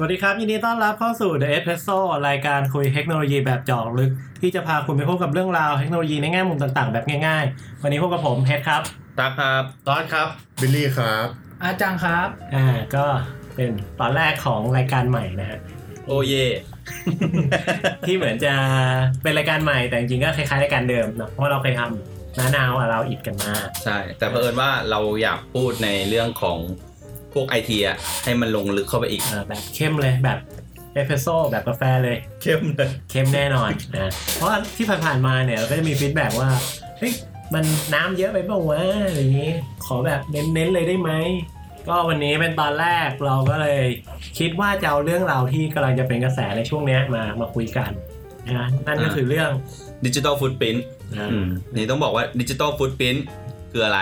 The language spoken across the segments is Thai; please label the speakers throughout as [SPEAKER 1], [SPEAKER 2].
[SPEAKER 1] วัสดีครับ ยินดีต้อนรับเข้าสู่ The Espresso รายการคุยเทคโนโลยีแบบเจาะลึก ที่จะพาคุณไปพบกับเรื่องราวเทคโนโลยีในแง่มุมต่างๆ แบบง่ายๆ วันนี้พบกับผมเพชรครับ
[SPEAKER 2] ตักครับตอนครับ
[SPEAKER 3] บิลลี่ครับ
[SPEAKER 4] อาจังครับ
[SPEAKER 1] อ่าก็เป็นตอนแรกของรายการใหม่นะฮะ
[SPEAKER 2] โอเย่
[SPEAKER 1] ที่เหมือนจะเป็นรายการใหม่แต่จริงๆก็คล้ายๆรายการเดิมเนอะเพราะว่าเราเคยทำน้านาวเราอิดกันมา
[SPEAKER 2] ใช่ แต่เผอิญว่าเราอยากพูดในเรื่องของพวกไอทีอะให้มันลงลึกเข้าไปอีก
[SPEAKER 1] เอ่อแบบเข้มเลยแบบเอสเ e รสโซ่แบบกาแฟเลย
[SPEAKER 2] เข้มเลย
[SPEAKER 1] เข้มแน่นอนนะเพราะว่าที่ผ่านๆมาเนี่ยเราก็จะมีฟีดแบ็กว่าเฮ้ยมันน้ำเยอะไปเปล่าวะอะไรอย่างนี้ ขอแบบเน้นๆเลยได้ไหม ก็วันนี้เป็นตอนแรกเราก็เลยคิดว่าจะเอาเรื่องราวที่กำลังจะเป็นกระแสในช่วงเนี้ยมามาคุยกันนะนั่นก็คือเรื่อง
[SPEAKER 2] ดิจิ t a ลฟุตป r ิ n t
[SPEAKER 1] นะ
[SPEAKER 2] นี่ต้องบอกว่าดิจิ t a ลฟุตป r ิ n t คืออะไร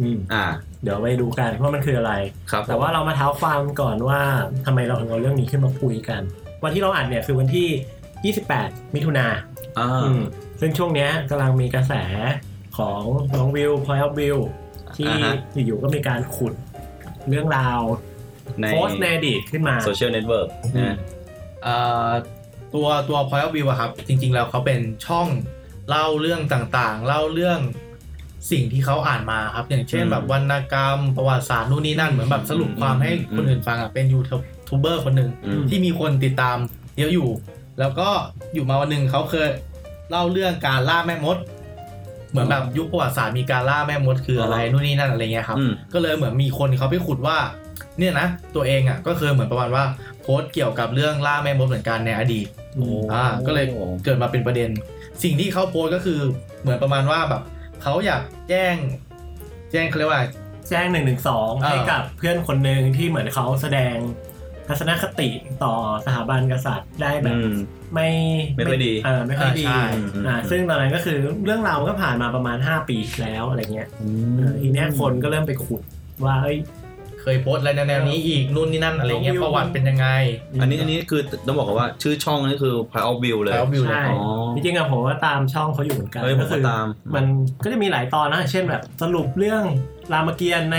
[SPEAKER 1] อืม
[SPEAKER 2] อ่า
[SPEAKER 1] เดี๋ยวไปดูกันว่ามันคืออะไร
[SPEAKER 2] ครับ
[SPEAKER 1] แต่ว่าเรามาเท้าความก่อนว่าทำไมเราถึงเอาเรื่องนี้ขึ้นมาคุยกัน วันที่เราอัดเนี่ยคือวันที่ 28 มิถุนา
[SPEAKER 2] อ่า
[SPEAKER 1] อืมซึ่งช่วงเนี้ยกำลังมีกระแสของน้องวิวพอยต์วิวที่
[SPEAKER 2] าฮะ
[SPEAKER 1] อยู่ๆก็มีการขุดเรื่องราว
[SPEAKER 2] ใน
[SPEAKER 1] โพสต์ในอดีตขึ้นมา
[SPEAKER 2] โซเชียลเน็ตเวิร์ก
[SPEAKER 1] อืม
[SPEAKER 2] นะ
[SPEAKER 4] เอ่อตัวตัว point of view อะครับ จริง ๆ แล้วเขาเป็นช่องเล่าเรื่องต่างๆ เล่าเรื่องสิ่งที่เขาอ่านมาครับ อย่างเช่น
[SPEAKER 2] อืม
[SPEAKER 4] แบบวรรณกรรม ประวัติศาสตร์นู่นนี่นั่นเหมือนแบบสรุปความให้
[SPEAKER 2] อืม
[SPEAKER 4] คนอื่นฟังอะเป็นยูทูบเบอร์คนหนึ่ง
[SPEAKER 2] อืม
[SPEAKER 4] ที่มีคนติดตามเยอะอยู่ แล้วก็อยู่มาวันหนึ่งเขาเคยเล่าเรื่องการล่าแม่มด เหมือนแบบยุคประวัติศาสตร์มีการล่าแม่มดคืออะไรนู่นนี่นั่นอะไรเงี้ยครับ
[SPEAKER 2] อืม
[SPEAKER 4] ก็เลยเหมือนมีคนเขาไปขุดว่า เนี่ยนะ ตัวเองอ่ะก็เคยเหมือนประมาณว่าโพสต์เกี่ยวกับเรื่องล่าแม่มดเหมือนกันในอดีต
[SPEAKER 1] อืม
[SPEAKER 4] อ่าก็เลยเกิดมาเป็นประเด็น สิ่งที่เขาโพสต์ก็คือเหมือนประมาณว่าแบบเขาอยากแจ้ง แจ้งเขาเรียกว่า
[SPEAKER 1] แจ้งหนึ่งหนึ่งสอง
[SPEAKER 4] อ่า
[SPEAKER 1] ให้กับเพื่อนคนหนึ่งที่เหมือนเขาแสดงทัศนคติต่อสถาบันกษัตริย์ได้แบ
[SPEAKER 2] อื
[SPEAKER 1] บ
[SPEAKER 2] ม
[SPEAKER 1] ไม่
[SPEAKER 2] ไม่ค่อยดี
[SPEAKER 1] เออไม่ค่อยดี
[SPEAKER 4] อ่าใช่
[SPEAKER 2] อืม
[SPEAKER 1] อ่าซึ่งตอนนั้นก็คือเรื่องราวมันก็ผ่านมาประมาณ 5 ปีแล้วอะไรเงี้ย
[SPEAKER 2] อื
[SPEAKER 1] เอ
[SPEAKER 2] ม
[SPEAKER 1] อทีเนี้ยคนก็เริ่มไปขุดว่าเอ้ย
[SPEAKER 4] เคยโพสต์อะไรแนวๆนี้อีกนู่นนี่นั่นอะไรเงี้ย
[SPEAKER 1] น้องวิว
[SPEAKER 4] ประวัติเป็นยังไง
[SPEAKER 2] อันนี้อันนี้คือต้องบอกก่อนว่าชื่อช่องนี่คือ p r i o View เลย
[SPEAKER 4] แล้ววิวเลย
[SPEAKER 1] ใช่
[SPEAKER 2] อ๋อ
[SPEAKER 1] จริงๆอะผมว่าตามช่องเขาอยู่เหมือนกัน
[SPEAKER 2] เฮ้ยผ
[SPEAKER 1] ก็
[SPEAKER 2] มก็
[SPEAKER 1] คือ
[SPEAKER 2] ตาม
[SPEAKER 1] มันก็จะมีหลายตอนนะ เช่นแบบสรุปเรื่องรามเกียรติ์ใน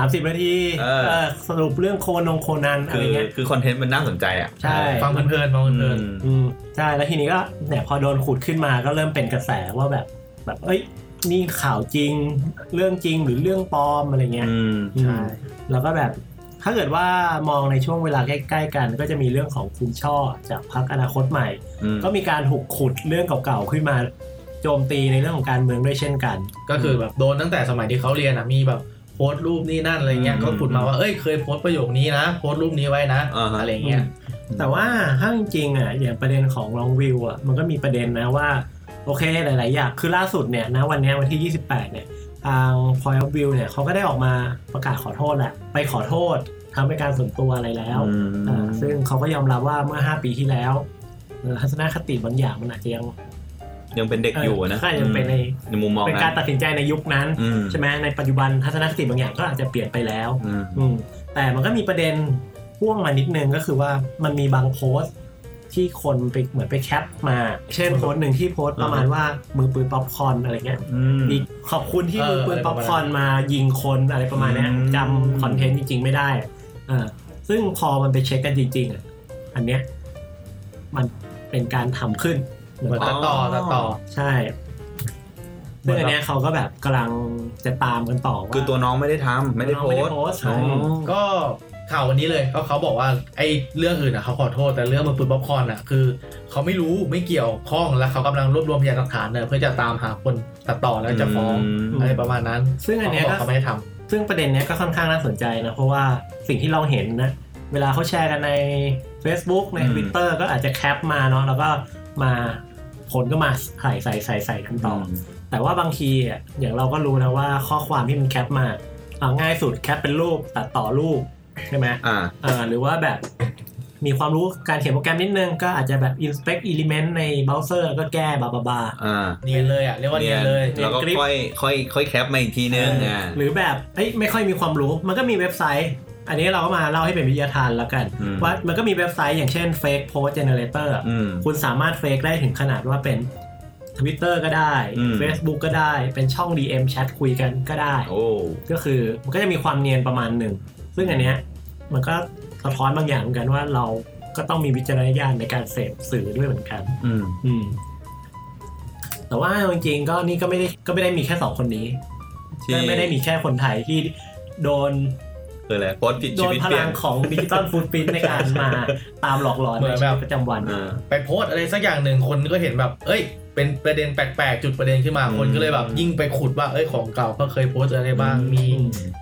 [SPEAKER 1] 30 นาที
[SPEAKER 2] เออ
[SPEAKER 1] เออสรุปเรื่องโคนงโคนันอะ
[SPEAKER 2] คื
[SPEAKER 1] ไร
[SPEAKER 2] อ
[SPEAKER 1] เงี้ย
[SPEAKER 2] คือคอนเทนต์มันน่าสนใจอ่ะ
[SPEAKER 1] ใช่
[SPEAKER 4] ฟังเพลินๆฟังเพลิ
[SPEAKER 2] อืม
[SPEAKER 4] น
[SPEAKER 1] อืมใช่ แล้วทีนี้ก็เนี่ยพอโดนขุดขึ้นมาก็เริ่มเป็นกระแสว่าแบบ แบบเอ้ย นี่ข่าวจริง เรื่องจริงหรือเรื่องปลอมอะไรเงี้ย
[SPEAKER 2] อืม
[SPEAKER 4] ๆใช่
[SPEAKER 1] อืมแล้วก็แบบ ถ้าเกิดว่ามองในช่วงเวลาใกล้ ๆ กัน ก็จะมีเรื่องของคุณช่อจากพรรคอนาคตใหม่
[SPEAKER 2] อืม
[SPEAKER 1] ก็มีการถูกขุดเรื่องเก่าๆขึ้นมา โจมตีในเรื่องของการเมืองด้วยเช่นกัน
[SPEAKER 4] ก็คือแบบโดนตั้งแต่สมัยที่เขาเรียนอ่ะมีแบบโพสต์รูปนี่นั่นอะไรเงี้ย
[SPEAKER 2] อืม
[SPEAKER 4] ก็ขุดมาว่าเอ้ยเคยโพสต์ประโยคนี้นะ โพสต์รูปนี้ไว้นะ
[SPEAKER 2] อ่าฮะ
[SPEAKER 4] อะไรเงี้ย
[SPEAKER 1] แต่ว่าถ้าจริงๆอ่ะอย่างประเด็นของลองวิวอ่ะมันก็มีประเด็นนะว่า โอเคหลาย ๆ อย่างคือล่าสุดเนี่ยนะวันเนี้ยวันที่ 28 เนี่ยทาง Point of View เนี่ยเขาก็ได้ออกมาประกาศขอโทษแหละไปขอโทษทำเป็นการส่วนตัวอะไรแล้ว
[SPEAKER 2] อืม
[SPEAKER 1] อ่าซึ่งเขาก็ยอมรับว่าเมื่อ 5 ปีที่แล้วเอ่อทัศนคติบางอย่างมันอาจจะยัง
[SPEAKER 2] ยังเป็นเด็กอยู่นะ
[SPEAKER 1] เก็ยังเป็นใน
[SPEAKER 2] ในมุมมอง
[SPEAKER 1] เป็นการตัดสินใจในยุคนั้น
[SPEAKER 2] อืม
[SPEAKER 1] ใช่ไหมในปัจจุบันทัศนคติบางอย่างก็อาจจะเปลี่ยนไปแล้ว
[SPEAKER 2] อืม
[SPEAKER 1] อืมแต่มันก็มีประเด็นพ่วงมานิดนึงก็คือว่ามันมีบางโพสต์ที่คนไปเหมือนไปแคปมา เช่นโพสต์หนึ่งที่โพสต์ประมาณว่ามือปืนป๊อปคอร์นอะไรเงี้ย
[SPEAKER 2] อืม
[SPEAKER 1] มีขอบคุณที่
[SPEAKER 4] เออ
[SPEAKER 1] มือปืนป๊อปคอร์น
[SPEAKER 4] อะไรประมาณนั้น
[SPEAKER 1] มายิงคนอะไรประมาณเนี้ย
[SPEAKER 2] อืม
[SPEAKER 1] จำคอนเทนต์จริง ๆ ไม่ได้อะเออซึ่งพอมันไปเช็คกันจริง ๆอ่ะอันเนี้ยมันเป็นการทำขึ้น
[SPEAKER 4] เหมือนตัดต่อตัดต่อ
[SPEAKER 1] ใช่ซึ่งอันเนี้ยเขาก็แบบกำลังจะตามกันต่อว่า
[SPEAKER 2] คือตัวน้องไม่ได้ทำไม่ได้
[SPEAKER 1] น้อง
[SPEAKER 2] โพ
[SPEAKER 1] ไม่ได้
[SPEAKER 2] สต์
[SPEAKER 1] โพสต์
[SPEAKER 2] อ๋อ
[SPEAKER 4] ก็ข่าววันนี้เลยก็เขาบอกว่าไอ้เรื่องอื่นอ่ะเขาขอโทษแต่เรื่องมือปืนป๊อปคอร์นอ่ะคือเขาไม่รู้ไม่เกี่ยวข้องแล้วเขากำลังรวบรวมพยานหลักฐานเนี่ยเพื่อจะตามหาคนตัดต่อแล้วจะฟ้อง
[SPEAKER 2] ม
[SPEAKER 4] อะไรประมาณนั้น
[SPEAKER 1] ซึ่งอันเนี้ยก็
[SPEAKER 4] เขาบอกเขาไม่ได้ท
[SPEAKER 1] ซึ่งประเด็นเนี้ยก็ค่อนข้างน่าสนใจนะ เพราะว่าสิ่งที่เราเห็นนะ เวลาเขาแชร์กันใน Facebook ใน
[SPEAKER 2] อืม
[SPEAKER 1] Twitter ก็อาจจะแคปมาเนาะแล้วก็มาคนก็มาใส่ใส่ใส่ใส่กันต่ออแต่ว่าบางทีอ่ะอย่างเราก็รู้นะว่าข้อความที่มันแคปมาเอาง่ายสุดแคปเป็นรูปตัดต่อรูปใช่ไหม
[SPEAKER 2] อ่า
[SPEAKER 1] เออหรือว่าแบบมีความรู้การเขียนโปรแกรมนิดนึง ก็อาจจะแบบ inspect element ในเบราว์เซอร์ก็แก้บาบาบา
[SPEAKER 2] อ่า
[SPEAKER 4] ำเนียนเลยอ่ะเรียกว่าเนียนเลย
[SPEAKER 2] แล้วก็
[SPEAKER 1] เนียนกริบ
[SPEAKER 2] ค่อยค่อยค่อยแคปมาอีกทีนึงอ่า
[SPEAKER 1] หรือแบบเอ้ยไม่ค่อยมีความรู้ มันก็มีเว็บไซต์ อันนี้เราก็มาเล่าให้เป็นวิทยาทานแล้วกัน
[SPEAKER 2] อืม
[SPEAKER 1] ว่ามันก็มีเว็บไซต์อย่างเช่น Fake Post Generator อะ
[SPEAKER 2] อืม
[SPEAKER 1] คุณสามารถเฟกได้ถึงขนาดว่าเป็น Twitter ก็ได้
[SPEAKER 2] อืม
[SPEAKER 1] Facebook ก็ได้ เป็นช่อง DM แชทคุยกันก็ได้
[SPEAKER 2] โอ้
[SPEAKER 1] ก็คือมันก็จะมีความเนียนประมาณหนึ่ง ซึ่งอันเนี้ย มันก็สะท้อนบางอย่างเหมือนกันว่าเราก็ต้องมีวิจารณญาณในการเสพสื่อด้วยเหมือนกัน
[SPEAKER 2] อืม
[SPEAKER 1] อืม แต่ว่าจริงๆก็นี่ก็ไม่ได้ก็ไม่ได้มีแค่สองคนนี้
[SPEAKER 2] ที่
[SPEAKER 1] ก็ไม่ได้มีแค่คนไทยที่โดน
[SPEAKER 2] คืออะไรโพสต์ผิด
[SPEAKER 1] โด
[SPEAKER 2] ชี
[SPEAKER 1] น
[SPEAKER 2] วิต
[SPEAKER 1] พ
[SPEAKER 2] เปลี่
[SPEAKER 1] ลั
[SPEAKER 2] ยน
[SPEAKER 1] งของดิจิตอลฟูดปรินในการมาตามหลอกหลอน
[SPEAKER 4] เหมื
[SPEAKER 1] ใน
[SPEAKER 4] อน
[SPEAKER 1] ชี
[SPEAKER 4] แบบ
[SPEAKER 1] วิตประจำวัน
[SPEAKER 2] อ่า
[SPEAKER 4] ไปโพสต์อะไรสักอย่างหนึ่งคนก็เห็นแบบ เอ้ย เป็นประเด็นแปลกๆ จุดประเด็นขึ้นมา
[SPEAKER 2] อืม
[SPEAKER 4] คนก็เลยแบบยิ่งไปขุดว่า เอ้ยของเก่าก็เคยโพสต์อะไรบ้าง
[SPEAKER 2] อืม
[SPEAKER 4] มี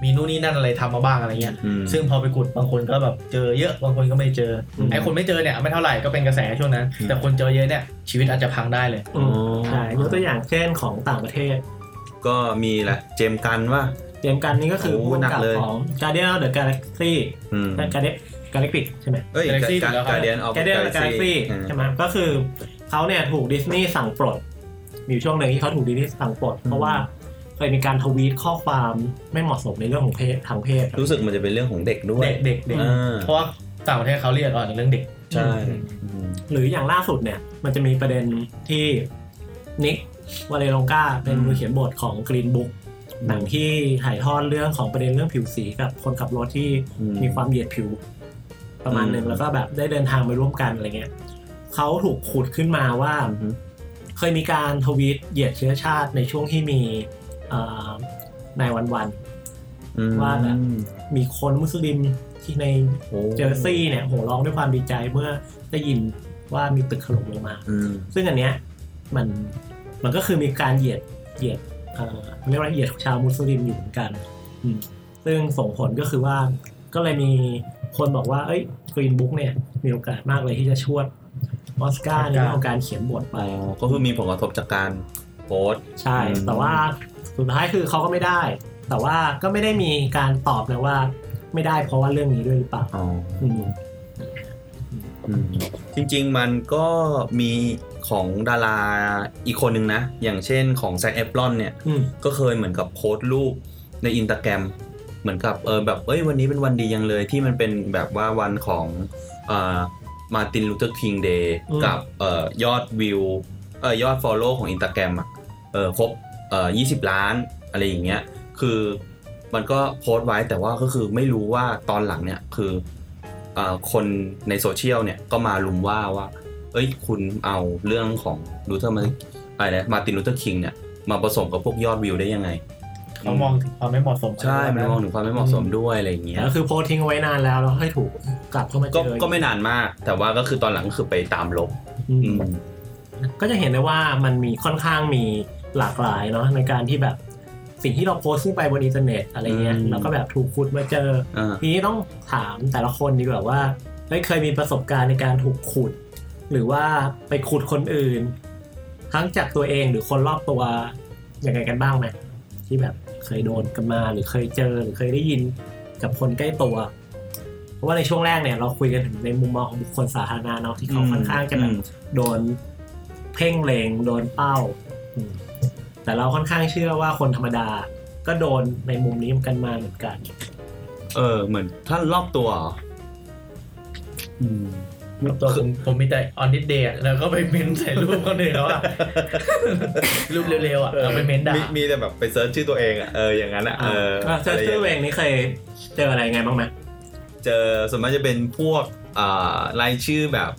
[SPEAKER 4] มีนู่นนี่นั่นอะไรทำมาบ้างอะไรเงี้ย
[SPEAKER 2] อืม
[SPEAKER 4] ซึ่งพอไปขุดบางคนก็แบบเจอเยอะบางคนก็ไม่เจออ
[SPEAKER 1] ม
[SPEAKER 4] ไอ้คนไม่เจอเนี่ยไม่เท่าไหร่ก็เป็นกระแสช่วงนั้น
[SPEAKER 2] อืม
[SPEAKER 4] แต่คนเจอเยอะเนี่ยชีวิตอาจจะพังได้เลย
[SPEAKER 1] อืมใช่ยกตัวอย่างเช่นของต่างประเทศ
[SPEAKER 2] ก็มีแหละเจมส์กันว่า
[SPEAKER 1] เจมส์กันนี่ก็คือ
[SPEAKER 2] โอ้
[SPEAKER 1] ผู้
[SPEAKER 2] หนั
[SPEAKER 1] กำ
[SPEAKER 2] ก
[SPEAKER 1] กับ
[SPEAKER 2] เลย
[SPEAKER 1] ของ Guardian of the Galaxy
[SPEAKER 2] อืม
[SPEAKER 1] การเด็กกาแล็กติกใช่ไหม
[SPEAKER 2] เอ้ย
[SPEAKER 4] Galaxy
[SPEAKER 2] การ
[SPEAKER 4] ถูกแล้วครับ
[SPEAKER 2] การเดียนออฟ
[SPEAKER 1] Guardian of the Galaxy ใช่ไหมก็คือเขาเนี่ยถูกดิสนีย์สั่งปลด มีอยู่ช่วงหนึ่งที่เขาถูกดิสนีย์สั่งปลด เพราะว่าเคยมีการทวีตข้อความไม่เหมาะสมในเรื่องของเพศทางเพศ
[SPEAKER 2] รู้สึกมันจะเป็นเรื่องของเด็กด้วย
[SPEAKER 4] เด็กเด็กเด็ก
[SPEAKER 2] อ่า
[SPEAKER 4] เพราะว่าต่างประเทศเขาเรียกอ่อนเรื่องเด็ก
[SPEAKER 2] ใช่
[SPEAKER 1] อืม
[SPEAKER 2] อืม
[SPEAKER 1] หรืออย่างล่าสุดเนี่ย มันจะมีประเด็นที่นิกวาเลโลงกาเป็น
[SPEAKER 2] อืม
[SPEAKER 1] มือเขียนบทของ Green Book หนังที่ถ่ายทอดเรื่องของประเด็นเรื่องผิวสีกับคนขับรถที่
[SPEAKER 2] อืม
[SPEAKER 1] มีความเหยียดผิวประมาณหนึ่ง
[SPEAKER 2] อืม
[SPEAKER 1] แล้วก็แบบได้เดินทางไปร่วมกันอะไรเงี้ยเขาถูกขุดขึ้นมาว่า
[SPEAKER 2] อือฮึ
[SPEAKER 1] เคยมีการทวีตเหยียดเชื้อชาติในช่วงที่มีเอ่อนายวันวัน
[SPEAKER 2] อืม
[SPEAKER 1] ว่าแบบ มีคนมุสลิมที่ใน
[SPEAKER 2] โอ้
[SPEAKER 1] เจอร์ซีย์เนี่ยโหร้องด้วยความดีใจเมื่อได้ยินว่ามีตึกถล่มลงมา
[SPEAKER 2] อืม
[SPEAKER 1] ซึ่งอันเนี้ยมันมันก็คือมีการเหยียดเหยียดเอ่อเรียกว่าเหยียดชาวมุสลิมอยู่เหมือนกันอืมซึ่งส่งผลก็คือว่าก็เลยมีคนบอกว่าเอ้ยกรีนบุ๊กเนี่ยมีโอกาสมากเลยที่จะชวดออสการ์ในเรื่องของการเขียนบทไป
[SPEAKER 2] อ๋อก็คือมีผลกระทบจากการโพสต์
[SPEAKER 1] ใช่
[SPEAKER 2] อืม
[SPEAKER 1] แต่ว่าสุดท้ายคือเขาก็ไม่ได้ แต่ว่าก็ไม่ได้มีการตอบนะว่าไม่ได้เพราะว่าเรื่องนี้ด้วยหรือเปล่า
[SPEAKER 2] อ๋อ
[SPEAKER 1] อืม
[SPEAKER 2] อืมจริง ๆ มันก็มีของดาราอีกคนนึงนะ อย่างเช่นของแซคเอฟรอนเนี่ย
[SPEAKER 1] อืม
[SPEAKER 2] ก็เคยเหมือนกับโพสต์รูปในอินสตาแกรมเหมือนกับเออแบบเอ้ยวันนี้เป็นวันดียังเลยที่มันเป็นแบบว่าวันของมาตินลูเทอร์คิงเดย์กับเอ่อยอดวิวเอ่อยอดฟอลโล่ของอินสตาแกรมอ่ะเออครบเอ่อยีล้านอะไรอย่างเงี้ยคือมันก็โพสต์ไว้แต่ว่าก็คือไม่รู้ว่าตอนหลังเนี่ยคือเอ่อคนในโซเชียลเนี่ยก็มาลุมว่าว่า เอ้ยคุณเอาเรื่องของลูเทอร์อะไรนะมาตินลูเทอร์คิงเนี่ย มาผสมกับพวกยอดวิวได้ยังไง
[SPEAKER 4] เขามองถึงความไม่เหมาะสม
[SPEAKER 2] ใช่ มันมองถึงความไม่เหมาะสมด้วยอะไรอย่างเงี้ย
[SPEAKER 1] แล้วคือโพสต์ทิ้งเอาไว้นานแล้วแล้วให้ถูกกลับเข้ามาเจ
[SPEAKER 2] ก็
[SPEAKER 1] อ
[SPEAKER 2] ก็ไม่นานมาก แต่ว่าก็คือตอนหลังก็คือไปตามลบ
[SPEAKER 1] อื
[SPEAKER 2] อื
[SPEAKER 1] ม
[SPEAKER 2] ม
[SPEAKER 1] ก็จะเห็นได้ว่ามันมีค่อนข้างมีหลากหลายเนาะในการที่แบบสิ่งที่เราโพสต์ขึ้นไปบนอินเทอร์เน็ตอะไรเงี้ย
[SPEAKER 2] อืม
[SPEAKER 1] เราก็แบบถูกขุดมาเจอ
[SPEAKER 2] อ่า
[SPEAKER 1] ทีนี้ต้องถามแต่ละคนดีกว่าว่าเฮ้ยเคยมีประสบการณ์ในการถูกขุด หรือว่าไปขุดคนอื่น ทั้งจากตัวเองหรือคนรอบตัวยังไงกันบ้างไหมที่แบบเคยโดนกันมาหรือเคยเจอหรือเคยได้ยินกับคนใกล้ตัว เพราะว่าในช่วงแรกเนี่ยเราคุยกันถึงในมุมมองของบุคคลสาธารณะเนาะที่เขาค่อนข้างจะแบบ
[SPEAKER 2] อืม
[SPEAKER 1] โดนเพ่งเลงโดนเป้าอืมแต่เราค่อนข้างเชื่อว่าคนธรรมดาก็โดนในมุมนี้เหมือนกันมาเหมือนกัน
[SPEAKER 2] เออ เหมือนท่านรอบตัวเหรออืม
[SPEAKER 4] ตัวผมผมมีแต่ on this day อะแล้วก็ไปเม้นใส่รูปคนอื่นแล้ว อะ รูปเร็วๆอะแล้วไปเม้นด่า
[SPEAKER 2] มีแต่แบบไปเซิร์ชชื่อตัวเองอะเอออย่างนั้นอะเออ
[SPEAKER 1] ก็เจอชื่อเองนี่เคยเจออะไรไงบ้างไหม
[SPEAKER 2] เจอส่วนมากจะเป็นพวกอ่ารายชื่อแบบ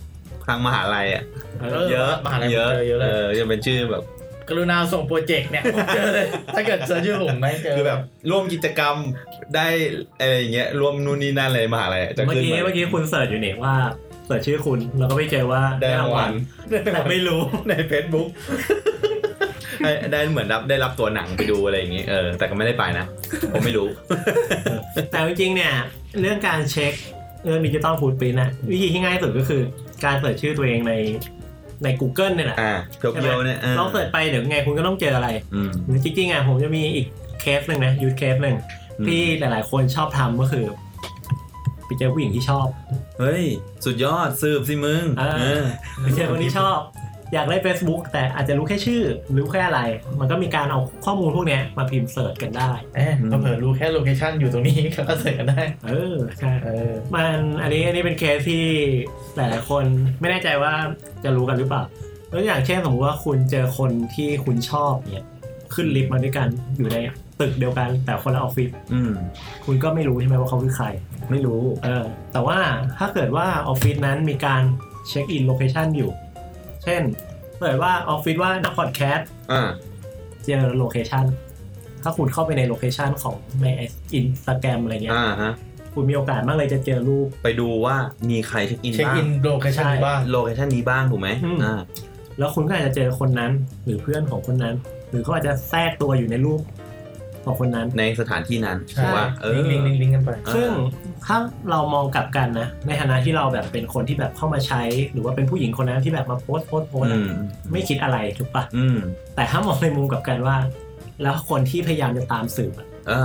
[SPEAKER 2] ทางมหาลัยอะ
[SPEAKER 1] เอ
[SPEAKER 4] เอ
[SPEAKER 1] อ
[SPEAKER 4] อ
[SPEAKER 2] เยอะ
[SPEAKER 4] มหาลัยผม
[SPEAKER 2] เยอะ
[SPEAKER 4] เจอเยอะเลย
[SPEAKER 2] เออจะเป็นชื่อแบบ
[SPEAKER 4] กรุณาส่งโปรเจกต์เนี่ยผมเจอเลย ถ้าเกิดเจอชื่อผมไม่เจอ
[SPEAKER 2] คือแบบร่วมกิจกรรมได้อะไรอย่างเงี้ยร่วมนู่นนี่นั่นอะไรมหาลัยะจะ
[SPEAKER 1] เมื่อ
[SPEAKER 2] ขึ้
[SPEAKER 1] กี้
[SPEAKER 2] นา
[SPEAKER 1] เมื่อกี้คุณเสิร์ชอยู่เนี่ยว่าเสิร์ชชื่อคุณเราก็ไม่เจอว่า
[SPEAKER 2] ได้รางวัล
[SPEAKER 1] แต่ไม่รู้
[SPEAKER 2] ใน Facebook ได้ได้เหมือนรับได้รับตัวหนังไปดูอะไรอย่างเงี้ยเออแต่ก็ไม่ได้ไปนะผมไม่รู้
[SPEAKER 1] แต่จริงๆเนี่ยเรื่องการเช็คเรื่องดิจิตอลฟูดปรินต์อะวิธีที่ง่ายสุดก็คือ การเสิร์ชชื่อตัวเองในใน Google เนี่ยแหละ
[SPEAKER 2] อ่าเพียวๆเนี่ย
[SPEAKER 1] ลองเสิร์ชไปเดี๋ยวไงคุณก็ต้องเจออะไร
[SPEAKER 2] อืม
[SPEAKER 1] หรือจริงๆอ่ะผมจะมีอีกเคสหนึ่งนะยูทเคสหนึ่ง
[SPEAKER 2] อืม
[SPEAKER 1] ที่หลายๆ คนชอบทำก็คือไปเจอผู้หญิงที่ชอบ
[SPEAKER 2] เฮ้ย สุดยอดสืบสิมึง
[SPEAKER 1] เออ
[SPEAKER 2] เออ
[SPEAKER 1] ไปเจอคนที่ชอบ อยากได้ Facebook แต่อาจจะรู้แค่ชื่อ รู้แค่อะไร มันก็มีการเอาข้อมูลพวกเนี้ยมาพิมพ์เสิร์ชกันได้
[SPEAKER 4] เออเผื่อรู้แค่โลเคชันอยู่ตรงนี้ ก็เสิร์ชกันได้
[SPEAKER 1] เออใช่
[SPEAKER 4] เออ
[SPEAKER 1] มันอันนี้อันนี้เป็นเคสที่หลายๆ คนไม่แน่ใจว่าจะรู้กันหรือเปล่าตัวอย่างเช่นสมมติว่าคุณเจอคนที่คุณชอบเนี่ยขึ้นลิฟต์มาด้วยกันอยู่ใน ตึกเดียวกันแต่คนละออฟฟิศ
[SPEAKER 2] อืม
[SPEAKER 1] คุณก็ไม่รู้ใช่ไหมว่าเขาคือใคร
[SPEAKER 2] ไม่รู้
[SPEAKER 1] เออแต่ว่าถ้าเกิดว่าออฟฟิศนั้นมีการเช็คอินโลเคชันอยู่ เช่นเปิดว่าออฟฟิศว่านักพอดแคสต์
[SPEAKER 2] อ่า
[SPEAKER 1] เจอโลเคชันถ้าคุณเข้าไปในโลเคชันของในอินสตาแกรมอะไรเงี้ย
[SPEAKER 2] อ่าฮะ
[SPEAKER 1] คุณมีโอกาสมากเลยจะเจอรูป
[SPEAKER 2] ไปดูว่ามีใครเช็คอิน
[SPEAKER 4] เช็ค
[SPEAKER 2] บ้า
[SPEAKER 4] อิ
[SPEAKER 2] ง
[SPEAKER 4] นโลเคชั่น
[SPEAKER 1] ใช่
[SPEAKER 4] บ้าง
[SPEAKER 2] โลเคชันนี้บ้างถูกไหม
[SPEAKER 1] อืม
[SPEAKER 2] อ่า
[SPEAKER 1] แล้วคุณก็อาจจะเจอคนนั้นหรือเพื่อนของคนนั้น หรือเขาอาจจะแทรกตัวอยู่ในรูปของคนนั้น
[SPEAKER 2] ในสถานที่นั้น
[SPEAKER 4] ใช่
[SPEAKER 2] ถูกว่าเออ
[SPEAKER 4] ลิงก์ลิงก์ลิงก์กันไป
[SPEAKER 2] อ่า
[SPEAKER 1] ซึ่งถ้าเรามองกลับกันนะ ในฐานะที่เราแบบเป็นคนที่แบบเข้ามาใช้ หรือว่าเป็นผู้หญิงคนนั้นที่แบบมาโพสต์โพสต์โพสต์
[SPEAKER 2] อื
[SPEAKER 1] อะ
[SPEAKER 2] ม
[SPEAKER 1] ไม่คิดอะไรถูกปะ
[SPEAKER 2] อืม
[SPEAKER 1] แต่ถ้ามองในมุมกลับกันว่า แล้วคนที่พยายามจะตามสืบอะ
[SPEAKER 2] อ่า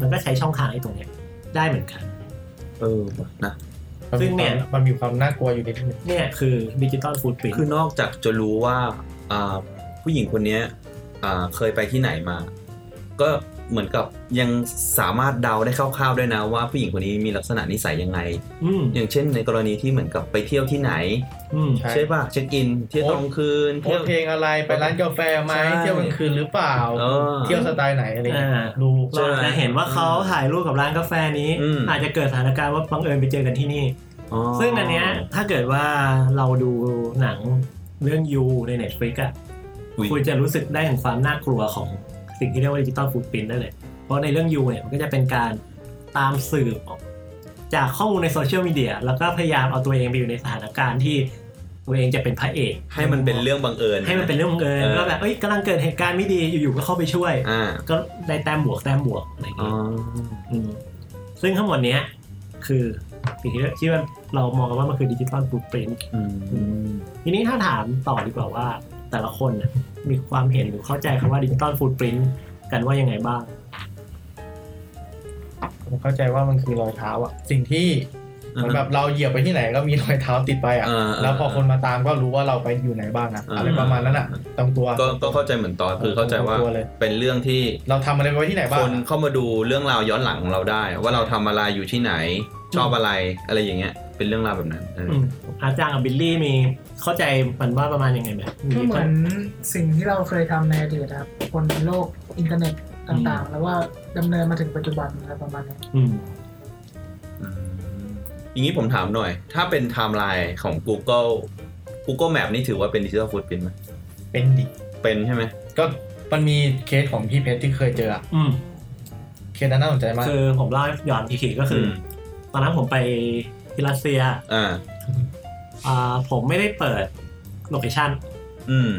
[SPEAKER 1] มันก็ใช้ช่องทางไอ้ตรงเนี้ยได้เหมือนกัน
[SPEAKER 2] เออว่ะนะ
[SPEAKER 1] ซึ่งเนี่ย
[SPEAKER 4] มันมีความน่ากลัวอยู่นิดนึง
[SPEAKER 1] เนี่ยคือดิจิตอลฟูดปริน
[SPEAKER 2] คือนอกจากจะรู้ว่าอ่าผู้หญิงคนเนี้ยอ่าเคยไปที่ไหนมา ก็เหมือนกับยังสามารถเดาได้คร่าวๆด้วยนะ ว่าผู้หญิงคนนี้มีลักษณะนิสัยยังไง
[SPEAKER 1] อืม
[SPEAKER 2] อย่างเช่นในกรณีที่เหมือนกับไปเที่ยวที่ไหน
[SPEAKER 1] อืม
[SPEAKER 2] ใช่ป่ะเช็คอิน เที่ยวตอนกลางคืน
[SPEAKER 4] โพ
[SPEAKER 2] เที่
[SPEAKER 4] ส
[SPEAKER 2] ยว
[SPEAKER 4] ต์เพลงอะไรไปร้านกาแฟไหม
[SPEAKER 2] ใช่
[SPEAKER 4] เที่ยวกลางคืนหรือเปล่า
[SPEAKER 2] เออ
[SPEAKER 4] เที่ยวสไตล์ไหนอะไรอย่างเงี้
[SPEAKER 1] อ่า
[SPEAKER 4] ยรู้
[SPEAKER 1] เราอาจจะเห็นว่าเขาถ่ายรูปกับร้านกาแฟนี้
[SPEAKER 2] อืม
[SPEAKER 1] อาจจะเกิดสถานการณ์ว่าบังเอิญไปเจอกันที่นี่
[SPEAKER 2] อ๋อ
[SPEAKER 1] ซึ่งอันเนี้ยถ้าเกิดว่าเราดูหนังเรื่องยูใน Netflix อะ
[SPEAKER 2] อุ๊ย
[SPEAKER 1] คุณจะรู้สึกได้ถึงความน่ากลัวของสิ่งที่เรียกว่าดิจิตอลฟูดปรินนั่นแหละเพราะในเรื่องยูเนี่ยมันก็จะเป็นการตามสืบออกจากข้อมูลในโซเชียลมีเดียแล้วก็พยายามเอาตัวเองไปอยู่ในสถานการณ์ที่ตัวเองจะเป็นพระเอก
[SPEAKER 2] ให้มันเป็นเรื่องบังเอิญ
[SPEAKER 1] ให้มันเป็นเรื่องบังเอิญ
[SPEAKER 2] เออ
[SPEAKER 1] แล้วแบบเอ้ยกำลังเกิดเหตุการณ์ไม่ดีอยู่ๆก็เข้าไปช่วย
[SPEAKER 2] อ่า
[SPEAKER 1] ก็ได้แต้มบวกแต้มบวกอะไรอย่าง
[SPEAKER 2] อ๋อ
[SPEAKER 1] เงี้ย อืมซึ่งทั้งหมดเนี้ยคือสิ่งที่ที่ว่าเรามองกันว่ามันคือดิจิตอลบลูปริน
[SPEAKER 2] อืม
[SPEAKER 1] ทีนี้ถ้าถามต่อดีกว่าว่า แต่ละคนน่ะมีความเห็นหรือเข้าใจคำว่าดิจิตอล o ู t ปรินกันว่ายังไงบ้าง
[SPEAKER 4] ผมเข้าใจว่ามันคือรอยเท้าอะสิ่งที่เหมือนแบบเราเหยียบไปที่ไหนก็มีรอยเท้าติดไปอะ
[SPEAKER 2] าา
[SPEAKER 4] แล้วพอคนมาตามก็รู้ว่าเราไปอยู่ไหนบ้างอะ
[SPEAKER 2] อ่า
[SPEAKER 4] อะไรประมาณนั้นอะตรงตัว
[SPEAKER 2] ก็ก็เข้าใจเหมือนตอนคือเข้าใจว่า
[SPEAKER 4] ตรงตัวเลย
[SPEAKER 2] เป็นเรื่องที่
[SPEAKER 4] เราทำอะไรไปไว้ที่ไหน
[SPEAKER 2] ค
[SPEAKER 4] บ้าง
[SPEAKER 2] น
[SPEAKER 4] อะ
[SPEAKER 2] เข้ามาดูเรื่องราวย้อนหลังของเราได้ ว่าเราทำอะไรอยู่ที่ไหน ชอบอะไรอะไรอย่างเงี้ย เป็นเรื่องราวแบบนั้นเอออ
[SPEAKER 1] อืมอาจารย์กับบิลลี่มีเข้าใจมันว่าประมาณยังไงไหม
[SPEAKER 3] ก็เหมือนสิ่งที่เราเคยทำในอดีตครับบนโลกอินเทอร์เน็ตต่างๆ แล้วว่าดำเนินมาถึงปัจจุบันอะไรประมาณนี้
[SPEAKER 1] อืม
[SPEAKER 2] อย่างนี้ผมถามหน่อย ถ้าเป็นไทม์ไลน์ของ Google Google Map นี่ถือว่าเป็นดิจิทัลฟุต r ิ n t ไหม
[SPEAKER 4] เป็นดิ
[SPEAKER 2] เป็นใช่ไหม
[SPEAKER 4] ก็มันมีเคสของพี่เพชรที่เคยเจออะ
[SPEAKER 1] อืม
[SPEAKER 4] เคสนั้นน่าสนใจมาก
[SPEAKER 1] คือผมเล่าให้ย้อนอีกทีก็คืออ
[SPEAKER 2] ม
[SPEAKER 1] ตอนนั้นผมไปที่รัสเซีย
[SPEAKER 2] อ่า
[SPEAKER 1] อ่าผมไม่ได้เปิดโลเคชั่น
[SPEAKER 2] อืม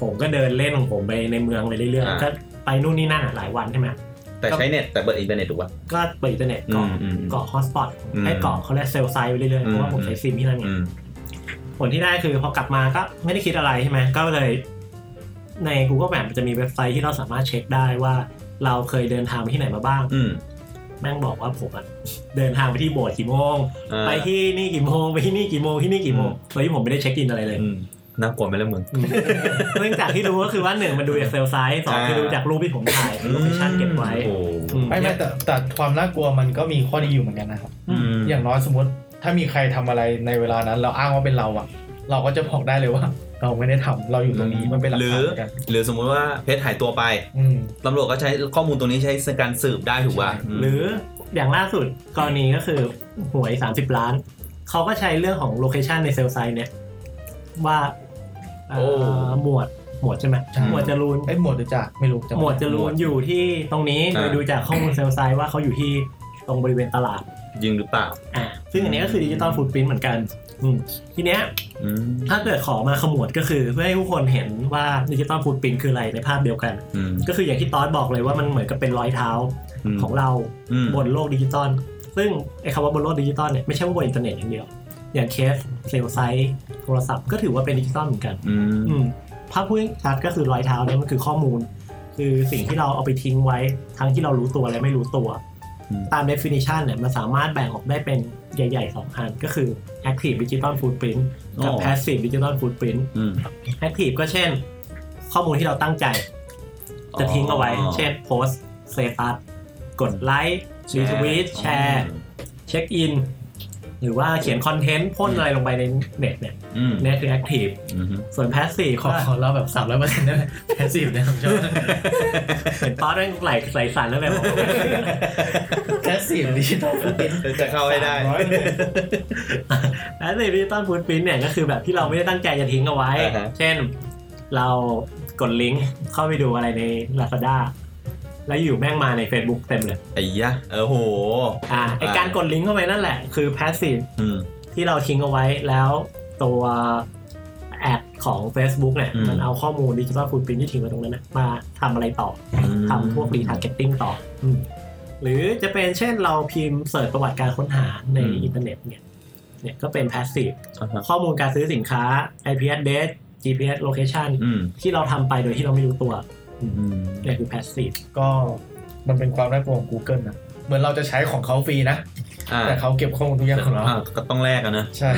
[SPEAKER 1] ผมก็เดินเล่นของผมไปในเมืองไปเรื่อย
[SPEAKER 2] อ่า
[SPEAKER 1] ๆก็ไปนู่นนี่นั่นอะหลายวันใช่ไหม
[SPEAKER 2] แต่ใช้เน็ตแต่เปิดอินเทอร์เน็ตถูกป่ะ
[SPEAKER 1] ก็เปิดอินเทอร์เน็ตเกาะ
[SPEAKER 2] อืมอืม
[SPEAKER 1] เกาะฮอตสปอต
[SPEAKER 2] อืม
[SPEAKER 1] ให้เกาะเขาเรียกเซลล์ไซด์ไปเรื่อยๆ
[SPEAKER 2] อืม
[SPEAKER 1] เพราะว่าผมใช้ซิมที่นั่นไง
[SPEAKER 2] อืม
[SPEAKER 1] ผลที่ได้คือพอกลับมาก็ไม่ได้คิดอะไรใช่ไหมก็เลย ใน Google Map มันจะมีเว็บไซต์ที่เราสามารถเช็คได้ว่าเราเคยเดินทางไปที่ไหนมาบ้าง
[SPEAKER 2] อืม
[SPEAKER 1] แม่งบอกว่าผมอะเดินทางไปที่โบสถ์กี่โมง
[SPEAKER 2] อ่า
[SPEAKER 1] ไปที่นี่กี่โมงไปที่นี่กี่โมงที่นี่กี่โมงโดยที่ผมไม่ได้เช็คอินอะไรเลย
[SPEAKER 2] อืมน่ากลัวไหมล่ะมึง
[SPEAKER 1] อืมเนื่องจากที่รู้ก็คือว่าหนึ่งมันดูจากเซลล์ไซด์สองคือดูจากรูปที่ผมถ่ายโลเคชั่นเก็บไว้
[SPEAKER 2] โอ้
[SPEAKER 1] อืม
[SPEAKER 4] ไม่ไม่แต่แต่ความน่ากลัวมันก็มีข้อดีอยู่เหมือนกันนะครับ
[SPEAKER 2] อืม
[SPEAKER 4] อย่างน้อยสมมติถ้ามีใครทำอะไรในเวลานั้น เราอ้างว่าเป็นเราอะเราก็จะบอกได้เลยว่า เราไม่ได้ทำเราอยู่ตรงนี้มันเป็นหลัก
[SPEAKER 2] หรื
[SPEAKER 4] ฐาน
[SPEAKER 2] อ
[SPEAKER 4] เหมือนกัน
[SPEAKER 2] หรือสมมุติว่าเพชรหายตัวไป
[SPEAKER 4] อืม
[SPEAKER 2] ตำรวจก็ใช้ข้อมูลตรงนี้ใช้ในการสืบได้ถูกป่ะ
[SPEAKER 4] ใช่
[SPEAKER 2] ม
[SPEAKER 1] หรืออย่างล่าสุดกรณีก็คือหวย 30 ล้าน เขาก็ใช้เรื่องของโลเคชันในเซลล์ไซน์เนี่ย ว่าเอ่อ
[SPEAKER 2] โอ้
[SPEAKER 1] หมวดหมวดใช่ไหม
[SPEAKER 4] ใช่
[SPEAKER 1] หมวดจรูน
[SPEAKER 4] ไอ้ยหมวดหรือจ่าไม่รู้ำไ
[SPEAKER 1] หมวดจรูนอยู่ที่ตรงนี้
[SPEAKER 2] อ่า
[SPEAKER 1] โดยดูจากข้อมูลเซลล์ไซน์ว่าเขาอยู่ที่ตรงบริเวณตลาด
[SPEAKER 2] ยิงหรือเปล่า
[SPEAKER 1] อ่าซึ่งอันนี้ก็คือดิจิตอลฟูดพิ้นเหมือนกันอืมทีเนี้ย
[SPEAKER 2] อืม
[SPEAKER 1] ถ้าเกิดขอมาขมวดก็คือ เพื่อให้ผู้คนเห็นว่าดิจิตอลฟูดพิ้นคืออะไรในภาพเดียวกัน
[SPEAKER 2] อืม
[SPEAKER 1] ก็คืออย่างที่ตอสบอกเลยว่ามันเหมือนกับเป็นรอยเท้า
[SPEAKER 2] ม
[SPEAKER 1] ของเรา
[SPEAKER 2] อืม
[SPEAKER 1] บนโลกดิจิตอล ซึ่งไอ้คำว่าบนโลกดิจิตอลเนี่ยไม่ใช่ว่าบนอินเทอร์เน็ตอย่างเดียว อย่างเคสเซลล์ไซต์โทรศัพท์ก็ถือว่าเป็นดิจิตอลเหมือนกัน
[SPEAKER 2] อืม
[SPEAKER 1] อืมภาพพูดชัดก็คือรอยเท้าเนี่ยมันคือข้อมูล คือสิ่งที่เราเอาไปทิ้งไว้ ทั้งที่เรารู้ตัวและไม่รู้ตัว ตาม definition เนี่ยมันสามารถแบ่งออกได้เป็นใหญ่ๆสองอัน ก็คือ active digital footprint กับ passive digital footprint
[SPEAKER 2] อืม
[SPEAKER 1] active ก็เช่น ข้อมูลที่เราตั้งใจ จะทิ้งเอาไว้ เช่นโพสเซตัสกดไลค์รีทวีตแชร์ เช็คอิน หรือว่าเขียนคอนเทนต์พ่นอะไรลงไปในเน็ตเนี่ย
[SPEAKER 2] อืม
[SPEAKER 1] เนี่ยคือแอคทีฟ
[SPEAKER 2] อืม
[SPEAKER 1] ส่วนแพสซีฟ
[SPEAKER 4] ข
[SPEAKER 1] ก็
[SPEAKER 4] อขอเราแบบสามร้อยเปอร์เซ็นต์ได้ไหมแพสซีฟเนี่ยผมชอบ
[SPEAKER 1] เห็นตอนนั้นไหลไหลสันแล้วแบบ
[SPEAKER 4] แพสซีฟดิจิตอล
[SPEAKER 2] จะเข้าให้ได้
[SPEAKER 1] แอสเซทดิจิตอลฟูดพิ้นเนี่ยก็คือแบบที่เราไม่ได้ตั้งใจจะทิ้งเอาไว้
[SPEAKER 2] อ่าฮะ
[SPEAKER 1] เช่น เรากดลิงก์เข้าไปดูอะไรใน Lazada แล้วอยู่แม่งมาใน Facebook เต็มเลย
[SPEAKER 2] ไอ้ยะเออโห
[SPEAKER 1] อ่าไอ
[SPEAKER 2] อ่า
[SPEAKER 1] การกดลิงก์เข้าไปนั่นแหละ คือแพสซีฟ
[SPEAKER 2] อืม
[SPEAKER 1] ที่เราทิ้งเอาไว้แล้วตัวแอดของ Facebook เนี่ย
[SPEAKER 2] อืม
[SPEAKER 1] มันเอาข้อมูลดิจิตอลฟูดพิ้นที่ทิ้งไว้ตรงนั้นนะมาทำอะไรต่อ ทำพวกรีทาร์เก็ตติ้งต่ออหรือจะเป็นเช่นเราพิมพ์เสิร์ชประวัติการค้นหาใน
[SPEAKER 2] อืม
[SPEAKER 1] อินเทอร์เน็ตเนี่ยเนี่ยก็เป็นพาสซีฟ
[SPEAKER 2] อ่าฮะ
[SPEAKER 1] ข้อมูลการซื้อสินค้า IP address GPS location
[SPEAKER 2] อืม
[SPEAKER 1] ที่เราทำไปโดยที่เราไม่รู้ตัว
[SPEAKER 2] อืม
[SPEAKER 1] เนี่ยคือพาสซีฟ
[SPEAKER 4] ก็มันเป็นความน่ากลัวของ Google นะเหมือนเราจะใช้ของเขาฟรีนะ
[SPEAKER 2] อ่า
[SPEAKER 4] แต่เขาเก็บข้อมูลทุกอย่างของเรา
[SPEAKER 2] อ่าก็ต้องแลกอะนะ
[SPEAKER 4] ใช่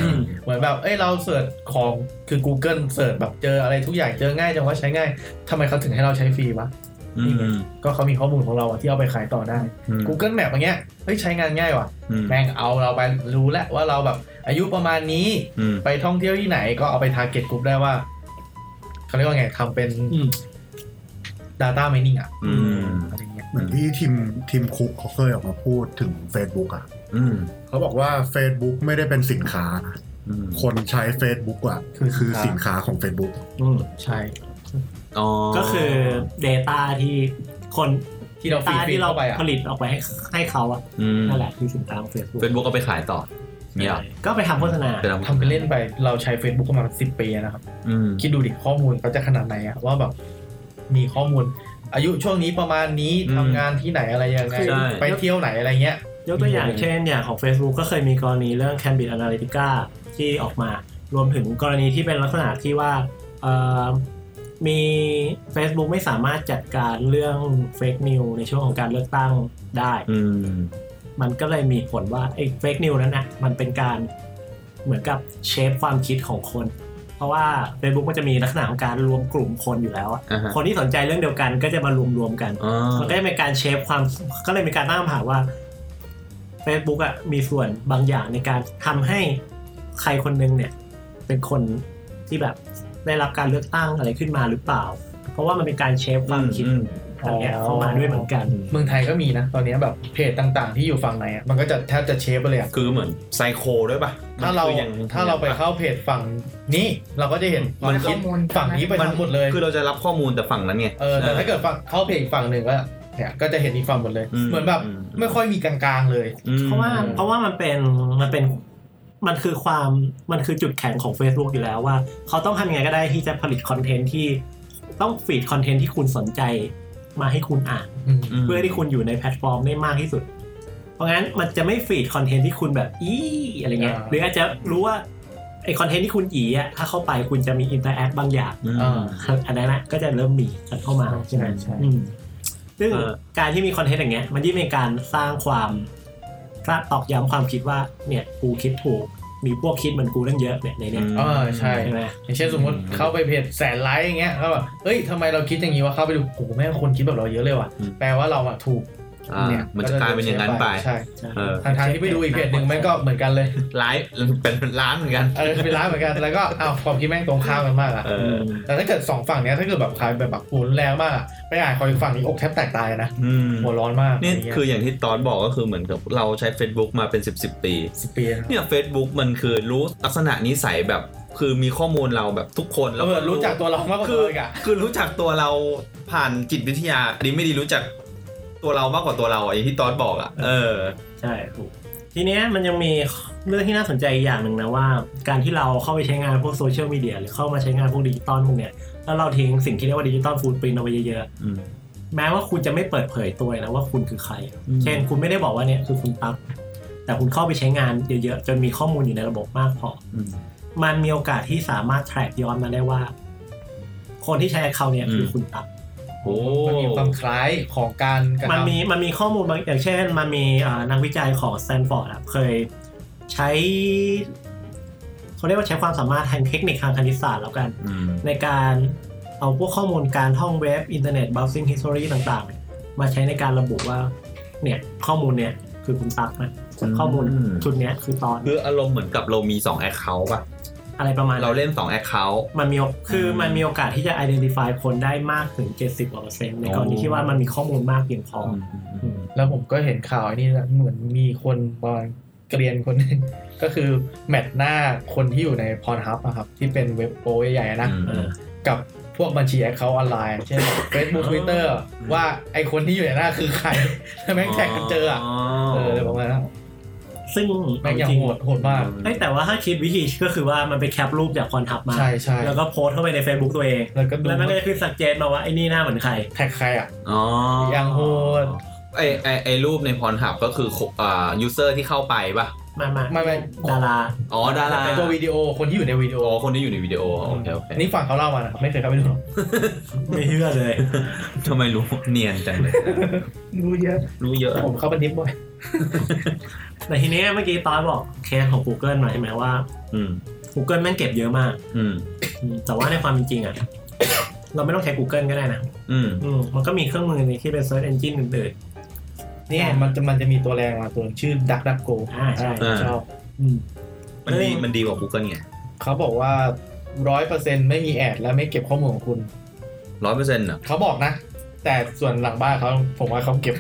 [SPEAKER 4] เหมือนแบบ เอ้ย เราเสิร์ชของ คือ Google เสิร์ชแบบเจออะไรทุกอย่าง เจอง่ายจังว่าใช้ง่าย ทำไมเขาถึงให้เราใช้ฟรีวะ
[SPEAKER 2] อืม
[SPEAKER 4] ก็เขามีข้อมูลของเราอะที่เอาไปขายต่อได้
[SPEAKER 2] อืม
[SPEAKER 4] Google Map อย่างเงี้ย เฮ้ย ใช้งานง่ายว่ะ
[SPEAKER 2] อืม
[SPEAKER 4] แม่งเอาเราไปรู้แล้วว่าเราแบบอายุประมาณนี้
[SPEAKER 2] อืม
[SPEAKER 4] ไปท่องเที่ยวที่ไหนก็เอาไป target group ได้ว่า เขาเรียกว่าไงทำเป็น
[SPEAKER 1] อืม
[SPEAKER 4] data mining อะ
[SPEAKER 2] อืม
[SPEAKER 4] อะไรเงี้ย
[SPEAKER 5] เหมือนที่ทีมทีมคุกเขาเคยออกมาพูดถึง Facebook อ่ะ
[SPEAKER 2] อืม
[SPEAKER 5] เขาบอกว่า Facebook ไม่ได้เป็นสินค้านะ
[SPEAKER 2] อืม
[SPEAKER 5] คนใช้ Facebook อ่ะ
[SPEAKER 4] คือสินค้า
[SPEAKER 5] คือสินค้าของ Facebook
[SPEAKER 1] อืม
[SPEAKER 4] ใช่
[SPEAKER 2] อ๋อ
[SPEAKER 1] ก็คือ Data ที่คน
[SPEAKER 4] ที่เราฟรี
[SPEAKER 1] ตา
[SPEAKER 4] ฟ
[SPEAKER 1] ที่เรา
[SPEAKER 4] เข้าไปอะ
[SPEAKER 1] ผลิตออกไปให้ให้เขาอะ
[SPEAKER 2] ม
[SPEAKER 1] นั่นแหละคือสินค้าของ Facebook
[SPEAKER 2] เฟซบุ๊กก็ไปขายต่อเนี่ยหรอ
[SPEAKER 1] ก็ไปทำโฆษณา
[SPEAKER 2] ไปทำ
[SPEAKER 4] ทำไปนเล่นไปเราใช้ Facebook ประมาณสิบปีนะครับ
[SPEAKER 2] อืม
[SPEAKER 4] คิดดูดิข้อมูลเขาจะขนาดไหนอะว่าแบบมีข้อมูล อายุช่วงนี้ประมาณนี้ทำงานที่ไหนอะไรยังไง
[SPEAKER 1] ใช่
[SPEAKER 4] ไปเที่ยวไหนอะไรเงี้ย
[SPEAKER 1] ยกตัวอย่างเช่นอย่างของ Facebook ก็เคยมีกรณีเรื่อง Cambridge Analytica ที่ออกมารวมถึงกรณีที่เป็นลักษณะที่ว่าเอ่อมี Facebook ไม่สามารถจัดการเรื่อง Fake News ในช่วงของการเลือกตั้งได้
[SPEAKER 2] อืม
[SPEAKER 1] มันก็เลยมีผลว่าไอ้ Fake News นั้นนะมันเป็นการเหมือนกับเชฟความคิดของคน เพราะว่า Facebook มันจะมีลักษณะของการรวมกลุ่มคนอยู่แล้วอะ
[SPEAKER 2] อ่าฮะ
[SPEAKER 1] คนที่สนใจเรื่องเดียวกันก็จะมารวมๆกัน
[SPEAKER 2] อ๋อ
[SPEAKER 1] มันก็จะเป็นการเชฟความก็เลยมีการตั้งคำถามว่า Facebook อ่ะมีส่วนบางอย่างในการทำให้ใครคนหนึงเนี่ย เป็นคนที่แบบได้รับการเลือกตั้งอะไรขึ้นมาหรือเปล่า เพราะว่ามันเป็นการเชฟความคิด
[SPEAKER 2] อืม
[SPEAKER 1] อันเนี้ยเข้ามาด้วยเหมือนกัน
[SPEAKER 4] เมืองไทยก็มีนะ ตอนเนี้ยแบบเพจต่างๆ ที่อยู่ฝั่งไหนอะมันก็จะแทบจะเชฟไปเลยอะ
[SPEAKER 2] คือเหมือนไซโคด้วยป่ะ
[SPEAKER 4] ถ้าเรา
[SPEAKER 2] คือยัง
[SPEAKER 4] ถ้าเราไปเข้าเพจฝั่งนี้เราก็จะเห็นความคิดฝั่งนี้ไปทั้งหมดเลย
[SPEAKER 2] คือเราจะรับข้อมูลแต่ฝั่งนั้นไง
[SPEAKER 4] เออแต่ถ้าเกิดฝั่งเข้าเพจอีกฝั่งหนึ่งก็เนี่ยก็จะเห็นอีกฝั่งหมดเลย
[SPEAKER 2] อืม
[SPEAKER 4] เหมือนแบบ
[SPEAKER 2] อืม
[SPEAKER 4] ไม่ค่อยมีกลางๆเลย
[SPEAKER 2] อืม
[SPEAKER 1] เพราะว่าเพราะว่ามันเป็นมันเป็นมันคือความมันคือจุดแข็งของ Facebook อยู่แล้วว่า เขาต้องทำยังไงก็ได้ที่จะผลิตคอนเทนต์ที่ต้องฟีดคอนเทนต์ที่คุณสนใจมาให้คุณอ่าน
[SPEAKER 2] ม
[SPEAKER 1] เพื่อที่คุณอยู่ในแพลตฟอร์มได้มากที่สุด เพราะงั้นมันจะไม่ฟีดคอนเทนต์ที่คุณแบบอีอะไรเงี้ย
[SPEAKER 4] อ่า
[SPEAKER 1] หรืออาจจะรู้ว่าไอคอนเทนต์ที่คุณอีอ่ะถ้าเข้าไปคุณจะมีอินเตอร์แอคบางอย่าง
[SPEAKER 2] อืม
[SPEAKER 4] เออ
[SPEAKER 1] อันนั้นนะก็จะเริ่มมีกันเข้ามา
[SPEAKER 4] ใช่ใช่
[SPEAKER 1] อืมซึ่ง
[SPEAKER 2] เออ
[SPEAKER 1] การที่มีคอนเทนต์อย่างเงี้ย มันยิ่งเป็นการสร้างความสร้างตอกย้ำความคิดว่าเนี่ยกูคิดถูก มีพวกคิดเหมือนกูตั้งเยอะเนี่ยในเนี่ย
[SPEAKER 4] เออใช่
[SPEAKER 1] ใช่ไหม
[SPEAKER 4] อย่างเช่นสมมติเข้าไปเพจแสนไลค์อย่างเงี้ยแล้วแบบเอ้ยทำไมเราคิดอย่างนี้วะเข้าไปดูโอ้โหแม่งคนคิดแบบเราเยอะเลยว่ะ
[SPEAKER 2] อืม
[SPEAKER 4] แปลว่าเราอะถูก
[SPEAKER 2] อ่ามันจะกลายเป็นอย่างนั้นไป
[SPEAKER 4] ใช่
[SPEAKER 2] เออ
[SPEAKER 4] ทางๆที่ไปดูอีกเพจหนึ่งแม่งก็เหมือนกันเลย
[SPEAKER 2] ร้ายเป็นเป็นร้านเหมือนกัน
[SPEAKER 4] เออเป็นร้านเหมือนกันแล้วก็เอาวความคิดแม่งตรงข้ามกันมากอะ
[SPEAKER 2] เออ
[SPEAKER 4] แต่ถ้าเกิดสองฝั่งเนี้ยถ้าเกิดแบบใครแบบแบบปูนแรงมากอะไปอ่านคอยฝั่งนี้อกแทบแตกตายนะ
[SPEAKER 2] อืม
[SPEAKER 4] หัวร้อนมา
[SPEAKER 2] นี่
[SPEAKER 4] กะไรเงี้ย
[SPEAKER 2] คืออย่างที่ตอนบอกก็คือเหมือนกับเราใช้ Facebook มาเป็น 10บปี
[SPEAKER 4] สิบปีนะ
[SPEAKER 2] เนี่ย Facebook มันคือรู้ลักษณะนิสัยแบบคือมีข้อมูลเราแบบทุกคนแล้
[SPEAKER 4] เรา
[SPEAKER 2] ว
[SPEAKER 4] เหมือนรู้จักตัวเรามากกว่า
[SPEAKER 2] คื
[SPEAKER 4] ตัว
[SPEAKER 2] อ
[SPEAKER 4] เองอะ
[SPEAKER 2] คือรู้จักตัวเราผ่านจิตวิทยาอันนี้ไม่ดีรู้จักตัวเรามากกว่าตัวเราอ่ะอย่างที่ตอนบอกอ่ะเออ
[SPEAKER 1] ใช่ถูกทีเนี้ยมันยังมีเรื่องที่น่าสนใจอีกอย่างหนึ่งนะว่า การที่เราเข้าไปใช้งานพวกโซเชียลมีเดียหรือเข้ามาใช้งานพวกดิจิตอลพวกเนี้ยแล้วเราทิ้งสิ่งที่เรียกว่าดิจิตอลฟูดปรินเอาไว้เยอะ
[SPEAKER 2] อืม
[SPEAKER 1] ๆแม้ว่าคุณจะไม่เปิดเผยตัวเลยนะว่าคุณคือใคร
[SPEAKER 2] อืม
[SPEAKER 1] เช่นคุณไม่ได้บอกว่าเนี่ยคือคุณตั๊กแต่คุณเข้าไปใช้งานเยอะๆจนมีข้อมูลอยู่ในระบบมากพอ
[SPEAKER 2] อืม
[SPEAKER 1] มันมีโอกาสที่สามารถแทร็กย้อนมาได้ว่า คนที่ใช้เขาเนี่ยคืออ
[SPEAKER 2] ม
[SPEAKER 1] คุณตั๊ก
[SPEAKER 2] โอ้
[SPEAKER 4] มันมีความคล้ายของการกระ
[SPEAKER 1] มัน
[SPEAKER 4] ทำ
[SPEAKER 1] มีมันมีข้อมูลบางอย่างเช่น มันมีอ่านักวิจัยของสแตนฟอร์ดเคยใช้เขาเรียกว่าใช้ความสามารถทางเทคนิคทางคณิตศาสตร์แล้วกัน
[SPEAKER 2] อืม
[SPEAKER 1] ในการเอาพวกข้อมูลการท่องเว็บ อินเทอร์เน็ตบ w ซิ่งฮิสตอรีต่างๆเนี่ยมาใช้ในการระบุว่าเนี่ยข้อมูลเนี่ยคือคุณตักนะ จากข้อมูล
[SPEAKER 2] อืม
[SPEAKER 1] ชุดเนี้ยคือตอน
[SPEAKER 2] คืออารมณ์เหมือนกับเรามี2แอคเคาท์ป่ะ
[SPEAKER 1] อะไรประมาณ
[SPEAKER 2] เรา
[SPEAKER 1] นั้น
[SPEAKER 2] เล่น2แอคเคาท์
[SPEAKER 1] มันมีโอคือมันมีโอกาสที่จะ identify คนได้มากถึง 70กว่าเปอร์เซ็นต์ในกรณีที่ว่ามันมีข้อมูลมากเพียงพออืม
[SPEAKER 4] แล้วผมก็เห็นข่าวไอ้นี่นะเหมือนมีคนประมาณเกรียนคนหนึง ก็คือแมทหน้าคนที่อยู่ในพรฮับอะครับ ที่เป็นเว็บโปใหญ่ๆนะ
[SPEAKER 1] เออ
[SPEAKER 4] กับพวกบัญชีแอคเคาท์ออนไลน์ เช่น Facebook Twitter ว่าไอคนที่อยู่ในหน้าคือใคร แล้วแม่งแท็กกันเจออะเออประมาณนั้น
[SPEAKER 1] ซึ่ง
[SPEAKER 4] แม่งอย่างโหดโหดมาก
[SPEAKER 1] เอ้ยแต่ว่าถ้าคิดวิธีก็คือว่ามันไปแคปรูปจากคอนทับมา
[SPEAKER 4] ใช่ใช่
[SPEAKER 1] แล้วก็โพสต์เข้าไปใน Facebook ตัวเอง
[SPEAKER 4] แล้วก็ดู
[SPEAKER 1] แล้วมันก็จะขึ้นสักเจนมาว่าไอ้นี่หน้าเหมือนใคร
[SPEAKER 4] แท็กใครอ่ะ
[SPEAKER 2] อ๋ออย่าง
[SPEAKER 4] โหด
[SPEAKER 2] ไอไอไอรูปในพรหับก็คือโคอ่ายูเซอร์ที่เข้าไปป่ะ
[SPEAKER 1] มามา
[SPEAKER 4] ไม่ไม่
[SPEAKER 1] ดารา
[SPEAKER 2] อ๋อ ดารา
[SPEAKER 4] ตัววิดีโอคนที่อยู่ในวิดีโอ
[SPEAKER 2] อ๋อคนที่อยู่ในวิดีโอโอเคโอเค
[SPEAKER 4] นี่ฝั่งเขาเล่ามานะครับไม่เคยเข้าไปดูหรอก
[SPEAKER 1] ไม่เชื่อเลย
[SPEAKER 2] ทำไมรู้ เนียนจังเลย
[SPEAKER 3] รู้เยอะ
[SPEAKER 2] รู้เยอะ
[SPEAKER 4] ผมเข้าบันทึกบ่อย
[SPEAKER 1] แต่ทีนี้เมื่อกี้ตอนบอกเคสของ Google มาใช่ไหมว่า
[SPEAKER 2] อืม
[SPEAKER 1] Google แม่งเก็บเยอะมาก
[SPEAKER 2] อืม
[SPEAKER 1] อืมแต่ว่าในความเป็นจริงอะเราไม่ต้องใช้ Google ก็ได้นะ
[SPEAKER 2] อืม
[SPEAKER 1] อืมมันก็มีเครื่องมือในที่เป็น Search Engine อื่น
[SPEAKER 4] เนี่ยมันจะมันจะมีตัวแรงมาตัวหนึ่งชื่อดักดักโก
[SPEAKER 1] อ่าใช่
[SPEAKER 4] ชอบ
[SPEAKER 1] ๆอืม
[SPEAKER 2] มันดี
[SPEAKER 1] เออ
[SPEAKER 2] มันดีกว่า Google ไง
[SPEAKER 4] เขาบอกว่าร้อยเปอร์เซ็นต์ไม่มีแอดและไม่เก็บข้อมูลของคุณ
[SPEAKER 2] ร้อยเปอร์เซ็นต์อ่ะ
[SPEAKER 4] เขาบอกนะ แต่ส่วนหลังบ้านเขาผมว่าเขาเก็บ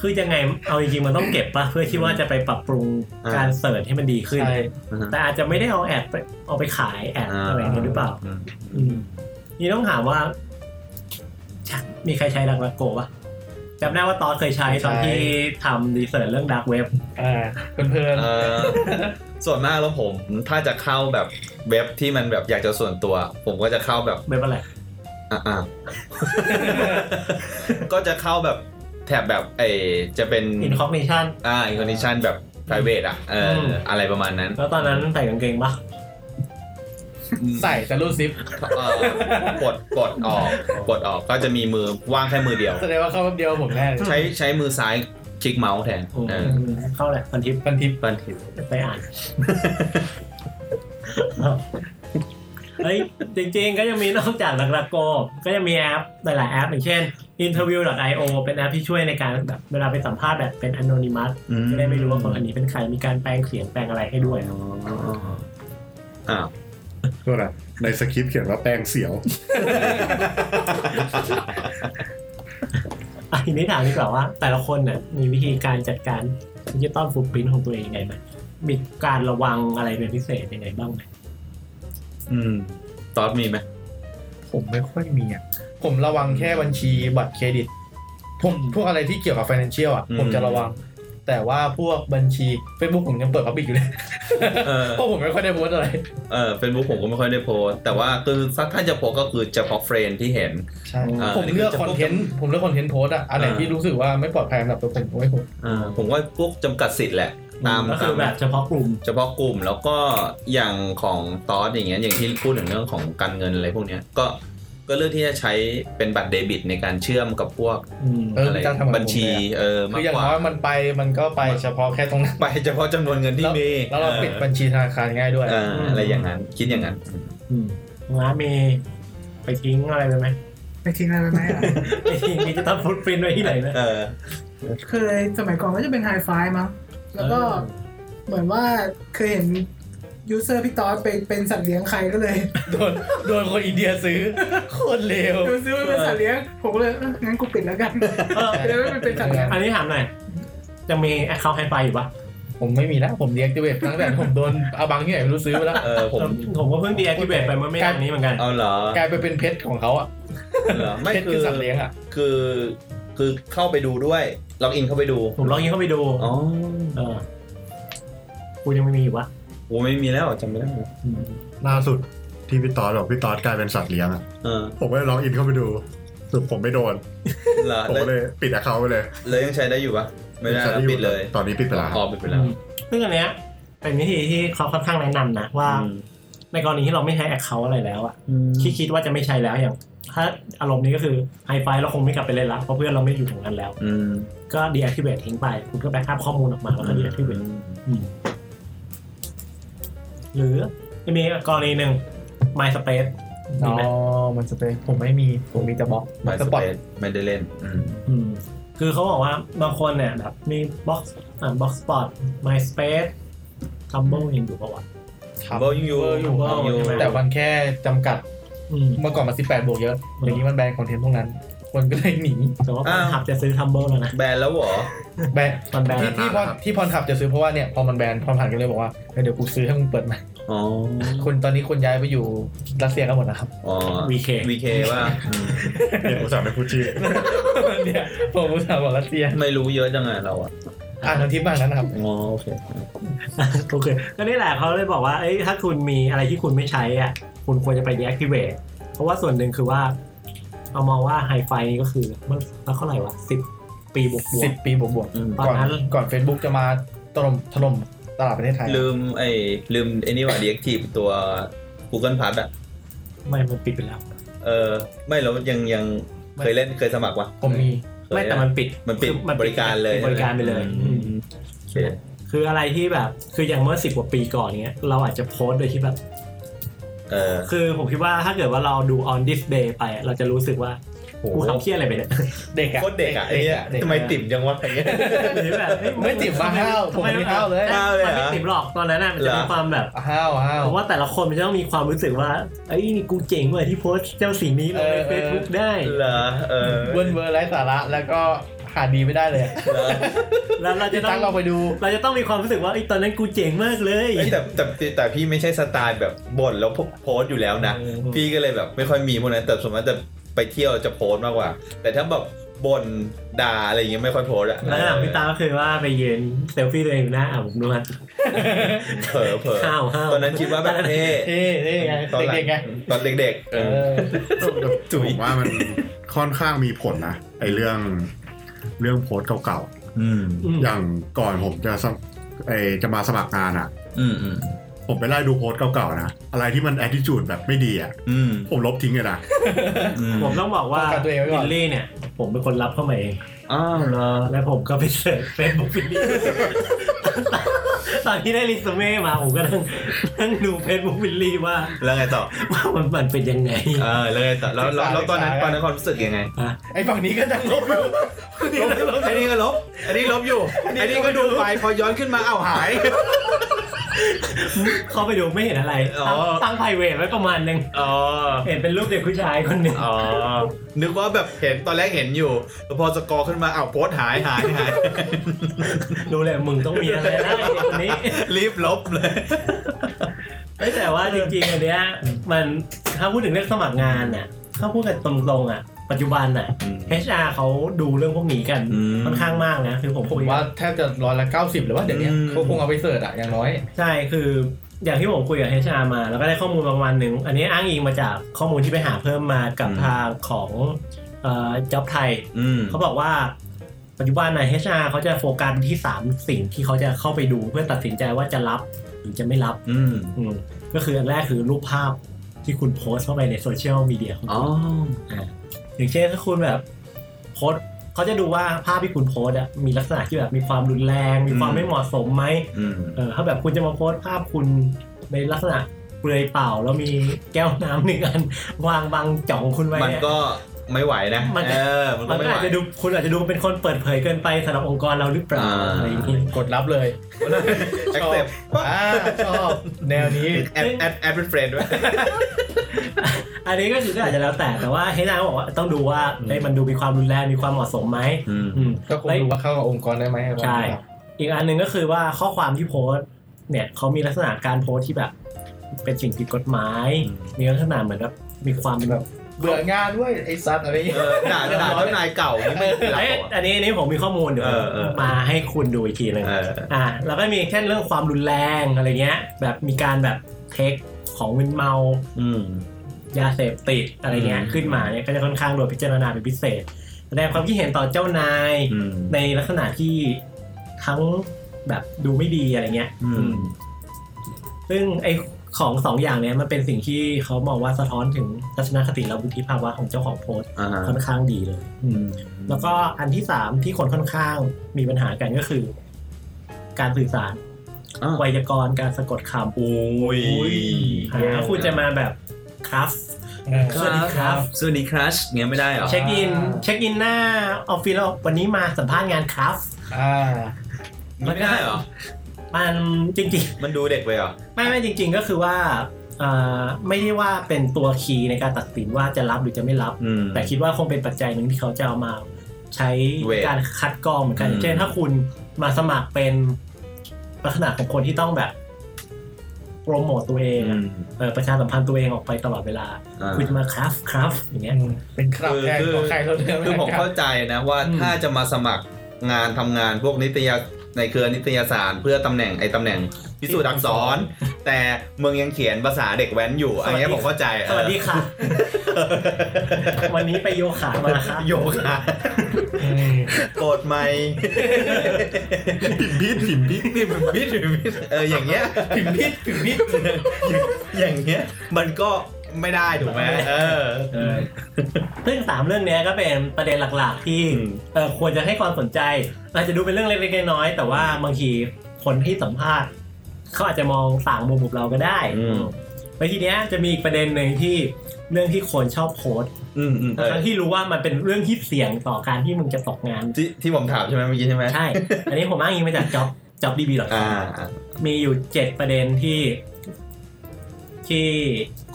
[SPEAKER 1] คือยังไงเอาจริงๆมันต้องเก็บปะเพื่อที่ว่าจะไปปรับปรุงการเสิร์ชให้มันดีขึ้น
[SPEAKER 4] ใช่
[SPEAKER 2] อ่าฮะ
[SPEAKER 1] แต่อาจจะไม่ได้เอาแอดไปเอาไปขายแอด
[SPEAKER 2] อ่า
[SPEAKER 1] อะไรอย่างนี้หรือเปล่า
[SPEAKER 2] อืม
[SPEAKER 1] อืมนี่ต้องถามว่า มีใครใช้ดักดักโกะจำได้ว่าตอนเคยใช้ตอน
[SPEAKER 4] ใช้
[SPEAKER 1] ที่ทำรีเสิร์ชเรื่องดักเว็บ
[SPEAKER 4] อ่าเพื่อน
[SPEAKER 2] เออ ส่วนมากแล้วผมถ้าจะเข้าแบบเว็บที่มันแบบอยากจะส่วนตัว ผมก็จะเข้าแบบ
[SPEAKER 1] เว็บอะไร
[SPEAKER 2] อ่ะ อ่ะ ก็จะเข้าแบบแถบแบบไอจะเป็น
[SPEAKER 1] Incognition
[SPEAKER 2] อ่าอินคอนดิชันแบบ private อ่ะเอออ
[SPEAKER 1] ม
[SPEAKER 2] อะไรประมาณนั้น
[SPEAKER 1] แล้วตอนนั้นใส่กางเกงปะ
[SPEAKER 4] ๆใส่แต่รูดซิป
[SPEAKER 2] เอ่อกดกดออกกดออกก็จะมีมือว่างแค่มือเดียว
[SPEAKER 4] แสดงว่าเข้าแป๊บเดียวผมแน่
[SPEAKER 2] ใช้ใช้มือซ้ายคลิกเมาส์แทน
[SPEAKER 1] อืม
[SPEAKER 2] เออ
[SPEAKER 1] เข้าแหละพันทิป
[SPEAKER 4] พันทิป
[SPEAKER 2] ปันทิป
[SPEAKER 1] ไป อ่าน เฮ้ย จริงๆ ก็ยังมีนอกจากดักดักโกะก็ยังมีแอปหลายๆแอป อย่างเช่น interview.io เป็นแอปที่ช่วยในการแบบเวลาไปสัมภาษณ์แบบเป็น anonymous
[SPEAKER 2] อื
[SPEAKER 1] จะได้ไม่รู้ว่าคนอันนี้เป็นใครมีการแปลงเสียงแปลงอะไรให้ด้วย
[SPEAKER 2] อ้าว
[SPEAKER 5] ก็นะในสคริปต์เขียนว่าแป้งเสียว
[SPEAKER 1] อันนี้ถามดีกว่าว่า แต่ละคนน่ะมีวิธีการจัดการดิจิตอลฟุตพิ้นของตัวเองยังไงไหมมีการระวังอะไรเป็นพิเศษยังไงบ้างไหม
[SPEAKER 2] อืมตอดมีไหม
[SPEAKER 4] ผมไม่ค่อยมีอ่ะผมระวังแค่บัญชีบัตรเครดิตผมพวกอะไรที่เกี่ยวกับ financial อ่ะผมจะระวัง แต่ว่าพวกบัญชี Facebook ผมยังเปิด public อยู่เลย
[SPEAKER 2] เออ
[SPEAKER 4] เพราะผมไม่ค่อยได้โพสต์อะไร
[SPEAKER 2] เออเฟซบุ๊กผมก็ไม่ค่อยได้โพสต์แต่ว่าคือถ้าถ้าจะโพสต์ก็คือเฉพาะเฟรนที่เห็น
[SPEAKER 4] ใช่
[SPEAKER 2] อ่า
[SPEAKER 4] ผมเลือก
[SPEAKER 2] จะ
[SPEAKER 4] คอนเทนต์ผมเลือกคอนเทนต์โพสต์อะอันไหน
[SPEAKER 2] อ่า
[SPEAKER 4] ที่รู้สึกว่าไม่ปลอดภัยสำหรับตัวผมผมไม่โพสต์
[SPEAKER 2] อ่าผมว่าพวกจำกัดสิทธิ์แหละ ตาม
[SPEAKER 1] ก็คื
[SPEAKER 2] ตา
[SPEAKER 1] อ
[SPEAKER 2] ม
[SPEAKER 1] แบบเฉพาะกลุ่ม
[SPEAKER 2] เฉพาะกลุ่มแล้วก็อย่างของตอสอย่างเงี้ยอย่างที่พูดถึงเรื่องของการเงินอะไรพวกเนี้ยก็ก็เลือกที่จะใช้เป็นบัตรเดบิตในการเชื่อมกับพวก
[SPEAKER 1] อืม
[SPEAKER 4] เออ
[SPEAKER 2] อะไร
[SPEAKER 4] จ้างทำแบบ
[SPEAKER 2] ัญชี
[SPEAKER 4] ผมเลย
[SPEAKER 2] เออ
[SPEAKER 4] อะคื
[SPEAKER 2] มา
[SPEAKER 4] อก อย่าง
[SPEAKER 2] กว่า
[SPEAKER 4] น้อยมันไปมันก็ไปเฉพาะแค่ตรงนั้น
[SPEAKER 2] ไปเฉพาะจำนวนเงินที่มี
[SPEAKER 4] แล้วเราปิดบัญชีธนาคารง่ายด้วย
[SPEAKER 2] เอออะไรอย่างนั้น คิดอย่างนั้น
[SPEAKER 1] อืมร้านมีไปทิ้งอะไรไปไหม
[SPEAKER 3] ไปทิ้งอะไรไปไหมอะ
[SPEAKER 1] ไปทิ้งดิจิตอลฟุตพิ้นไว้ที่ไหนนะ
[SPEAKER 2] เออ
[SPEAKER 3] เคยสมัยก่อนก็จะเป็นไฮไฟมั้ง แล้วก็เหมือนว่าเคยเห็นยูเซอร์พี่ต๊อดไปเป็นสัตว์เลี้ยงใครก็เลย
[SPEAKER 4] โดนโดนคนอินเดียซื้อโคตรเลว
[SPEAKER 3] ยูซื้อไปเป็นสัตว์เลี้ยง ผมก็เลยเอ้องั้นกูปิดแล้วกัน
[SPEAKER 1] เออ
[SPEAKER 3] เดี๋ยวไม่เป็นสัตว์เลี้ยง
[SPEAKER 1] อันนี้ถามหน่อยจะมีแอคเคาท์ไฮไฟอยู่ปะ
[SPEAKER 4] ผมไม่มีแล้วผมเรียกติเวตตั้งแต่ผมโดนอาบังที่ไหนไม่รู้ซื้อไปแล้ว
[SPEAKER 2] เอ อผม
[SPEAKER 1] ผมก็เพิ่งดีแอคทีเวตไปเมื่อไม่นานนี้เหมือนกัน
[SPEAKER 2] เอาเหรอก
[SPEAKER 4] ลายไปเป็นเพชของเขาอะ
[SPEAKER 2] เหรอไม่
[SPEAKER 4] เพช
[SPEAKER 2] คื
[SPEAKER 4] คือ อสัตว์เลี้ยงอะ
[SPEAKER 2] คือคือเข้าไปดูด้วยล็อกอินเข้าไปดู
[SPEAKER 1] ผมลองยิงเข้าไปดู
[SPEAKER 2] อ๋อ
[SPEAKER 1] เออกูยังไม่มีอยู่วะ
[SPEAKER 2] โอ้ไม่มีแล้วจำไม่ได้
[SPEAKER 1] อืม
[SPEAKER 5] ล่าสุดที่พี่ตอดบอกพี่ตอดกลายเป็นสัตว์เลี้ยงอะ
[SPEAKER 2] เออ
[SPEAKER 5] ผมก็เลยล็อกอินเข้าไปดูสุดผมไม่โดน
[SPEAKER 2] เหรอ
[SPEAKER 5] ผม
[SPEAKER 2] แล้ว
[SPEAKER 5] ก็เลยปิดแอคเคาท์ไปเลย
[SPEAKER 2] แล้วยังใช้ได้อยู่ปะไม่ได้แล้วปิดเลย
[SPEAKER 5] ตอนนี้ปิดไปแล้ว
[SPEAKER 2] อ๋อปิดไปแล้ว
[SPEAKER 1] ซึ่งอันเนี้ยเป็นวิธีที่เขาค่อนข้างแนะนำนะว่า ในกรณีที่เราไม่ใช้แอคเคาท์อะไรแล้วอะที่คิดว่าจะไม่ใช้แล้วอย่าง ถ้าอารมณ์นี้ก็คือไฮไฟเราคงไม่กลับไปเล่นละเพราะเพื่อนเราไม่อยู่ตรงนั้นแล้ว
[SPEAKER 2] อืม
[SPEAKER 1] ก็ deactivate ทิ้งไป คุณก็แบ็กอัพข้อมูลออกมาแล้วก็ deactivate หรือจะมีกรณีหนึ่ง MySpace
[SPEAKER 4] อ๋
[SPEAKER 1] มี
[SPEAKER 4] อ
[SPEAKER 1] ไหม
[SPEAKER 4] มันสเปคผมไม่มีผมมีแต่บล็อก
[SPEAKER 2] หมาย
[SPEAKER 4] ส
[SPEAKER 2] ส
[SPEAKER 4] ป
[SPEAKER 2] ป
[SPEAKER 4] อ
[SPEAKER 2] อ
[SPEAKER 4] ต
[SPEAKER 2] ตไม่ได้เล่น อืม
[SPEAKER 1] อืม คือเขาบอกว่าบางคนเนี่ยแบบมีบ็อกอ่าบ็อกสปอร์ตไมสเปซทัมเบิลยังอยู่ปะวะ
[SPEAKER 4] ครับ
[SPEAKER 2] Bubble อยู่
[SPEAKER 4] Bubble อยู่
[SPEAKER 1] Bubble ใช่ไหม
[SPEAKER 4] แต่มันแค่จำกัด
[SPEAKER 1] อืม
[SPEAKER 4] เมื่อก่อนมัน18 บวกเยอะ
[SPEAKER 1] อืม
[SPEAKER 4] อย่างนี้มันแบนคอนเทนต์พวกนั้น คนก็เลยหนี
[SPEAKER 1] แต่ว่าคน
[SPEAKER 2] อ้าว
[SPEAKER 1] ขับจะซื้อทัมเบิลแล้วนะ
[SPEAKER 2] แบนแล้วเหรอ
[SPEAKER 4] แบน
[SPEAKER 1] มันแบน
[SPEAKER 4] ที่ที่พอที่พรขับจะซื้อเพราะว่าเนี่ย พอมันแบนพรผ่านก็เลยบอกว่าเฮ้ยเดี๋ยวกูซื้อให้มึงเปิดใหม่
[SPEAKER 2] อ๋อ
[SPEAKER 4] คนตอนนี้คนย้ายไปอยู่รัสเซียกันหมดนะครับ
[SPEAKER 2] อ๋อ
[SPEAKER 1] วีเค
[SPEAKER 2] VK ว่า
[SPEAKER 5] เดี๋ยวอุตส่าห์ไม่พูดชื่อ
[SPEAKER 4] เนี่ยผมอุตส่าห์บอกรัสเซีย
[SPEAKER 2] ไม่รู้เยอะจังไงเราอ่ะ
[SPEAKER 4] อ่านทางทิปบ้างนะครับ
[SPEAKER 2] อ๋อโอเค
[SPEAKER 1] โอเคก็นี่แหละเขาเลยบอกว่าเอ้ยถ้าคุณมีอะไรที่คุณไม่ใช้อ่ะคุณควรจะไป deactivate เพราะว่าส่วนหนึ่งคือว่า เอามองว่าไฮไฟนี่ก็คือเมื่อเท่าไหร่วะสิบปีบวกบว
[SPEAKER 4] สิ
[SPEAKER 1] ก
[SPEAKER 4] บปีบวกบวก
[SPEAKER 2] อืม
[SPEAKER 1] ตอน
[SPEAKER 4] ก่อน
[SPEAKER 1] นั้น
[SPEAKER 4] ก่อน Facebook จะมาถล่มถล่มตลาดประเทศไทย
[SPEAKER 2] ลืมไอ้ลืมไอ้นี่ว่า Reactive ตัว Google Plus อ่ะ
[SPEAKER 1] ไม่มันปิดไปแล้ว
[SPEAKER 2] เออ ไม่แล้วยังยัง
[SPEAKER 4] ไม่
[SPEAKER 2] เคยเล่นเคยสมัครวะ
[SPEAKER 4] ผมมี
[SPEAKER 2] เคย
[SPEAKER 1] ไม่แต่มันปิด
[SPEAKER 2] มันปิด
[SPEAKER 1] คือ
[SPEAKER 2] ริการเลย
[SPEAKER 1] ปิดบริการไปเลย
[SPEAKER 2] อื
[SPEAKER 1] อื
[SPEAKER 2] ม
[SPEAKER 1] ม
[SPEAKER 2] โอเค
[SPEAKER 1] คืออะไรที่แบบ คืออย่างเมื่อสิบกว่าปีก่อนเนี้ยเราอาจจะโพสต์โดยที่แบบ
[SPEAKER 2] เออ
[SPEAKER 1] คือผมคิดว่าถ้าเกิดว่าเราดู on this day ไปอะเราจะรู้สึกว่ากูทำเครียดอะไรไปเนี่ย
[SPEAKER 4] เด็กอะ
[SPEAKER 2] โคตรเด็กอ่ะไอ้เนี่ย
[SPEAKER 4] เด็ก
[SPEAKER 2] ทำไมติ่มจังวะไอ้เงี้ย
[SPEAKER 1] หรือแบบเฮ้ย
[SPEAKER 4] ไม่ติดบ้าห้าวผมไม่ห้าวเลย
[SPEAKER 1] ทำไมมันไม่
[SPEAKER 2] ห้าวเลยเหรอ
[SPEAKER 1] ติดหรอกตอนนั้นน่ะมันจะ
[SPEAKER 2] เหร
[SPEAKER 1] มี
[SPEAKER 2] อ
[SPEAKER 1] ความแบบ
[SPEAKER 4] ห้าวห้าว
[SPEAKER 1] ผมว่าแต่ละคนมันจะต้องมีความรู้สึกว่าไอ้ยนี่กูเจ๋งเว้ยที่โพสต์เจ้าสิ่งนี้ลงใน
[SPEAKER 4] เออ
[SPEAKER 1] เฟซบุ๊กได้
[SPEAKER 2] เหรอเออ
[SPEAKER 4] เวิร์นเวิร์นไร้สาระแล้วก็หาดีไม่ได้เลย
[SPEAKER 2] เหรอ
[SPEAKER 1] แล้วเราจะ
[SPEAKER 4] ที่
[SPEAKER 1] ต้อ
[SPEAKER 4] ตั้
[SPEAKER 1] ง ง
[SPEAKER 4] เราไปดู
[SPEAKER 1] เราจะต้องมีความรู้สึกว่าไอ้ยตอนนั้นกูเจ๋งมากเลย
[SPEAKER 2] เอ้ยแต่แต่แต่แต่พี่ไม่ใช่สไตล์แบบบ่นแล้วโพสต์อยู่แล้วนะ
[SPEAKER 1] เออ
[SPEAKER 2] พี่ก็เลยแบบไม่ค่อยมีพวกนั้นแต่ส่วนมากจะไปเที่ยวจะโพสต์มากกว่า แต่ถ้าแบบบ่นด่าอะไรอย่างเงี้ยไม่ค่อยโพสต์อะ
[SPEAKER 1] แล้วหลังพี่ตาก็คือว่าไปยืนเซลฟี่ตัวเองอยู่หน้าอ่างผมนวด
[SPEAKER 2] เผลอเผลอ
[SPEAKER 1] ห้าวห้าว
[SPEAKER 2] ตอนนั้นคิดว่าแบบเท่
[SPEAKER 4] เท่เท่ไง
[SPEAKER 2] ตอนหลั
[SPEAKER 4] เด็กๆไง
[SPEAKER 2] ตอนเด็กๆ
[SPEAKER 4] เอ
[SPEAKER 2] เออ
[SPEAKER 4] อ
[SPEAKER 2] จุ๋ย
[SPEAKER 5] ผมว่ามันค่อนข้างมีผลนะไอเรื่องเรื่องโพสต์เก่า
[SPEAKER 2] อืม
[SPEAKER 1] อืม
[SPEAKER 5] ๆอย่างก่อนผมจะสมไอจะมาสมัครงานอ่ะ
[SPEAKER 2] อืมอืม
[SPEAKER 5] ผมไปไล่ดูโพสต์เก่าๆนะอะไรที่มันแอด i ิจูดแบบไม่ดีอ่ะ
[SPEAKER 2] อืม
[SPEAKER 5] ผมลบทิ้งเลยนะ
[SPEAKER 2] อืม
[SPEAKER 1] ผมต้องบอกว่า
[SPEAKER 4] ป้องกันตัวเองไว้ก่
[SPEAKER 1] บิ
[SPEAKER 4] อน
[SPEAKER 1] ลลี่เนี่ย ผมเป็นคนรับเข้ามาเอง
[SPEAKER 2] อ้าวเหรอ
[SPEAKER 1] และผมก็ไปเสิร์ชเฟซบุ๊กบิลลี่ตอนที่ได้รีสเม่มาผมก็นั่งนั่งดูเฟซบุ๊กบิลลี่ว่า
[SPEAKER 2] แล้วไงต่อ
[SPEAKER 1] ว่ามันมันเป็นยังไง
[SPEAKER 2] เออแล้วไงต่อแล้วแล้วแล้วตอนนั้นตอนนั้นความรู้สึกยังไง
[SPEAKER 1] อ่ะ
[SPEAKER 4] ไอ้ฝั่งนี้ก็ดังลบอยู่
[SPEAKER 2] ลบอันนี้ก็ลบ อันนี้ลบอยู่ อันนี้ก็ดูไปพอย้อนขึ้นมาเอ้าหาย
[SPEAKER 1] เข้าไปดูไม่เห็นอะไร
[SPEAKER 2] อ๋อ
[SPEAKER 1] ตั้งตั้งไพรเวทไว้ประมาณหนึง
[SPEAKER 2] อ๋อ
[SPEAKER 1] เห็นเป็นรูปเด็กผู้ชายคนหนึ่ง
[SPEAKER 2] อ๋อ นึกว่าแบบเห็นตอนแรกเห็นอยู่แต่พอสกอร์ขึ้นมาเอ้าวโพสต์หายหายหาย
[SPEAKER 1] ดูเลยมึงต้องมีอะไรนะไอ้เด็กคนนี้
[SPEAKER 2] รีบลบเลย
[SPEAKER 1] เอ้ยแต่ว่าจริงๆอันเนี้ยมันถ้าพูดถึงเรื่องสมัครงานน่ะถ้าพูดกันตรงๆอ่ะ ปัจจุบันน่ะ HR เขาดูเรื่องพวกนี้กัน
[SPEAKER 2] อืม
[SPEAKER 1] ค่อนข้างมากนะคือผม
[SPEAKER 4] ผม
[SPEAKER 1] คุย
[SPEAKER 4] ว่าแทบจะร้อยละเก้าสิบหรือว่าเดี๋ยวเนี้ย
[SPEAKER 2] อืม
[SPEAKER 4] เขาคงเอาไปเสิร์ชอะอย่างน้อย
[SPEAKER 1] ใช่คืออย่างที่ผมคุยกับ HR มา แล้วก็ได้ข้อมูลประมาณหนึ่งอันนี้อ้างอิงมาจากข้อมูลที่ไปหาเพิ่มมากับทางของเอ่อ job ไทย
[SPEAKER 2] อืม
[SPEAKER 1] เขาบอกว่าปัจจุบันใน HR เขาจะโฟกัสที่ 3 สิ่งที่เขาจะเข้าไปดูเพื่อตัดสินใจว่าจะรับหรือจะไม่รับ
[SPEAKER 2] อืม
[SPEAKER 1] อืมก็คืออันแรกคือรูปภาพที่คุณโพสต์เข้าไปในโซเชียลมีเดียของ
[SPEAKER 2] อ๋
[SPEAKER 1] คุ
[SPEAKER 2] อ
[SPEAKER 1] ณอย่างเช่นถ้าคุณแบบโพสต์เขาจะดูว่าภาพที่คุณโพสต์อะมีลักษณะที่แบบมีความรุนแรง มีความ
[SPEAKER 2] อืม
[SPEAKER 1] ไม่เหมาะสมไหม
[SPEAKER 2] อืม
[SPEAKER 1] เออถ้าแบบคุณจะมาโพสต์ภาพคุณในลักษณะเปลือยเปล่า แล้วมีแก้วน้ำหนึ่งอัน วางบังจ่องคุณไว้
[SPEAKER 2] มัน
[SPEAKER 1] เนี่ย
[SPEAKER 2] ก็ไม่ไหวนะ
[SPEAKER 1] มัน
[SPEAKER 2] เออ มัน
[SPEAKER 1] มั
[SPEAKER 2] ก็
[SPEAKER 1] น
[SPEAKER 2] ไม่ไหว
[SPEAKER 1] อาจจะดูคุณอาจจะดูเป็นคนเปิดเผยเกินไปสำหรับองค์กรเราหรือเปล่า
[SPEAKER 2] อ่า
[SPEAKER 1] อะไรอย่างนี้
[SPEAKER 4] กดรับเลย
[SPEAKER 2] accept
[SPEAKER 4] อ่าชอบแนวนี้
[SPEAKER 2] แอดแอดแอดเป็นเฟรนด์ด้วย
[SPEAKER 1] อันนี้ก็คือก็อาจจะแล้วแต่แต่ว่าให้นายบอกว่าต้องดูว่าเอ้ยมันดูมีความรุนแรงมีความเหมาะสมไหม
[SPEAKER 2] อืม
[SPEAKER 1] อืม
[SPEAKER 4] ก็คงรู้ว่าเข้ากับองค์กรได้ไหม
[SPEAKER 1] ใช่ อีกอันหนึ่งก็คือว่าข้อความที่โพสต์เนี่ยเขามีลักษณะการโพสต์ที่แบบ เป็นสิ่งผิดกฎหมาย
[SPEAKER 2] อืม
[SPEAKER 1] มีลักษณะเหมือนแบบมีความเป็นแบบ
[SPEAKER 4] เบื่องานเว้ยไอ้ซัดอะไรอย่างเงี้ย
[SPEAKER 2] เออด่าด่าเจ้านายเก่านี่ไม่หลับ
[SPEAKER 1] เอ้ย
[SPEAKER 2] เหรอวะ
[SPEAKER 1] อันนี้อันนี้ผมมีข้อมูลเดี๋ยว
[SPEAKER 2] เออเออ
[SPEAKER 1] มาให้คุณดูอีกทีหนึ่ง
[SPEAKER 2] เออ
[SPEAKER 1] อ่าแล้วก็มีเช่นเรื่องความรุนแรงอะไรเงี้ย แบบมีการแบบเทคของมึนเมา
[SPEAKER 2] อืม
[SPEAKER 1] ยาเสพติดอะไรเงี้ย
[SPEAKER 2] อืม
[SPEAKER 1] ขึ้นมาเนี่ยก็จะค่อนข้างโดนพิจารณาเป็นพิเศษ แสดงความคิดเห็นต่อเจ้านาย
[SPEAKER 2] อืม
[SPEAKER 1] ในลักษณะที่ทั้งแบบดูไม่ดีอะไรเงี้ย
[SPEAKER 2] อื
[SPEAKER 1] อื
[SPEAKER 2] ม
[SPEAKER 1] มซึ่งไอของสองอย่างเนี้ยมันเป็นสิ่งที่เขามองว่าสะท้อนถึงทัศนคติและวุฒิภาวะของเจ้าของโพสต์
[SPEAKER 2] อ่าฮะ
[SPEAKER 1] ค่อนข้างดีเลย
[SPEAKER 2] อืม
[SPEAKER 1] แล้วก็อันที่สามที่คนค่อนข้างมีปัญหากันก็คือ การสื่อสาร
[SPEAKER 2] อ่า
[SPEAKER 1] ไวยากรณ์การสะกดคำ
[SPEAKER 2] โอ้ย
[SPEAKER 1] อ่าแล้วคุณจะมาแบบคลาส สวัสดีครับ
[SPEAKER 2] สวัสดีครัชเงี้ยไม่ได้เหรอ
[SPEAKER 1] เช็คอินเช็คอินหน้าออฟฟิศแล้ววันนี้มาสัมภาษณ์งานครับ
[SPEAKER 4] อ่า
[SPEAKER 2] ไม่ได้เหรอ
[SPEAKER 1] มันจริง
[SPEAKER 2] มันดูเด็กไปเหรอ
[SPEAKER 1] ๆ ไม่ไม่จริง ๆ ก็คือว่าเอ่อไม่ได้ว่าเป็นตัวคีย์ในการตัดสินว่าจะรับหรือจะไม่รับ
[SPEAKER 2] อืม
[SPEAKER 1] แต่คิดว่าคงเป็นปัจจัยหนึ่งที่เขาจะเอามาใช้
[SPEAKER 2] เวท
[SPEAKER 1] การคัดกรองเหมือนกัน
[SPEAKER 2] อืม
[SPEAKER 1] เช่นถ้าคุณมาสมัครเป็นลักษณะของคนที่ต้องแบบโปรโมตตัวเอง
[SPEAKER 2] อื
[SPEAKER 1] อะ
[SPEAKER 2] ม
[SPEAKER 1] เออประชาสัมพันธ์ตัวเองออกไปตลอดเวลา
[SPEAKER 2] อ่า
[SPEAKER 1] คุณจะมาคราฟคราฟอย่างเงี้ย
[SPEAKER 4] เป็นครับ
[SPEAKER 2] คือคื
[SPEAKER 4] แทน
[SPEAKER 2] อ
[SPEAKER 4] ของใครเราเรื่อง
[SPEAKER 2] คือผม
[SPEAKER 4] นะครับ
[SPEAKER 2] เข้าใจนะว่า
[SPEAKER 4] อืม
[SPEAKER 2] ถ้าจะมาสมัครงานทำงานพวกนิตยาในเครือนิตยสารเพื่อตำแหน่งไอ้ตำแหน่งพิสูจน์อักษร แต่มึงยังเขียนภาษาเด็กแว้นอยู่ อันเนี้ยผมเข้าใจ
[SPEAKER 1] สวัสดีค่ะ วันนี้ไปโยขามาค่ะ
[SPEAKER 2] โยคะโกรธไหม
[SPEAKER 5] พิมพ์พิษพิมพ์พิษ
[SPEAKER 2] นี่มันพิษเอออย่างเงี้ย
[SPEAKER 4] ถึงพิษถึงพิษ
[SPEAKER 2] อย่างเงี้ยมันก็ไม่ได้ถูกไหมเออ
[SPEAKER 1] เออซึ่งสามเรื่องเนี้ยก็เป็นประเด็นหลักๆ ที่
[SPEAKER 2] อืม
[SPEAKER 1] เออควรจะให้ความสนใจอาจจะดูเป็นเรื่องเล็กๆน้อยๆแต่ว่าบางทีคนที่สัมภาษณ์เขาอาจจะมองต่างมุมกับเราก็ได้แล้วทีเนี้ยจะมีอีกประเด็นหนึ่งที่เรื่องที่คนชอบโพสต์
[SPEAKER 2] อืมอืมเออ
[SPEAKER 1] ทั้งที่รู้ว่ามันเป็นเรื่องที่เสี่ยงต่อการที่มึงจะตกงาน
[SPEAKER 2] ที่ที่ผมถามใช่ไหมเมื่อกี้ใช่ไหม
[SPEAKER 1] ใช่ อันนี้ผมอ้างอิงมาจากจ็อบจ็อบดีบีหรอก
[SPEAKER 2] อ่า
[SPEAKER 1] มีอยู่เจ็ดประเด็นที่ที่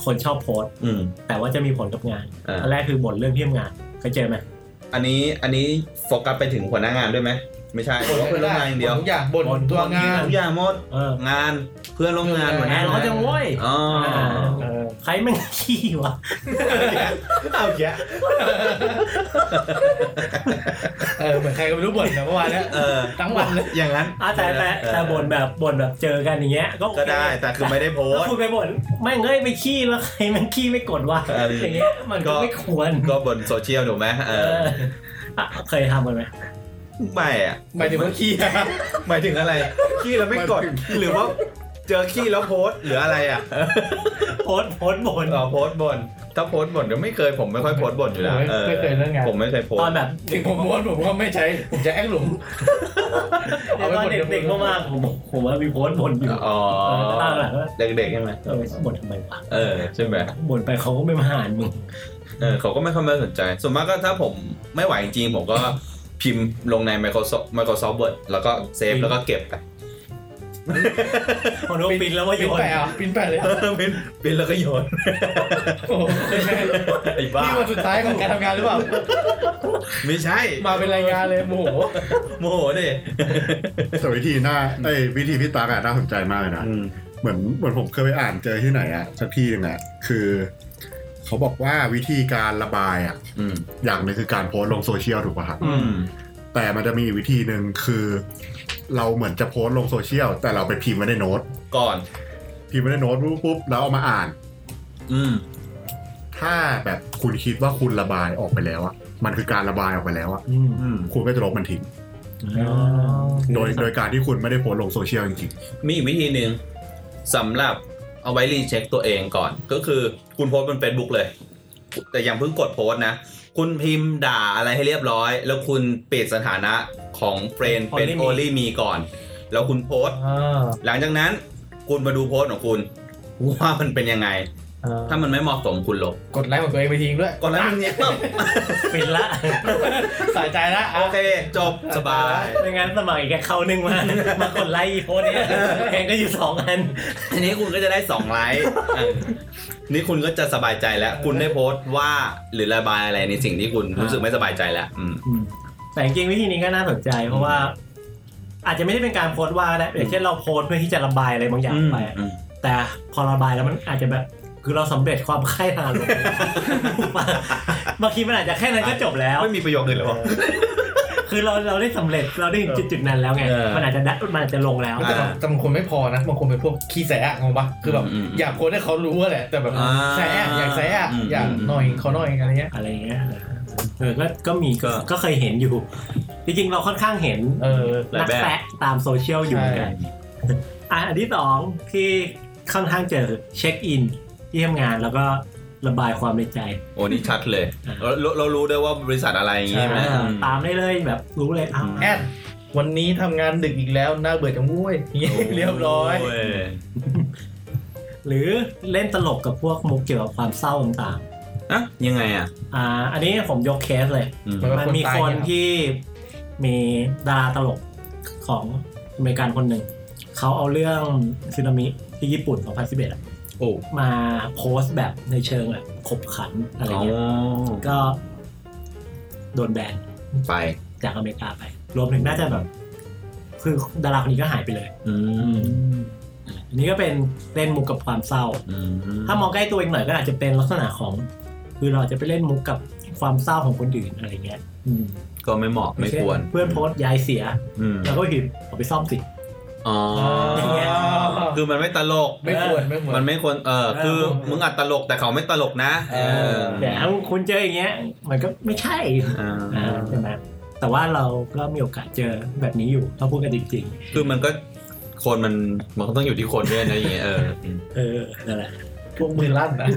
[SPEAKER 1] คนชอบโพสต์
[SPEAKER 2] อืม
[SPEAKER 1] แต่ว่าจะมีผลกับงาน
[SPEAKER 2] อ่า
[SPEAKER 1] อันแรกคือบ่นเรื่องที่ทำงานเคยเจอไหม
[SPEAKER 2] อันนี้อันนี้โฟกัสไปถึงหัวหน้างานด้วยไหมไม่ใช่เพราะว่าเพื่อนร่วมงานอย่างเดียว
[SPEAKER 4] ทุกอย่างบนตัวงาน
[SPEAKER 2] ทุกอย่างหมด
[SPEAKER 1] เออง
[SPEAKER 2] านเพื่อนร่วมงานหัวห
[SPEAKER 1] งา
[SPEAKER 2] น้าน
[SPEAKER 1] เขาจะโว้ย
[SPEAKER 2] อ๋ออา
[SPEAKER 1] เออใครมันขี้วะ
[SPEAKER 2] เอาแกะ
[SPEAKER 4] เออเหมือนใครก็ไม่รู้บ่นนะเมื่อวานเนี้ย
[SPEAKER 2] เออ
[SPEAKER 4] ทั้งวันเลย
[SPEAKER 2] อย่างนั้น
[SPEAKER 1] อ่ะแต่แต่แต่บ่นแบบบ่นแบบเจอกันอย่างเงี้ยก็โอเค
[SPEAKER 2] ก็ได้แต่คือไม่ได้โพส
[SPEAKER 1] ถ้า
[SPEAKER 2] ต์
[SPEAKER 1] คุณไปบ่นไม่งเงยไปขี้แล้วใครมันขี้ไม่กดวะ
[SPEAKER 2] เอออ
[SPEAKER 1] อย่างเงี้ยมันก็
[SPEAKER 2] ก็
[SPEAKER 1] ไม่ควร
[SPEAKER 2] ก็บนโซเชียลถูกไหมเอ
[SPEAKER 1] เอ
[SPEAKER 2] อ
[SPEAKER 1] ออ่ะเคยทำกันไหม
[SPEAKER 2] ไม่อะ
[SPEAKER 4] หมายถึงว่าขี้อะ
[SPEAKER 2] หมายถึงอะไรขี้แล้วไม่กดหรือว่าเจอขี้แล้วโพสต์หรืออะไรอ่ะ
[SPEAKER 1] โพสต์โพสต์บ่น
[SPEAKER 2] อ๋อโพสต์บน ถ้าโพสต์บนเดี๋ยวไม่เคยผมไม่ค่อยโพสต์บนอยู่แล้วเออ
[SPEAKER 4] ไม่เคยเรื่องงาน
[SPEAKER 2] ผมไม่เคยโพส
[SPEAKER 1] ตอน
[SPEAKER 2] ต์
[SPEAKER 1] แบบ
[SPEAKER 4] ถึงผมม้วนผมก็ไม่ใช้ ผมจะแอ้งหลุม เอาไป
[SPEAKER 1] ตอน
[SPEAKER 4] บ่น
[SPEAKER 1] เด็กๆมากๆผมผมว่ามีโพสต์บ่นอยู่
[SPEAKER 2] อ๋อ
[SPEAKER 1] เออแล้วตอนหลังก็
[SPEAKER 2] เด็กๆใช่ไหม
[SPEAKER 1] เออบ่นทำไมวะ
[SPEAKER 2] เออใช่ไหม
[SPEAKER 1] บ่นไปเขาก็ไม่มาหานมึง
[SPEAKER 2] เออเขาก็ไม่ค่อยมาสนใจ ส่วนมากก็ถ้าผมไม่ไหวจริงๆผมก็ พิมพ์ลงใน Microsoft Microsoft Word แล้วก็เซฟ
[SPEAKER 1] พิมพ์
[SPEAKER 2] แล้วก็เก็บไป
[SPEAKER 1] พอโดนปิดแล้วว่าโย
[SPEAKER 4] ปิ้น
[SPEAKER 1] น
[SPEAKER 4] แปะเหรอปิ้นแปะเลยเหรอ
[SPEAKER 2] เป็นเป็นแล้วก็โยน
[SPEAKER 4] โอ้โหแม่ง
[SPEAKER 2] ไอ้บ้า
[SPEAKER 4] นี่วันสุดท้ายของการทำงานหรือเปล่า
[SPEAKER 2] ไม่ใช่
[SPEAKER 4] มาเป็นรายงานเลยโมโห
[SPEAKER 2] โมโหดิ
[SPEAKER 5] แต่วิธีหน้าไอ้ยวิธีพี่ตากอะน่าสนใจมากเลยนะ
[SPEAKER 2] อืม
[SPEAKER 5] เหมือนเหมือนผมเคยไปอ่านเจอที่ไหนอะสักที่หนึงอะคือ เขาบอกว่าวิธีการระบายอะ
[SPEAKER 2] อืม
[SPEAKER 5] อย่างหนึงคือการโพสต์ลงโซเชียลถูกป่ะครับ
[SPEAKER 2] อืม
[SPEAKER 5] แต่มันจะมีอีกวิธีหนึ่งคือ เราเหมือนจะโพสต์ลงโซเชียลแต่เราไปพิมพ์ไว้ในโน้ต
[SPEAKER 2] ก่อน
[SPEAKER 5] พิมพ์ไว้ในโน้ตปุ๊บปุ๊บแล้วเอามาอ่าน
[SPEAKER 2] อืม
[SPEAKER 5] ถ้าแบบคุณคิดว่าคุณระบายออกไปแล้วอะมันคือการระบายออกไปแล้วอะ
[SPEAKER 1] อืม
[SPEAKER 2] อืม
[SPEAKER 5] คุณก็จะลบมันทิ้งโด ยโดยการที่คุณไม่ได้โพสต์ลงโซเชียลจริง
[SPEAKER 2] มีอีกวิธีหนึ่งสำหรับเอาไว้รีเช็คตัวเองก่อน ก็คือคุณโพสต์บน Facebook เลย แต่ยังเพิ่งกดโพสต์นะ คุณพิมพ์ด่าอะไรให้เรียบร้อย แล้วคุณปิดสถานะของเฟรนเป็น
[SPEAKER 1] Only
[SPEAKER 2] only me ก่อน แล้วคุณโพสต์ หลังจากนั้นคุณมาดูโพสต์ของคุณ ว่ามันเป็นยังไง ถ้ามันไม่เหมาะสมคุณลบ
[SPEAKER 4] กดไลค์ของตัวเองไปทิ้งด้วย
[SPEAKER 2] ก่อนแล้วมันเนี้ย ปุ๊บ
[SPEAKER 1] ปิดละ
[SPEAKER 4] สายใจละ
[SPEAKER 2] โอ
[SPEAKER 4] อ่ะ
[SPEAKER 2] เค จบสบาย
[SPEAKER 1] ไม่งั้นสมัครอีกแค่เขาหนึ่งมามากดไลค์อีโพสเนี้ ยแทงก็อยู่สองอัน
[SPEAKER 2] อันนี้คุณก็จะได้2ไลค์อ่ะนี่คุณก็จะสบายใจแล้ว คุณได้โพสต์ว่าหรือระบายอะไรในสิ่งที่คุณรู้สึกไม่สบายใจแล้วอืม
[SPEAKER 1] แต่จริงๆวิธีนี้ก็น่าสนใจ เพราะว่า อาจจะไม่ได้เป็นการโพสต์ว่านะอย่างเช่นเราโพสต์เพื่อที่จะระบายอะไรบางอย่างไป แต่พอระบายแล้วมันอาจจะแบบคือเราสำเร็จความใคร่ทางลงบางทีมันอาจจะแค่นั้นก็จบแล้ว
[SPEAKER 2] ไม่มีประโยคอื่นเลยวะ
[SPEAKER 1] คือเราเราได้สำเร็จเราได้ถึงจุดจุดนั้นแล้วไง
[SPEAKER 2] เออ
[SPEAKER 1] มันอาจจะได้มันอาจจะลงแล้ว
[SPEAKER 2] อ่า
[SPEAKER 4] แต่บางคนไม่พอนะบางคนเป็นพวกขี้แสะงงปะคือแบบ
[SPEAKER 2] อืมอืม
[SPEAKER 4] อยากโพสต์ให้เขารู้ว่าแหละ แต่แบบ
[SPEAKER 2] อ่า
[SPEAKER 4] แสะอยากแสะ
[SPEAKER 2] อืม
[SPEAKER 4] อยาก
[SPEAKER 2] อืม
[SPEAKER 4] หน่อยเขาหน่อยอะไรเงี้ย
[SPEAKER 1] อะไรอย่างเงี้ยเออก็ก็มี
[SPEAKER 2] ก็
[SPEAKER 1] ก็ก็เคยเห็นอยู่ จริงๆ เราค่อนข้างเห็น
[SPEAKER 4] เออ
[SPEAKER 2] หลาย
[SPEAKER 1] นัก
[SPEAKER 2] แบบ
[SPEAKER 1] แปะตามโซเชียลอยู่เหมือนกันอ่ะอันที่สองที่ค่อนข้างเจอเช็คอินที่ทำงานแล้วก็ระบายความในใจ
[SPEAKER 2] โอ้นี่ชัดเลยเราเราเรารู้ด้วยว่าบริษัทอะไรอย่างงี้ใช่ไหม
[SPEAKER 1] เออตามได้เลยแบบรู้เลยอ้าว
[SPEAKER 4] แอดวันนี้ทำงานดึกอีกแล้วน่าเบื่อจังเว้ย อย่างเงี้ยเรียบร้อย
[SPEAKER 2] โย
[SPEAKER 1] หรือเล่นตลกกับพวกมุกเกี่ยวกับความเศร้าต่าง
[SPEAKER 2] อะยังไงอ่ะ
[SPEAKER 1] อ่าอันนี้ผมยกเคสเลย
[SPEAKER 2] อืม
[SPEAKER 4] มันก็
[SPEAKER 1] มันมี
[SPEAKER 4] คนตาย
[SPEAKER 1] คน
[SPEAKER 4] เนี่ย
[SPEAKER 1] ที่มีดาราตลกของอเมริกันคนหนึ่ง เขาเอาเรื่องสึนามิที่ญี่ปุ่น 2011อะ
[SPEAKER 2] โอ้
[SPEAKER 1] มาโพสต์แบบในเชิงแบบขบขันอะไร
[SPEAKER 2] อ๋อ
[SPEAKER 1] เงี้ย ก็โดนแบน
[SPEAKER 2] ไป
[SPEAKER 1] จากอเมริกาไป รวมถึงน่าจะแบบ คือดาราคนนี้ก็หายไปเลย
[SPEAKER 2] อืม
[SPEAKER 1] อันนี้ก็เป็นเล่นมุกกับความเศร้า
[SPEAKER 2] อืม
[SPEAKER 1] ถ้ามองใกล้ตัวเองหน่อยก็อาจจะเป็นลักษณะของ คือเราจะไปเล่นมุกกับความเศร้าของคนอื่นอะไรเงี้ย อืม
[SPEAKER 2] ก็ไม่เหมาะไม่ควร
[SPEAKER 1] เพื่อนโพสต์ยายเสีย
[SPEAKER 2] อืม
[SPEAKER 1] แล้วก็ผิดเอาไปซ่อมสิ
[SPEAKER 2] อ๋ออ
[SPEAKER 1] อ
[SPEAKER 2] คือมันไม่ตลก
[SPEAKER 4] ไม่ควรไม่ควร
[SPEAKER 2] มันไม่ควรเออ คือ
[SPEAKER 1] เออ
[SPEAKER 2] มึงอัดตลกแต่เขาไม่ตลกนะ
[SPEAKER 4] เออ
[SPEAKER 1] แต่ถ้าคุณเจออย่างเงี้ย มันก็ไม่ใช่
[SPEAKER 2] เออ
[SPEAKER 1] อ่าใช่ไหมแต่ว่าเราก็มีโอกาสเจอแบบนี้อยู่ถ้าพูดกันจริง
[SPEAKER 2] คือมันก็คนมันมันก็ต้องอยู่ที่คนด้วยนะอย่างเงี้ยเออ
[SPEAKER 1] ๆเออนั่นแหละ
[SPEAKER 4] พวกมือลั่น นะ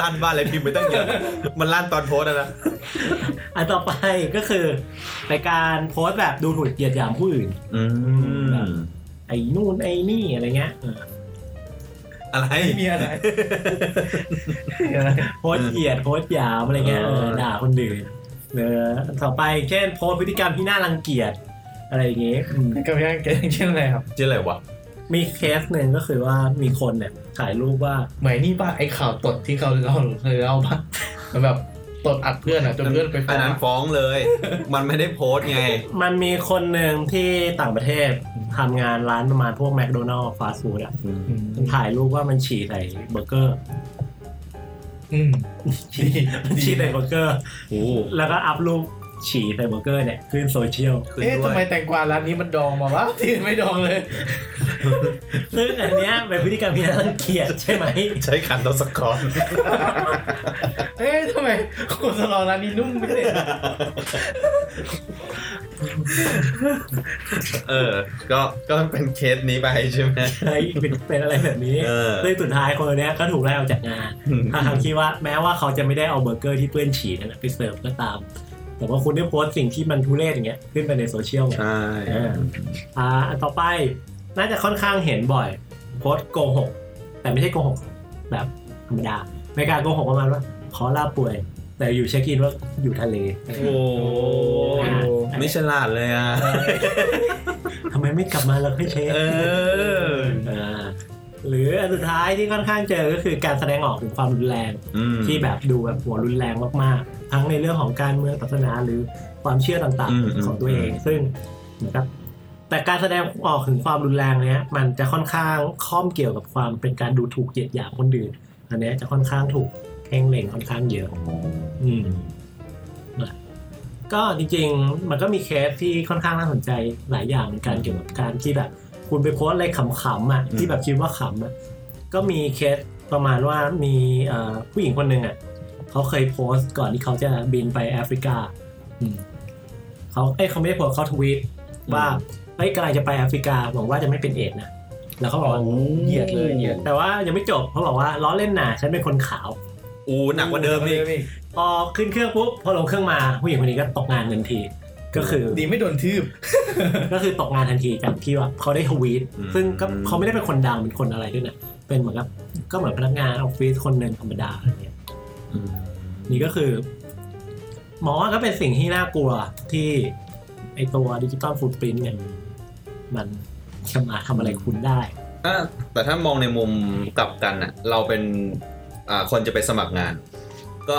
[SPEAKER 2] ลั่นบ้านอะไรพิมพ์ไปตั้งเยอะมันลั่นตอนโพสต์อะนะ
[SPEAKER 1] อันต่อไปก็คือในการโพสต์แบบดูถูกเหยียดหยามผู้อื่น
[SPEAKER 2] อืม
[SPEAKER 1] ไอ้นู่นไอ้นี่อะไรเงี้ยเออ
[SPEAKER 2] อะไร
[SPEAKER 4] ไม่มีอะไรไม่มีอะไร
[SPEAKER 1] โพสต์เหยียดโพสต์หยามอะไรเงี้ยเออ
[SPEAKER 2] เออ
[SPEAKER 1] ด่าคนอื่นเอออันต่อไปเช่น โพสต์พฤติกรรมที่น่ารังเกียจอะไรอย่างเงี้ยอืม
[SPEAKER 4] กับยังเกงเช่นอะไรครับ
[SPEAKER 2] ชื่ออะไรวะ
[SPEAKER 1] มีเคสหนึ่งก็คือว่ามีคนเนี่ยถ่ายรูปว่า
[SPEAKER 4] เหมือนนี่ป่ะไอ้ข่าวตดที่เขาเล่าเคยเล่าป่ะมันแบบตดอัดเพื่อนอ่ะจนเพื่อนไปฟ้
[SPEAKER 2] อั
[SPEAKER 4] อน ง
[SPEAKER 2] นั้น
[SPEAKER 4] อะ
[SPEAKER 2] ฟ้องเลย มันไม่ได้โพสต์ไง
[SPEAKER 1] มันมีคนหนึ่งที่ต่างประเทศทำงานร้านประมาณพวกแมคโดนัลล์ฟาสต์ฟู้ดอ่ะ
[SPEAKER 4] อืม
[SPEAKER 1] มันถ่ายรูปว่ามันฉี่ใส่เบอร์เกอร์
[SPEAKER 4] อืม
[SPEAKER 1] ฉี่
[SPEAKER 4] ดี
[SPEAKER 1] มันฉี่ใส่เบอร์เกอร์
[SPEAKER 2] โอ้
[SPEAKER 1] แล้วก็อัพรูปฉี่ใส่เบอร์เกอร์เนี่ยขึ้นโซเชียล
[SPEAKER 2] ขึ้น
[SPEAKER 4] เอ๊ะ
[SPEAKER 2] ด้ว
[SPEAKER 4] ทำไม
[SPEAKER 2] ย
[SPEAKER 4] แตงกวาร้านนี้มันดองมาวะที่อื่นไม่ดองเลย
[SPEAKER 1] ซึ่งอันเนี้ยเป็นพฤติกรรมที่น่ารังเกียจใช่ไหม
[SPEAKER 2] ใช้คันตัวสกอร์
[SPEAKER 4] เอ๊ะทำไมโคสลอร้านนี้นุ่มไม่เลย
[SPEAKER 2] เออ ก็ก็เป็นเคสนี้ไปใช่ไหม
[SPEAKER 1] ใช่เป็นเป็นอะไรแบบนี้
[SPEAKER 2] เออ
[SPEAKER 1] ซึ่งสุดท้ายคนคนเนี้ยก็ถูกไล่ออกจากงานทางคิดว่าแม้ว่าเขาจะไม่ได้เอาเบอร์เกอร์ที่เปื้อนฉี่นั่นนะไปเสิร์ฟก็ตาม แต่ว่าคุณได้โพสต์สิ่งที่มันทุเรศอย่างเงี้ยขึ้นไปในโซเชียลไง
[SPEAKER 2] ใช่
[SPEAKER 1] อ่าอันต่อไปน่าจะค่อนข้างเห็นบ่อย โพสต์โกหก แต่ไม่ใช่โกหก แบบธรรมดาไม่กล้าโกหกประมาณว่า ขอลาป่วย แต่อยู่เช็คอินว่าอยู่ทะเล
[SPEAKER 2] โอ้
[SPEAKER 1] อ่า
[SPEAKER 2] ไม่ฉลาดเลยอ่ะ
[SPEAKER 1] ทำไมไม่กลับมาแล้วให้เช็ค
[SPEAKER 2] เออ
[SPEAKER 1] อ่าหรืออันสุดท้ายที่ค่อนข้างเจอก็คือการแสดงออกถึงความรุนแรง
[SPEAKER 2] อืม
[SPEAKER 1] ที่แบบดูแบบหัวรุนแรงมากๆ ทั้งในเรื่องของการเมืองศาสนาหรือความเชื่อต่างๆ ของตัวเอง ซึ่งนะครับ แต่การแสดงออกถึงความรุนแรงเนี้ยมันจะค่อนข้างข้อมเกี่ยวกับความเป็นการดูถูกเหยียดหยามคนอื่นอันเนี้ยจะค่อนข้างถูกเพ่งเล็งค่อนข้างเยอะ อืมนะก็จริงๆ มันก็มีเคสที่ค่อนข้างน่าสนใจหลายอย่างเหมือนกันเกี่ยวกับการที่แบบ คุณไปโพสต์อะไรขำๆอ่ะที่แบบคิดว่าขำอ่ะก็มีเคสประมาณว่ามีเอ่อผู้หญิงคนหนึ่งอ่ะเขาเคยโพสต์ก่อนที่เขาจะบินไปแอฟริกาอืมเขาเอ้ยเขาไม่ได้โพสต์เขาทวีตว่าเฮ้ยกำลังจะไปแอฟริกาหวังว่าจะไม่เป็นเอดส์นะแล้วเขาบอกว่า
[SPEAKER 4] เหยียดเลยเหยียด
[SPEAKER 1] แต่ว่ายังไม่จบเขาบอกว่าล้อเล่นหนาฉันเป็นคนขาว
[SPEAKER 2] อูหนักกว่าเดิมอีก
[SPEAKER 1] พอขึ้นเครื่องปุ๊บพอลงเครื่องมาผู้หญิงคนนี้ก็ตกงานทันที ก็คือ
[SPEAKER 4] ดีไม่โดนทืบ
[SPEAKER 1] ก็คือตกงานทันทีจากที่ว่าเขาได้ทวีตซึ่งก็เขาไม่ได้เป็นคนดังเป็นคนอะไรด้วยนะเป็นเหมือนกับก็เหมือนพนักงานออฟฟิศคนหนึ่งธรรมดาอะไรเงี้ย
[SPEAKER 2] อืม
[SPEAKER 1] นี่ก็คือหมอว่าก็เป็นสิ่งที่น่ากลัวที่ไอตัวดิจิตอลฟูดปรินเนี่ยมันจะมาทำอะไรคุณได้
[SPEAKER 2] อ่ะแต่ถ้ามองในมุมกลับกันอ่ะ เราเป็นอ่าคนจะไปสมัครงาน ก็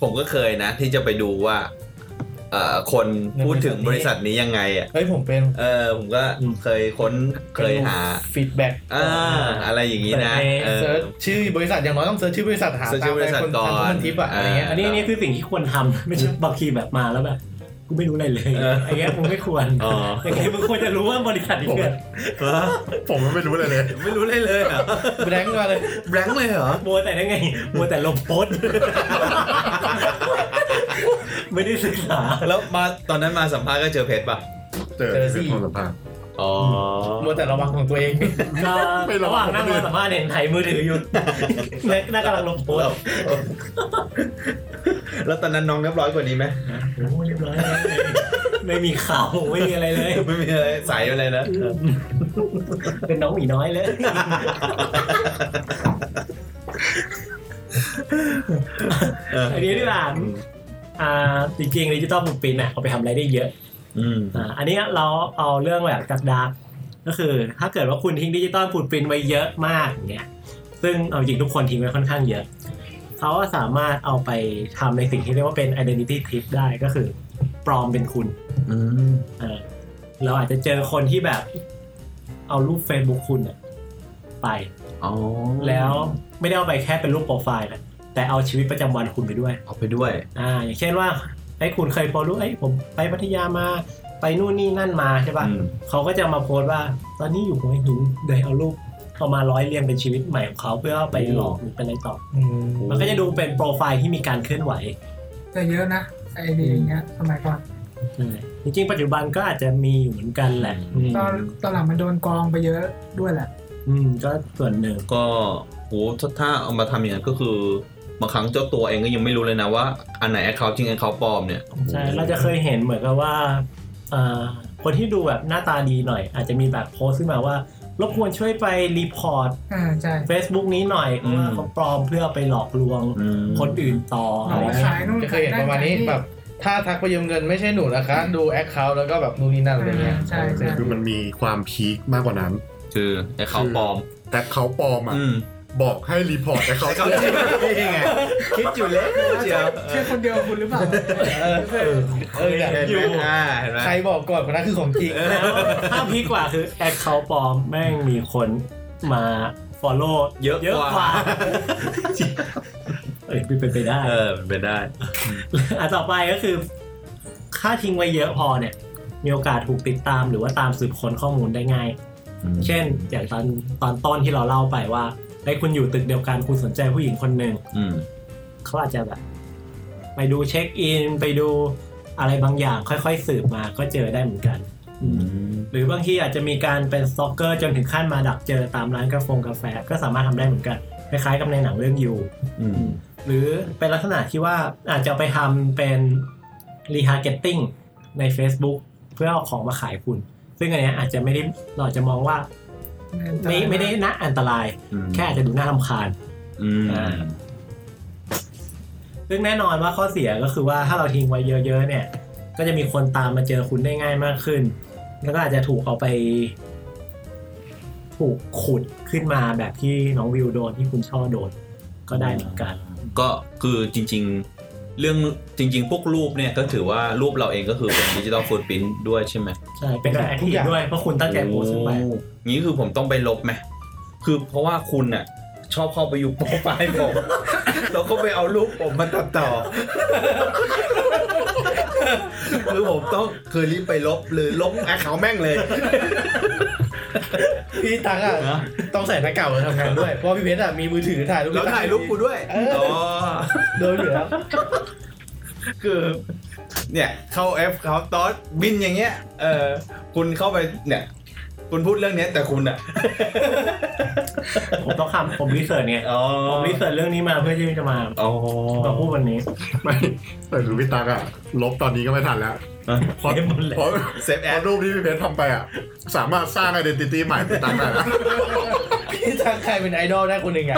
[SPEAKER 2] ผมก็เคยนะ ที่จะไปดูว่าเอ่อคนพูดถึง
[SPEAKER 4] ใน
[SPEAKER 2] บบ
[SPEAKER 4] ริ
[SPEAKER 2] ริษั
[SPEAKER 4] ษั
[SPEAKER 2] ท
[SPEAKER 4] ทนี้
[SPEAKER 2] นี้ยังไงอ่ะ
[SPEAKER 4] เฮ้ยผมเป็น
[SPEAKER 2] เออผมก็
[SPEAKER 1] อืม
[SPEAKER 2] เคยค้นเคยหา
[SPEAKER 4] ฟีดแบ็ก
[SPEAKER 2] อ่าอะไรอย่างนี้นะเออ
[SPEAKER 4] เซิร์ชชื่อบริษัทอย่างน้อยต้องเซิร์ชชื่อบริษัทหา
[SPEAKER 2] เสิร์ชชื่อบ
[SPEAKER 4] ตาม
[SPEAKER 2] ริษัท
[SPEAKER 4] คน
[SPEAKER 2] ก่อน
[SPEAKER 4] ทำคนทิปอะอะไรเงี้ย
[SPEAKER 1] อันนี้อันนี่คือสิ่งที่ควรทำไม่ใช่บางทีแบบมาแล้วแบบกูไม่รู้อะไรเลย
[SPEAKER 2] เอออ
[SPEAKER 1] ไอ้เงี้ยมึงไม่ควร
[SPEAKER 2] อ๋อ
[SPEAKER 1] ไอ้เงี้ยมึงควรจะรู้ว่าบริษัทนี้เกิด
[SPEAKER 5] ผมไม่รู้เลยเลย
[SPEAKER 2] ไม่รู้เลยเลยเหรอ
[SPEAKER 4] แบงค์มาเลย
[SPEAKER 2] แบงค์เลยเหรอ
[SPEAKER 1] มัวแต่นั่นไงมัวแต่ลงโพสต์ ไม่ได้ศึกษา
[SPEAKER 2] แล้วมาตอนนั้นมาสัมภาษณ์ก็เจอเพชรป่ะ
[SPEAKER 5] เจอ
[SPEAKER 4] เจอสิ
[SPEAKER 5] เป็นความสัมพันธ์
[SPEAKER 2] อ๋อ
[SPEAKER 4] มัวแต่ระวังของตัวเอง
[SPEAKER 1] ก็
[SPEAKER 5] ไม่ลง
[SPEAKER 1] ระหว่างนั่งรอสัมภาษณ์เนี่ยถ่ายมือถืออยู่ นั่งกำลังลงโพสต์
[SPEAKER 2] แล้วตอนนั้นน้องเรียบร้อยกว่านี้ไหม
[SPEAKER 1] โอ้โหเรียบร้อยแล้วไม่มีข่าวไม่มีอะไรเลย
[SPEAKER 2] ไม่มีอะไรใสไปเลยนะ
[SPEAKER 1] เป็นน้องหมีน้อยเลย
[SPEAKER 2] เออ
[SPEAKER 1] อันนี้ที่หลานอ่าจริงๆดิจิตอลบุปปินอะเอาไปทำอะไรได้เยอะ
[SPEAKER 2] อืม
[SPEAKER 1] อ่าอันนี้เราเอาเรื่องแบบดักดักก็คือ ถ้าเกิดว่าคุณทิ้งดิจิตอลบุปปินไว้เยอะมากอย่างเงี้ยซึ่งเอาจริงทุกคนทิ้งไว้ค่อนข้างเยอะเขาก็สามารถเอาไปทำในสิ่งที่เรียกว่าเป็น identity thief ได้ก็คือ ปลอมเป็นคุณ
[SPEAKER 2] อืม
[SPEAKER 1] เออเราอาจจะเจอคนที่แบบเอารูป Facebook คุณน่ะไป
[SPEAKER 2] อ๋อ
[SPEAKER 1] แล้วไม่ได้เอาไปแค่เป็นรูปโปรไฟล์นะแต่เอาชีวิตประจำวันคุณไปด้วย
[SPEAKER 2] เอาไปด้วย
[SPEAKER 1] อ่า อย่างเช่นว่าไอ้ยคุณเคยโพสต์รูปไอ้ยผมไปพัทยามาไปนู่นนี่นั่นมาใช่ป่ะ
[SPEAKER 2] อืม
[SPEAKER 1] เขาก็จะมาโพสต์ว่า ตอนนี้อยู่หัวหินโดยเอารูปเอามาร้อยเรียงเป็นชีวิตใหม่ของเขาเพื่อเอาไปหลอกหรือเป็นอะไรต่อ มันก็จะดูเป็นโปรไฟล์ที่มีการเคลื่อนไหว
[SPEAKER 3] แต่เยอะนะไอเดียอย่างเงี้ยสมัยก่อน
[SPEAKER 1] จริงๆปัจจุบันก็อาจจะมีอยู่เหมือนกันแหละอืม
[SPEAKER 3] ตอนตอนหลังมันโดนกองไปเยอะด้วยแหละ
[SPEAKER 1] อืมก็ส่วนหนึ่ง
[SPEAKER 2] ก็โหถ้าถ้าเอามาทำอย่างนั้นก็คือบางครั้งเจ้าตัวเองก็ยังไม่รู้เลยนะว่าอันไหนแอคเคาท์จริงแอคเคาท์ปลอมเนี่ย
[SPEAKER 1] ใช่เราจะเคยเห็นเหมือนกับว่าเอ่อคนที่ดูแบบหน้าตาดีหน่อย อาจจะมีแบบโพสต์ขึ้นมาว่า รบกวนช่วยไปรีพอร์ต
[SPEAKER 3] อ่าใช่
[SPEAKER 1] Facebook นี้หน่อยเพราะว่าเขาปลอมเพื่อไปหลอกลวง
[SPEAKER 2] อืม
[SPEAKER 1] คนอื่นต่อ
[SPEAKER 3] เา
[SPEAKER 1] อะไร
[SPEAKER 3] ไว้
[SPEAKER 1] เงี้ย
[SPEAKER 3] ขายนู่น
[SPEAKER 4] จะเคยเห็นประมาณนี้
[SPEAKER 3] ขย
[SPEAKER 4] แบบถ้าทักไปยืมเงินไม่ใช่หนูนะคะ ดูแอคเคาท์แล้วก็แบบนู่นนี่นั่นอะไรเงี้ย
[SPEAKER 3] อ่าใช่ใช่
[SPEAKER 5] คือมันมีความพีคมากกว่านั้น
[SPEAKER 2] คือไอ้เขาปลอม
[SPEAKER 5] แต่เขาปลอมอ่ะ
[SPEAKER 2] อืม
[SPEAKER 5] บอกให้รีพอร์ตแต่เขา จริง
[SPEAKER 2] ไง คิดอยู่เล็กเจียว
[SPEAKER 3] ใช่คนเดียวกับคุณหรือเปล่า
[SPEAKER 4] เออเออเออเนี่ย
[SPEAKER 2] อยู่อ่าเห็นไหม
[SPEAKER 4] ใครบอกก่อนคนนั้นคือของจริง
[SPEAKER 1] แล้วถ้าพีคกว่าคือแอคเคาปลอมแม่งมีคนมา follow
[SPEAKER 2] เยอะ
[SPEAKER 1] เยอะก
[SPEAKER 2] ก
[SPEAKER 1] ว่า
[SPEAKER 2] ว่า
[SPEAKER 1] เอ้ยเป็นไปได้
[SPEAKER 2] เออมันเป็นได้
[SPEAKER 1] อันต่อไปก็คือ ค่าทิ้งไว้เยอะพอเนี่ย มีโอกาสถูกติดตามหรือว่าตามสืบค้นข้อมูลได้ง่าย เช่น อย่างตอนตอนต้นที่เราเล่าไปว่าไอ้ยคุณอยู่ตึกเดียวกันคุณสนใจผู้หญิงคนหนึ่ง
[SPEAKER 2] อืม
[SPEAKER 1] เขาอาจจะแบบ ไปดูเช็คอิน ไปดูอะไรบางอย่าง ค่อยๆ สืบมาก็เจอได้เหมือนกันอื
[SPEAKER 2] อื
[SPEAKER 1] ม
[SPEAKER 2] ม
[SPEAKER 1] หรือบางทีอาจจะมีการเป็นสตอกเกอร์จนถึงขั้นมาดักเจอตามร้านกาแฟกาแฟก็สามารถทำได้เหมือนกัน คล้ายๆกับในหนังเรื่องยู
[SPEAKER 2] อืม
[SPEAKER 1] หรือเป็นลักษณะที่ว่าอาจจะเอาไปทำเป็นรีทาร์เก็ตติ้งใน Facebook เพื่อเอาของมาขายคุณ ซึ่งอันเนี้ยอาจจะไม่ได้เราอาจจะมองว่าไม่ไม่ได้นะอันตราย
[SPEAKER 2] อืม
[SPEAKER 1] แค่อาจจะดูน่ารำคาญ
[SPEAKER 2] อืม
[SPEAKER 1] อ่า ซึ่งแน่นอนว่าข้อเสียก็คือว่าถ้าเราทิ้งไว้เยอะๆเนี่ย ก็จะมีคนตามมาเจอคุณได้ง่ายมากขึ้น แล้วก็อาจจะถูกเอาไป ถูกขุดขึ้นมาแบบที่น้องวิวโดนที่คุณช่อโดน ก็ได้เหมือนกัน
[SPEAKER 2] ก็คือจริง ๆ เรื่องจริง ๆ พวกรูปเนี่ยก็ถือว่ารูปเราเองก็คือเป็นดิจิ t a ลฟุต p ิ i น t ด้วยใช่ไหม
[SPEAKER 1] ใช่เป็นการแอคทีฟด้วยเพราะคุณตั้งใจโพสต์ขึ้นไป
[SPEAKER 2] โอ้งี้คือผมต้องไปลบไหมคือเพราะว่าคุณน่ะ ชอบเข้าไปอยู่โปรไฟล์ ผม แล้วก็ไปเอารูปผมมาตัดต่อ คือผมต้องคือรีบไปลบหรือลบแอคเขาท์แม่งเลย
[SPEAKER 4] พี่ตังอ่ะต้องใส่หน้ากากมาทำงานด้วย เพราะว่าพี่เพชรอ่ะมีมือถือถ่ายรูป
[SPEAKER 2] แล้วถ่ายรูปกูด้วย
[SPEAKER 4] เออ
[SPEAKER 2] อ๋อ
[SPEAKER 4] โดนอยู่แล้ว
[SPEAKER 2] คือเนี่ยเข้าแอปเขาตอสบินอย่างเงี้ยเออคุณเข้าไปเนี่ย คุณพูดเรื่องเนี้ยแต่คุณอ่ะ
[SPEAKER 1] ผมต้องคำผมรีเสิร์ชไง
[SPEAKER 2] อ๋อ
[SPEAKER 1] ผมรีเสิร์ชเรื่องนี้มาเพื่อที่จะมา
[SPEAKER 2] อ๋อ
[SPEAKER 1] มาพูดวันนี้
[SPEAKER 5] ไม่แต่คือพี่ตั๊กอะลบตอนนี้ก็ไม่ทันแล้ว
[SPEAKER 2] อ่ะ
[SPEAKER 5] เพราะ
[SPEAKER 1] เซฟหมดแล้ว
[SPEAKER 5] เพราะ
[SPEAKER 2] เซฟ
[SPEAKER 5] แอ
[SPEAKER 2] แอ
[SPEAKER 5] ด
[SPEAKER 2] ด
[SPEAKER 5] รูปที่พี่เพชรทำไปอะสามารถสร้างไอดีนิตี้ใหม่พี่ตั๊กได้นะ
[SPEAKER 4] พี่ตังใครเป็นไอดอลได้คนหนึ่งอ่ะ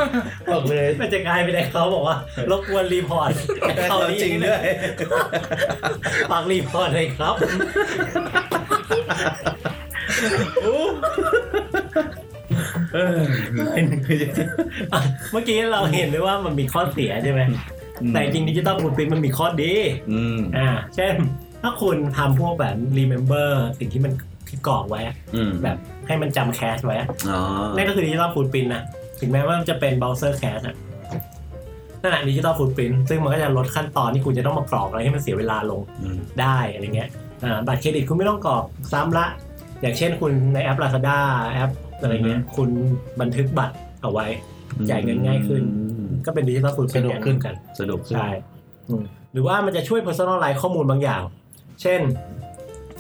[SPEAKER 4] บอกเลย
[SPEAKER 1] มันจะกลายเป็นไอ้เขาบอกว่ารบกวนรีพ อร์ต
[SPEAKER 2] เขาจริงด้วย
[SPEAKER 1] ฝากรีพอร์ตเลยครับ
[SPEAKER 2] เออ
[SPEAKER 1] เมื่อกี้เราเห็นด้วยว่ามันมีข้อเสียใช่ไหมแต่จริงดิจิตอลคุณปินมันมีข้อดี
[SPEAKER 2] อืม
[SPEAKER 1] อ่าเช่น ถ้าคุณทำพวกแบบรีเมมเบอร์สิ่งที่มันที่กรอกไว้อะ
[SPEAKER 2] อืม
[SPEAKER 1] แบบให้มันจำแคชไว้อะ
[SPEAKER 2] อ๋อ
[SPEAKER 1] นั่นก็คือดิจิตอลคุณปินนะถึงแม้ว่ามันจะเป็นเบราว์เซอร์แคชอะนั่นแหละดิจิตอลคุณปินซึ่งมันก็จะลดขั้นตอนที่คุณจะต้องมากรอกอะไรให้มันเสียเวลาลง
[SPEAKER 2] อืม
[SPEAKER 1] ได้อะไรเงี้ยอ่าบัตรเครดิตคุณไม่ต้องกรอกซ้ำละ อย่างเช่นคุณในแอป Lazada แอปอะไรเงี้ยคุณบันทึกบัตรเอาไว้ จ่ายเงินง่ายขึ้น
[SPEAKER 2] อืม
[SPEAKER 1] ก็เป็นดิจิตอลฟูดเป็นอย่างขึ้นกัน
[SPEAKER 2] สะดวกขึ้น
[SPEAKER 1] ใช่อืมหรือว่ามันจะช่วย personalize ข้อมูลบางอย่าง เช่น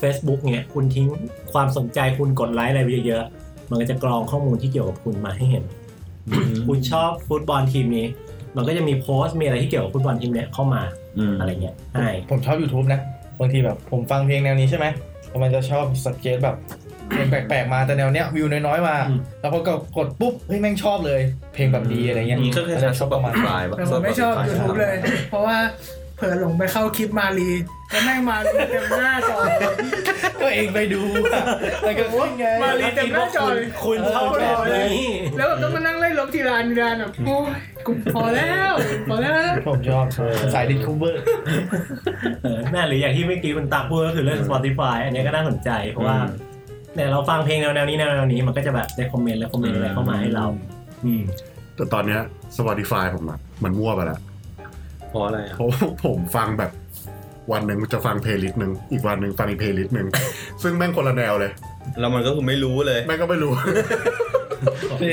[SPEAKER 1] Facebook เนี่ยคุณทิ้งความสนใจคุณกดไลค์อะไรไปเยอะๆ มันก็จะกรองข้อมูลที่เกี่ยวกับคุณมาให้เห็น คุณชอบฟุตบอลทีมนี้ มันก็จะมีโพสต์มีอะไรที่เกี่ยวกับฟุตบอลทีมเนี้ยเข้ามา
[SPEAKER 2] ม
[SPEAKER 1] อะไรเงี้ยใช่
[SPEAKER 4] ผมชอบ YouTube นะบางทีแบบผมฟังเพลงแนวนี้ใช่ไหมผมมันจะชอบสเก็ตแบบ เพลงแปลกๆมาแต่แนวเนี้ยวิวน้อยๆมา
[SPEAKER 1] อืม
[SPEAKER 4] แล้วพอกดกดปุ๊บเฮ้ยแม่งชอบเลย เพลงแบบดีอะไรเงี้ย
[SPEAKER 2] นี่ก็คือทาง
[SPEAKER 4] ช
[SPEAKER 2] ช
[SPEAKER 4] อ
[SPEAKER 2] อ
[SPEAKER 4] บบ ป
[SPEAKER 2] ประ ระ
[SPEAKER 4] มา
[SPEAKER 2] มา
[SPEAKER 4] ณ
[SPEAKER 2] ณ
[SPEAKER 4] นั้น
[SPEAKER 2] ปลาย
[SPEAKER 3] แต่ผมไม่ชอบ YouTube เลย เพราะว่าเผลอหลงไปเข้าคลิปมาลีแล้วแม่งมาลีเต็มหน้าจอ
[SPEAKER 4] ก็เองไปดูแต่ก็ว่าไง
[SPEAKER 3] มาลีเต็มหน้าจอเลย
[SPEAKER 1] คุณเท่าแบบนี้
[SPEAKER 3] แล้วแบบต้องมานั่งไล่ลบทีละอันทีละอันแบบโอ้ยกูพอแล้วพอแล้ว
[SPEAKER 4] ผมชอบสายดิสคัฟเวอร์
[SPEAKER 1] เออนั่นหรืออย่างที่เมื่อกี้คุณตาพูดก็คือเรื่อง Spotify อันนี้ก็น่าสนใจเพราะว่าเนี่ยเราฟังเพลงแนวๆนี้แนวๆนี้มันก็จะแบบได้คอมเมนต์และคอมเมนต์อะไรเข้ามาให้เรา อืม
[SPEAKER 5] แต่ตอนเนี้ย Spotify ผมอะมันมั่วไปละ
[SPEAKER 2] เพราะอะไรอ่ะ
[SPEAKER 5] เพราะ ว่าผมฟังแบบวันหนึ่งจะฟังเพลย์ลิสต์หนึ่งอีกวันหนึ่งฟังอีกเพลย์ลิสต์หนึ่ง ซึ่งแม่งคนละแนวเลย
[SPEAKER 2] แล้วมันก็คือไม่รู้เลย
[SPEAKER 5] แม่งก็ไม่รู้
[SPEAKER 4] เท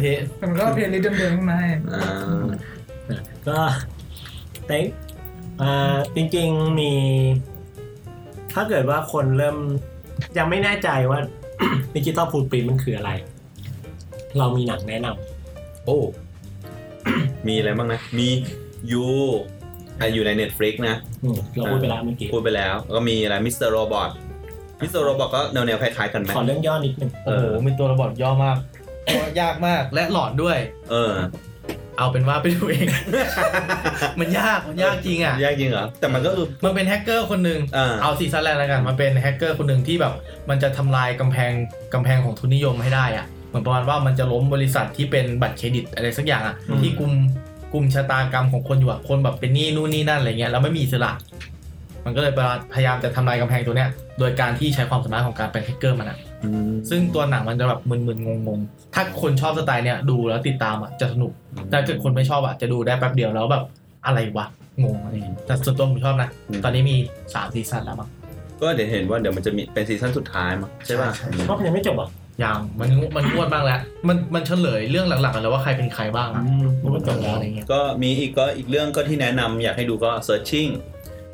[SPEAKER 4] เท
[SPEAKER 3] มันก็เพลงนี้เดิมๆขึ้นมาให้
[SPEAKER 2] อ่า
[SPEAKER 1] ก็แต่อ่าจริงๆมี ถ้าเกิดว่าคนเริ่มยังไม่แน่ใจว่า ดิจิตอลพูดปีมันคืออะไร เรามีหนังแนะน
[SPEAKER 2] โอ้ มีอะไรบ้างนะ มียูอ่ะอยู่ใน Netflix นะ
[SPEAKER 1] ำอืมเราพูดไปแล้วเมื่อกี้
[SPEAKER 2] พูดไปแล้ว แล้วก็มีอะไรมิสเตอร์โรบอทมิสเตอร์โรบอทก็แนวๆคล้ายๆกันไหม
[SPEAKER 1] ขอเรื่องย่อนิดหนึ่ง
[SPEAKER 4] โอ้โหมีตัวระบอดย่อมากตัวยากมากและหลอนด้วย
[SPEAKER 2] เออ
[SPEAKER 4] เอาเป็นว่าไปดู เอง มันยากมันยากจริงอ่ะ
[SPEAKER 2] ยากจริงเหรอ แต่มันก็คือ
[SPEAKER 4] มันเป็นแฮกเกอร์คนหนึ่ง
[SPEAKER 2] อ่า
[SPEAKER 4] เอาซีซั่นแรกแล้วกันมันเป็นแฮกเกอร์คนหนึ่งที่แบบ มันจะทำลายกำแพงกำแพงของทุนนิยมให้ได้อ่ะเหมือนประมาณว่ามันจะล้มบริษัทที่เป็นบัตรเครดิตอะไรสักอย่างอ่ะ
[SPEAKER 1] อืม
[SPEAKER 4] ที่กลุ่มกลุ่มชะตากรรมของคนอยู่อ่ะคนแบบเป็นหนี้นู่นนี่นั่นอะไรเงี้ยแล้วไม่มีอิสระ มันก็เลยพยายามจะทำลายกำแพงตัวเนี้ยโดยการที่ใช้ความสามารถของการเป็นแฮกเกอร์มันอ่ะ ซึ่งตัวหนังมันจะแบบมึนๆงงๆ ถ้าคนชอบสไตล์เนี้ยดูแล้วติดตามอ่ะจะสนุก แต่ถ้าเกิดคนไม่ชอบอ่ะจะดูได้แป๊บเดียวแล้วแบบอะไรวะงงอะไรอย่างงี้แต่ส่วนตัวผมชอบนะ
[SPEAKER 2] อืม
[SPEAKER 4] ตอนนี้มี3ซีซั่นแล้วมั้ง
[SPEAKER 2] ก็เดี๋ยวเห็นว่าเดี๋ยวมันจะมีเป็นซีซั่นสุดท้ายมั้งใช่ป่ะ
[SPEAKER 1] เพราะมันยังไม่จบอ่ะ
[SPEAKER 4] ยังมันมันงวดบ้างแล้ว มันมันเฉลยเรื่องหลักๆแล้วว่าใครเป็นใครบ้างอะ
[SPEAKER 1] มันก็จบแล้ว
[SPEAKER 4] อะไรเงี้ย
[SPEAKER 2] ก็มีอีกก็อีกเรื่องก็ที่แนะนำอยากให้ดูก็ searching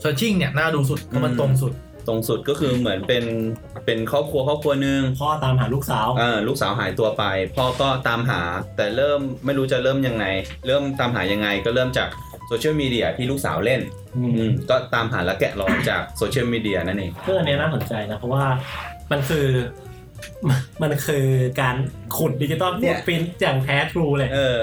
[SPEAKER 4] searching เนี่ยน่าดูสุดเพราะมันตรงสุด
[SPEAKER 2] ตรงสุดก็คือเหมือนเป็นเป็นครอบครัวครอบครัวหนึ่ง
[SPEAKER 1] พ่อตามหาลูกสาว
[SPEAKER 2] เออลูกสาวหายตัวไป พ่อก็ตามหาแต่เริ่มไม่รู้จะเริ่มยังไง เริ่มตามหายังไงก็เริ่มจากโซเชียลมีเดียที่ลูกสาวเล่น
[SPEAKER 1] อืม
[SPEAKER 2] อืมก็ตามหาและแกะรอยจากโซเชียลมีเดียนั่นเอง
[SPEAKER 1] เรื่องนี้น่าสนใจนะ เพราะว่ามันคือ มันคือการขุดดิจิตอล
[SPEAKER 4] เนี่
[SPEAKER 1] พูด
[SPEAKER 4] ย
[SPEAKER 1] ปรินอย่างแท้ทรูเลย
[SPEAKER 2] เออ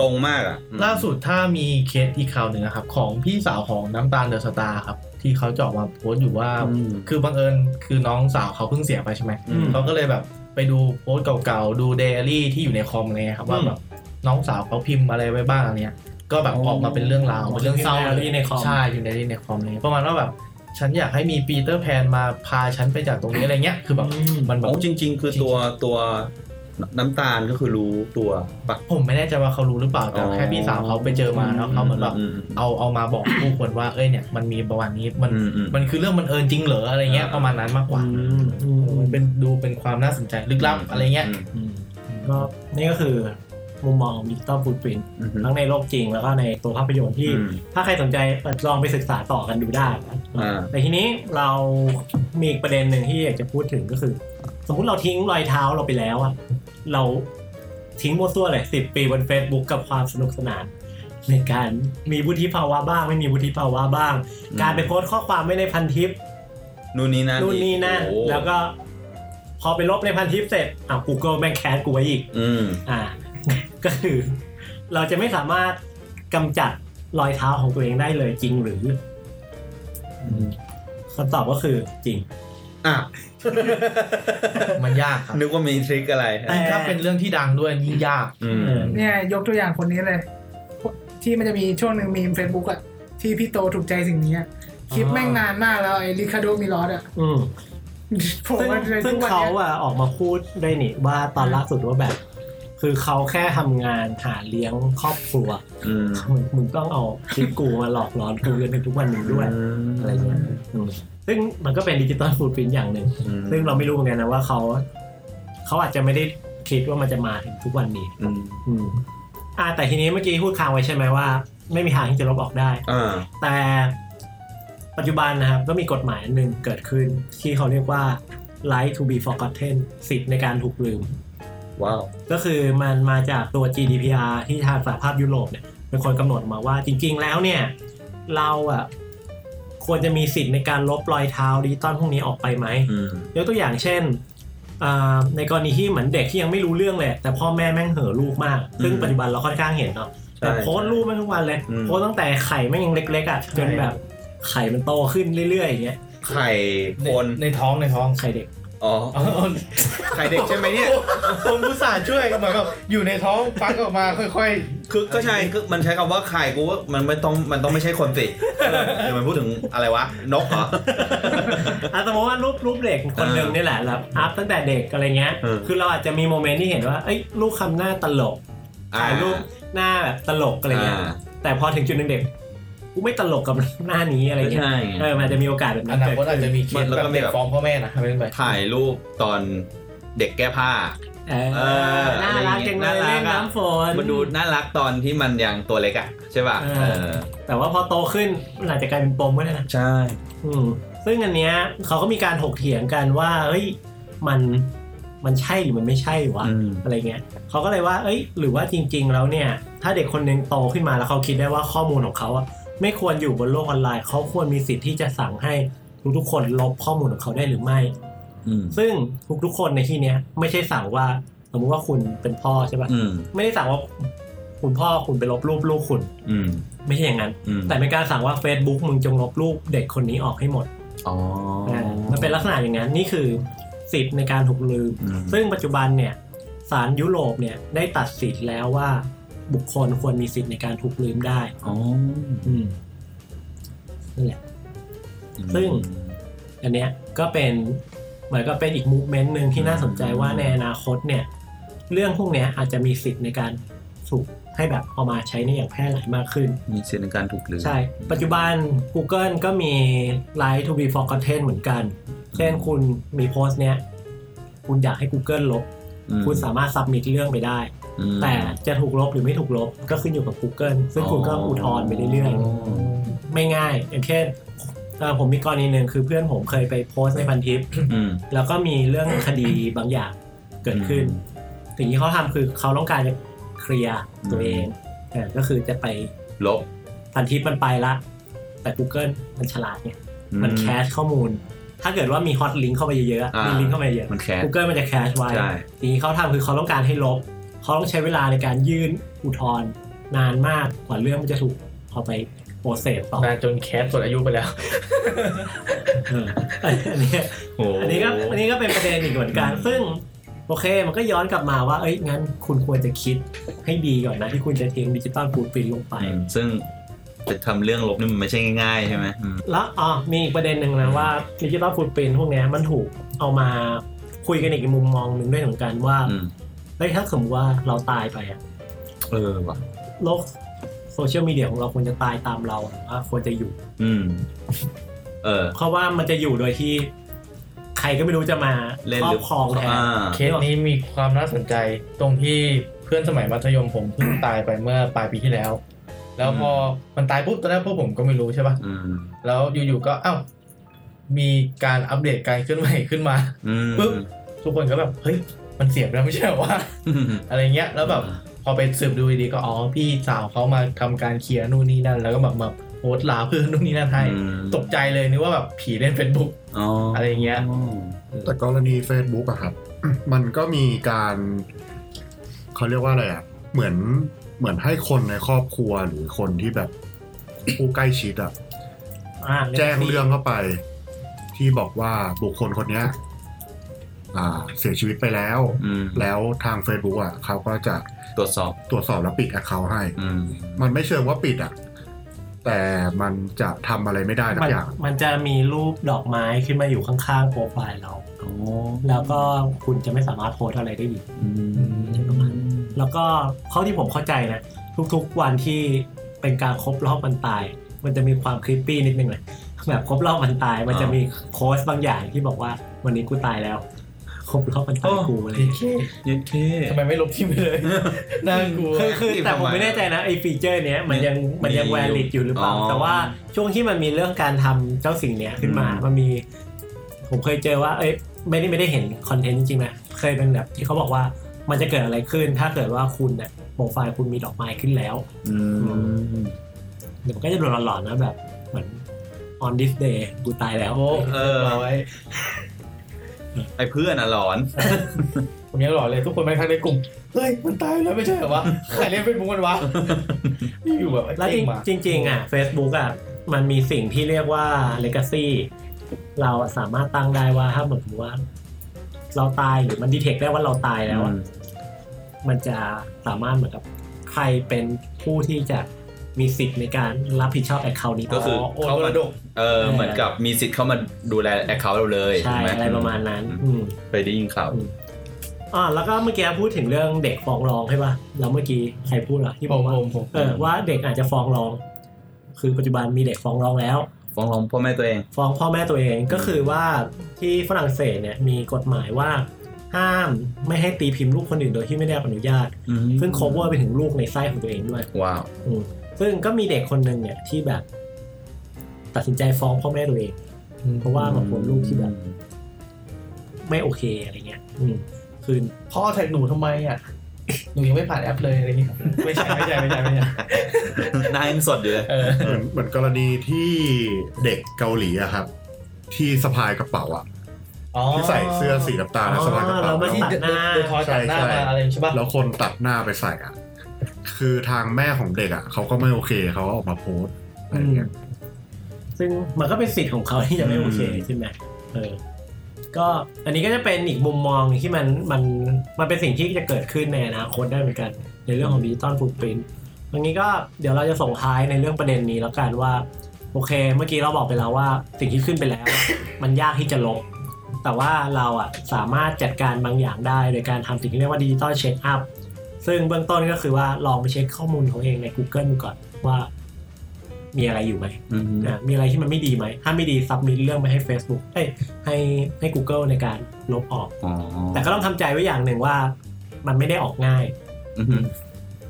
[SPEAKER 2] ตรงมากอ่ะอืม
[SPEAKER 4] ล่าสุดถ้ามีเคสอีกข่าวหนึ่งนะครับ ของพี่สาวของน้ำตาลเดอะสตาร์ครับ ที่เขาจะออกมาโพสต์อยู่ว่า
[SPEAKER 2] อืม
[SPEAKER 4] คือบังเอิญคือน้องสาวเขาเพิ่งเสียไปใช่ไหม
[SPEAKER 1] อืม
[SPEAKER 4] เขาก็เลยแบบไปดูโพสต์เก่าๆ ดูเดลี่ที่อยู่ในคอมอะไรเงี้ยครับว่า
[SPEAKER 1] อืม
[SPEAKER 4] แบบน้องสาวเขาพิมพ์อะไรไว้บ้างอะไรเงี้ยก็แบบออกมาเป็นเรื่องราว
[SPEAKER 1] อ๋อ
[SPEAKER 4] เป็นเรื่องเศร้า
[SPEAKER 1] อยู่ใน diary ในคอม
[SPEAKER 4] ใช่อยู่ในเดลี่ในคอมอะไรเลยประมาณว่าแบบฉันอยากให้มีปีเตอร์แพนมาพาฉันไปจากตรงนี้อะไรเงี้ยคือแบบ
[SPEAKER 1] อืม
[SPEAKER 4] มันแบบ
[SPEAKER 2] โอ้จริง ๆ คือตัวตัวน้ำตาลก็คือรู้ตัวปะ
[SPEAKER 4] ผมไม่แน่ใจว่าเขารู้หรือเปล่าแต่
[SPEAKER 2] อ๋อ
[SPEAKER 4] แค่พี่สาวเขาไปเจอมาแล้วเขาเหมือนแบบ
[SPEAKER 2] อืม
[SPEAKER 4] เอาเอามาบอกผู้คนว่าเอ้ยเนี่ยมันมีประวัตินี้มัน
[SPEAKER 2] อืมอืม
[SPEAKER 4] มันคือเรื่องมันเอิญจริงเหรออะไรเงี้ยประมาณนั้นมากกว่า
[SPEAKER 1] อืม
[SPEAKER 4] มันเป็นดูเป็นความน่าสนใจลึกลับอะไรเงี้ย
[SPEAKER 1] อืมก็นี่ก็คือมุมมองของดิจิตอลฟูดปริน
[SPEAKER 2] อืมอืม
[SPEAKER 1] ทั้งในโลกจริงแล้วก็ในตัวภาพยนตร์ที่
[SPEAKER 2] อืม
[SPEAKER 1] ถ้าใครสนใจลองไปศึกษาต่อกันดูได้
[SPEAKER 2] อ่า
[SPEAKER 1] แต่ทีนี้เรามีอีกประเด็นหนึ่งที่อยากจะพูดถึงก็คือ สมมุติเราทิ้งรอยเท้าเราไปแล้วอะเราทิ้งมั่วซั่วเลยสิบปีบน Facebook กับความสนุกสนาน ในการมีวุฒิภาวะบ้าง ไม่มีวุฒิภาวะบ้าง การไปโพสต์ข้อความไม่ในพันทิป
[SPEAKER 2] นู่นนี่นั่น
[SPEAKER 1] นู่นนี่นั่น
[SPEAKER 2] โอ้
[SPEAKER 1] แล้วก็พอไปลบในพันทิปเสร็จอ่ะ Google แม่งแคนกูไว้อีก
[SPEAKER 2] อืม
[SPEAKER 1] อ่า ก็คือ เราจะไม่สามารถกำจัดรอยเท้าของตัวเองได้เลยจริงหรืออคำตอบก็คือจริง
[SPEAKER 2] อ่ะ
[SPEAKER 4] มันยากครับ
[SPEAKER 2] นึกว่ามีทริคอะไร
[SPEAKER 1] แต่
[SPEAKER 4] ยิ่งถ้าเป็นเรื่องที่ดังด้วยยิ่งยาก
[SPEAKER 2] อืม
[SPEAKER 1] เออ
[SPEAKER 3] เนี่ยยกตัวอย่างคนนี้เลย ที่มันจะมีช่วงหนึ่งมีเฟซบุ๊กอะที่พี่โตถูกใจสิ่งนี้อะคลิปแม่งนานมากแล้วไอ้ริคาโดมิลอสอะ
[SPEAKER 1] อืม
[SPEAKER 3] โผล่
[SPEAKER 1] ซึ่ง
[SPEAKER 3] มาใน
[SPEAKER 1] ซึ่
[SPEAKER 3] ทุ
[SPEAKER 1] ง
[SPEAKER 3] กวัน
[SPEAKER 1] เขา
[SPEAKER 3] เนี้ย
[SPEAKER 1] อ่ะออกมาพูดด้วยนี่ว่าตอนล่าสุดว่าแบบ คือเขาแค่ทำงานหาเลี้ยงครอบครัว
[SPEAKER 2] อืม
[SPEAKER 1] มึงมึงต้องเอาคลิปกูมาหลอกหลอนกูจนถึงทุกวันนี้ด้วยอะไรเงี้ยอืมซึ่งมันก็เป็นดิจิตอลฟูดพิ้นอย่างหนึ่ง
[SPEAKER 2] อืม
[SPEAKER 1] ซึ่งเราไม่รู้เหมือนกันนะว่าเขาเขาอาจจะไม่ได้คิดว่ามันจะมาถึงทุกวันนี้
[SPEAKER 2] อืม
[SPEAKER 1] อืมอ่า แต่ทีนี้เมื่อกี้พูดค้างไว้ใช่ไหมว่า ไม่มีทางที่จะลบออกได้
[SPEAKER 2] อ่า
[SPEAKER 1] แต่ปัจจุบันนะครับ ก็มีกฎหมายหนึ่งเกิดขึ้น ที่เขาเรียกว่า right to be forgotten สิทธิ์ในการถูกลืม
[SPEAKER 2] ว้าว
[SPEAKER 1] ก็คือมันมาจากตัว GDPR ที่ทางสหภาพยุโรปเนี่ยเป็นคนกำหนดมาว่าจริง ๆ แล้วเนี่ย เราอ่ะควรจะมีสิทธิ์ในการลบรอยเท้าดิจิตอลพวกนี้ออกไปไหม
[SPEAKER 2] อืม
[SPEAKER 1] ยกตัวอย่างเช่น อ่าในกรณีที่เหมือนเด็กที่ยังไม่รู้เรื่องเลย แต่พ่อแม่แม่งเห่อะลูกมาก ซึ่ง
[SPEAKER 2] อืม
[SPEAKER 1] ปัจจุบันเราค่อนข้างเห็นเนาะ
[SPEAKER 2] ใช่
[SPEAKER 1] แต่โพสต์รูปแม่งทุกวันเลย
[SPEAKER 2] อืม
[SPEAKER 1] โพสต์ตั้งแต่ไข่แม่งยังเล็กๆอ่ะจนแบบไข่มันโตขึ้นเรื่อยๆอย่างเงี้ย
[SPEAKER 2] ไข่คน
[SPEAKER 4] ในท้องในท้อง
[SPEAKER 1] ไข่เด็ก
[SPEAKER 2] อ๋อ
[SPEAKER 4] อ๋อ
[SPEAKER 2] ไข่เด็กใช่ไหมเนี่ย
[SPEAKER 4] ผมผู้สาห์ช่วยเหมือนกับอยู่ในท้องฟักออกมาค่อย
[SPEAKER 2] คือก็ใช่คือมันใช้คำว่าไข่กูว่ามันไม่ต้องมันต้องไม่ใช่คนสิเดี๋ยวมันพูดถึงอะไรวะ นกเหรอ
[SPEAKER 1] อะสมมติว่ารูปรูปเด็กคนหนึ่งนี่แหละแบบอัพตั้งแต่เด็กอะไรเงี้ย
[SPEAKER 2] เออ
[SPEAKER 1] คือเราอาจจะมีโมเมนต์ที่เห็นว่า เอ้ยลูกคำหน้าตลก
[SPEAKER 2] อ่า
[SPEAKER 1] ถ่ายรูปหน้าแบบตลกอะไรเงี้ย
[SPEAKER 2] อ่า
[SPEAKER 1] แต่พอถึงจุดหนึ่งเด็ก กูไม่ตลกกับหน้านี้อะไร
[SPEAKER 2] ก็
[SPEAKER 1] เงี้ย
[SPEAKER 2] ใช่ไง
[SPEAKER 1] เออมันอาจจะมีโอกาสแบบ
[SPEAKER 4] ๆอ
[SPEAKER 1] นั้น
[SPEAKER 4] นา
[SPEAKER 1] เกิด
[SPEAKER 4] คตอาจจะมีเคส
[SPEAKER 2] แล้ว
[SPEAKER 4] แบ
[SPEAKER 2] ก็
[SPEAKER 4] บ
[SPEAKER 2] มี
[SPEAKER 4] เด็ก
[SPEAKER 2] แบบ
[SPEAKER 4] ฟ้องพ่อแม่นะทำเป็นไป
[SPEAKER 2] ถ่ายรูปตอนเด็กแก้ผ้า
[SPEAKER 1] เอ
[SPEAKER 2] เอ
[SPEAKER 1] อ
[SPEAKER 2] อ
[SPEAKER 1] น่ารักจังเลย
[SPEAKER 2] น่ารักอะ
[SPEAKER 1] เล่นน้ำฝน
[SPEAKER 2] มันดูน่ารักตอนที่มันยังตัวเล็กอ่ะ ใช่ป่ะ
[SPEAKER 1] เออ
[SPEAKER 2] เออ
[SPEAKER 1] แต่ว่าพอโตขึ้นมันอาจจะกลายเป็นปมก็ได้นะ
[SPEAKER 2] ใช่
[SPEAKER 1] อืมซึ่งอันเนี้ยเขาก็มีการถกเถียงกันว่า เอ้ย มัน มันใช่หรือมันไม่ใช่วะ
[SPEAKER 2] อืม
[SPEAKER 1] อะไรเงี้ยเขาก็เลยว่า เอ้ย หรือว่าจริง ๆ แล้วเนี่ย ถ้าเด็กคนหนึ่งโตขึ้นมาแล้วเขาคิดได้ว่าข้อมูลของเขาอะไม่ควรอยู่บนโลกออนไลน์ เขาควรมีสิทธิ์ที่จะสั่งให้ทุกๆคนลบข้อมูลของเขาได้หรือไม่
[SPEAKER 2] อืม
[SPEAKER 1] ซึ่งทุกๆคนในที่เนี้ยไม่ใช่สั่งว่า สมมุติว่าคุณเป็นพ่อใช่ปะ
[SPEAKER 2] อืม
[SPEAKER 1] ไม่ได้สั่งว่าคุณพ่อคุณไปลบรูปลูกคุณ
[SPEAKER 2] อืม
[SPEAKER 1] ไม่ใช่อย่างนั้น
[SPEAKER 2] อืม
[SPEAKER 1] แต่เป็นการสั่งว่า Facebook มึงจงลบรูปเด็กคนนี้ออกให้หมด
[SPEAKER 2] อ๋อ
[SPEAKER 1] อ่ามันเป็นลักษณะอย่างนั้นนี่คือสิทธิ์ในการถูกลืม
[SPEAKER 2] อืม
[SPEAKER 1] ซึ่งปัจจุบันเนี่ยศาลยุโรปเนี่ยได้ตัดสินแล้วว่าบุคคลควรมีสิทธิ์ในการถูกลืมได้
[SPEAKER 2] อ๋อ
[SPEAKER 1] อืมนั่นแหละ ซึ่ง อันเนี้ยก็เป็นเหมือนก็เป็นอีกมูฟเมนต์หนึ่งที่น่าสนใจว่าในอนาคตเนี่ย เรื่องพวกเนี้ยอาจจะมีสิทธิ์ในการถูกให้แบบเอามาใช้ในอย่างแพร่หลายมากขึ้น
[SPEAKER 2] มีเซนในการถูกลืม
[SPEAKER 1] ใช่ ปัจจุบัน Google ก็มี Like to be forgotten เหมือนกัน เช่นคุณมีโพสต์เนี้ย คุณอยากให้ Google ลบ
[SPEAKER 2] อืม
[SPEAKER 1] คุณสามารถ s ั b มิ t เรื่องไปได้
[SPEAKER 2] อืม
[SPEAKER 1] แต่จะถูกลบหรือไม่ถูกลบ ก็ขึ้นอยู่กับ Google ซึ่งคุณก็อุทธรณ์ไปเรื่อยๆ ไม่ง่าย อย่างเช่นเอ่อผมมีกรณีหนึ่งคือเพื่อนผมเคยไปโพสต์ในพันทิป
[SPEAKER 2] อืม
[SPEAKER 1] แล้วก็มีเรื่องคดีบางอย่างเกิดขึ้น สิ่งที่เขาทำคือเขาต้องการจะเคลียร์ตัวเองอ่าก็คือจะไป
[SPEAKER 2] ลบ
[SPEAKER 1] พันทิปมันไปละ แต่ Google มันฉลาดไง
[SPEAKER 2] อื
[SPEAKER 1] มันแคชข้อมูล ถ้าเกิดว่ามีฮอตลิงก์เข้าไปเยอะๆ
[SPEAKER 2] อ่ามี
[SPEAKER 1] มีลิงก์เข้าไปเยอะ
[SPEAKER 2] มันแคส
[SPEAKER 1] Google มันจะแคชไว้
[SPEAKER 2] ใช่
[SPEAKER 1] สิ่งที่เขาทำคือเขาต้องการให้ลบ เขาต้องใช้เวลาในการยื่นอุทธรณ์นานมากกว่าเรื่องมันจะถูกเอาไปโปรเซสต่อน
[SPEAKER 4] านจนแคสหมดอายุไปแล้ว
[SPEAKER 1] เอออันเนี้ย
[SPEAKER 2] โอ้
[SPEAKER 1] อันนี้ ก็อันนี้ก็เป็นประเด็นอีกเหมือนกัน ซึ่งโอเคมันก็ย้อนกลับมาว่า เอ้ยงั้นคุณควรจะคิดให้ดีก่อนนะที่คุณจะเทงดิจิตอลฟูดปรินลงไป
[SPEAKER 2] อืมซึ่งจะทำเรื่องลบนี่มันไม่ใช่ง่ายๆใช่ไหมอืม
[SPEAKER 1] แล้วอ๋อมีอีกประเด็นหนึ่งนะว่าดิจิตอลฟูดปรินพวกเนี้ยมันถูกเอามาคุยกันอีกมุมมองหนึ่งด้วยเหมือนกันว่า
[SPEAKER 2] อืม
[SPEAKER 1] เฮ้ยถ้าสมมติว่าเราตายไปอะ
[SPEAKER 2] เออว่ะ
[SPEAKER 1] โลกโซเชียลมีเดียของเราควรจะตายตามเราหรือว่าควรจะอยู่
[SPEAKER 2] อืม เออ
[SPEAKER 1] เพราะว่ามันจะอยู่โดยที่ ใครก็ไม่รู้จะมา
[SPEAKER 2] เล่น
[SPEAKER 1] ครอ
[SPEAKER 2] หรื
[SPEAKER 1] บครองแทน
[SPEAKER 2] อ่า
[SPEAKER 4] เคสนี้มีความน่าสนใจตรงที่เพื่อนสมัยมัธยมผมเพิ่ง ตายไปเมื่อปลายปีที่แล้ว แล้วพอมันตายปุ๊บตอนแรกพวกผมก็ไม่รู้ใช่ปะ่ะ
[SPEAKER 2] อืม
[SPEAKER 4] แล้วอยู่ๆก็เอ้ามีการอัปเดตการเคลื่อนไหวขึ้นมา
[SPEAKER 2] อืม
[SPEAKER 4] ปึ๊บ ทุกคนก็แบบเฮ้ยมันเสียไปแล้วไม่ใช่เหรอวะ
[SPEAKER 2] อืม
[SPEAKER 4] อะไรเงี้ยแล้วแบบพอไปสืบดูดีๆก็อ๋อพี่สาวเขามาทำการเคลียร์นู่นนี่นั่น แล้วก็แบบมาโพสต์ลาเพื่อนนู่นนี่นั่นให้
[SPEAKER 2] อืม
[SPEAKER 4] ตกใจเลยนึกว่าแบบผีเล่นเฟซบุ๊ก
[SPEAKER 2] อ๋ออะ
[SPEAKER 4] อะไรเงี้ย
[SPEAKER 5] แต่กรณี Facebook อะครับ มันก็มีการเขาเรียกว่าอะไรอะเหมือนเหมือนให้คนในครอบครัวหรือคนที่แบบ ผู้ใกล้ชิดอะ
[SPEAKER 1] อ่า
[SPEAKER 5] แจ้งเรื่องเข้าไป ที่บอกว่าบุคคลคนเนี้ยอ่า เสียชีวิตไปแล้ว
[SPEAKER 2] อืม
[SPEAKER 5] แล้วทาง Facebook อ่ะเขาก็จะ
[SPEAKER 2] ตรวจสอบ
[SPEAKER 5] ตรวจสอบและปิดแอคเคาท์ให้
[SPEAKER 2] อืม
[SPEAKER 5] มันไม่เชิงว่าปิดอ่ะ แต่มันจะทำอะไรไม่ได้สั
[SPEAKER 1] มั
[SPEAKER 5] ก
[SPEAKER 1] น
[SPEAKER 5] อย่าง
[SPEAKER 1] มันจะมีรูปดอกไม้ขึ้นมาอยู่ข้างๆโปรไฟล์เรา
[SPEAKER 2] อ๋อ
[SPEAKER 1] แล้วก็คุณจะไม่สามารถโพสต์อะไรได้อีก
[SPEAKER 2] อืม
[SPEAKER 1] แล้วก็ข้อที่ผมเข้าใจนะ ทุกๆวันที่เป็นการครบรอบวันตาย มันจะมีความคลิปปี้นิดนึงเลยแบบครบรอบวันตาย มันจะมีโค้ชบางอย่างที่บอกว่าวันนี้กูตายแล้วครบรอบวันตายกูอะไรอย่างเงี้ย
[SPEAKER 2] ยึดเท่
[SPEAKER 4] ทำไมไม่ลบทิ้งไปเลย น่ากลัว
[SPEAKER 1] คือคือแต่ผมไม่แน่ใจนะไอ้ฟีเจอร์เนี้ยมันยังมันยังแวลิดอยู่หรือเปล่า
[SPEAKER 2] อ๋อ
[SPEAKER 1] แต่ว่าช่วงที่มันมีเรื่องการทำเจ้าสิ่งเนี้ยขึ้นมา มันมี ผมเคยเจอว่า เอ้ยไม่ได้ไม่ได้เห็นคอนเทนต์จริงๆนะเคยเป็นแบบที่เขาบอกว่ามันจะเกิดอะไรขึ้น ถ้าเกิดว่าคุณเนี่ยโปรไฟล์คุณมีดอกไม้ขึ้นแล้ว
[SPEAKER 2] อืม
[SPEAKER 1] เดี๋ยวมันก็จะดูหลอนๆนะแบบเหมือน on this day กูตายแล้ว
[SPEAKER 4] โอ้
[SPEAKER 2] เอ
[SPEAKER 4] เอ
[SPEAKER 2] อ
[SPEAKER 4] อไว้
[SPEAKER 2] ไอ้เพื่อนอ่ะหลอน
[SPEAKER 4] ผมยังหล่อเลยทุกคนแม่งทั้งในกลุ่มเฮ้ยมันตายแล้วไม่ใช่เหรอวะใครเล่นเฟซบุ๊กมันวะนี่อยู่แบบไอ้
[SPEAKER 1] แล้ว
[SPEAKER 4] เต้งมา
[SPEAKER 1] จริงจริงๆอ่ะ Facebook อ่ะมันมีสิ่งที่เรียกว่า Legacy เราสามารถตั้งได้ว่าถ้าเหมือนกับว่า เราตายหรือมันดีเทคได้ว่าเราตายแล้วอะมันจะสามารถเหมือนกับใครเป็นผู้ที่จะมีสิทธิ์ในการรับผิดชอบแอคเคาท์นี้
[SPEAKER 2] ก็คือ
[SPEAKER 4] โอนมรดก
[SPEAKER 2] เออเหมือนกับมีสิทธิ์เข้ามาดูแลแอคเคาท์เราเลย
[SPEAKER 1] ใช่
[SPEAKER 2] ถูกห
[SPEAKER 1] อะไรประมาณนั้น อืม
[SPEAKER 2] ไปได้ยินข่าว
[SPEAKER 1] อ่าแล้วก็เมื่อกี้พูดถึงเรื่องเด็กฟ้องร้องใช่ป่ะแล้วเมื่อกี้ใครพูดล่ะที่
[SPEAKER 4] ผ
[SPEAKER 1] บอก
[SPEAKER 4] ม
[SPEAKER 1] ว่า
[SPEAKER 4] ผมผม
[SPEAKER 1] เออว่าเด็กอาจจะฟ้องร้อง คือปัจจุบันมีเด็กฟ้องร้องแล้ว
[SPEAKER 2] ฟ้องร้องพ่อแม่ตัวเอง
[SPEAKER 1] ฟ้องพ่อแม่ตัวเองก็คือว่าที่ฝรั่งเศสเนี่ยมีกฎหมายว่า ห้ามไม่ให้ตีพิมพ์ลูกคนอื่นโดยที่ไม่ได้รับอนุญาต ซึ่ง cover ไปถึงลูกในไส้ของตัวเองด้วย
[SPEAKER 2] ว้าว
[SPEAKER 1] อืมซึ่งก็มีเด็กคนหนึ่งเนี่ยที่แบบ ตัดสินใจฟ้องพ่อแม่ตัวเอง เพราะว่ามาโพสต์รูปที่แบบไม่โอเคอะไรเงี้ย อืมคือ
[SPEAKER 4] พ่อแท็กหนูทำไมอ่ะหนูยังไม่ผ่านแอปเลยอะไรอย่างเงี้ยไม่ใช่ไม่ใช่ไม่ใช่ไม่ใช่
[SPEAKER 2] หนายยังสดอยู่เลย
[SPEAKER 4] เออ
[SPEAKER 5] เหมือนเหมือนกรณีที่เด็กเกาหลีอะครับ ที่สะพายกระเป๋าอะ
[SPEAKER 4] อ๋อ
[SPEAKER 5] ที่ใส่เสื้อสีน้ำตาลและสะพายกระเป๋า
[SPEAKER 4] ที่เดอะเดอะเดอะทอยตัดหน้ามาอะไรอย่างงี้ใช่ป่ะ
[SPEAKER 5] แล้วคนตัดหน้าไปใส่อะคือทางแม่ของเด็กอะเขาก็ไม่โอเคเขาก็ออกมาโพสต์อะไร
[SPEAKER 1] อืม
[SPEAKER 5] เงี้ย
[SPEAKER 1] ซึ่งมันก็เป็นสิทธิ์ของเขาที่จะไม่โอเคใช่ไหมเออ ก็อันนี้ก็จะเป็นอีกมุมมองที่มันมันมันเป็นสิ่งที่จะเกิดขึ้นในอนาคตได้เหมือนกัน ในเรื่องของดิจิตอลฟุตปรินวันนี้ก็เดี๋ยวเราจะส่งท้ายในเรื่องประเด็นนี้แล้วกันว่า โอเค เมื่อกี้เราบอกไปแล้วว่าสิ่งที่ขึ้นไปแล้ว มันยากที่จะลบ แต่ว่าเราอะสามารถจัดการบางอย่างได้ โดยการทำสิ่งที่เรียกว่าดิจิตอลเช็คอัพซึ่งเบื้องต้นก็คือว่าลองไปเช็คข้อมูลของเองใน Google ดูก่อนว่า มีอะไรอยู่ไหม
[SPEAKER 2] อืม
[SPEAKER 1] อ่ะมีอะไรที่มันไม่ดีไหม ถ้าไม่ดีซับมิตเรื่องไปให้ Facebook เอ้ยให้ให้ Google ในการลบออก
[SPEAKER 2] อ๋อ
[SPEAKER 1] แต่ก็ต้องทำใจไว้อย่างหนึ่งว่า มันไม่ได้ออกง่าย
[SPEAKER 2] อือฮึ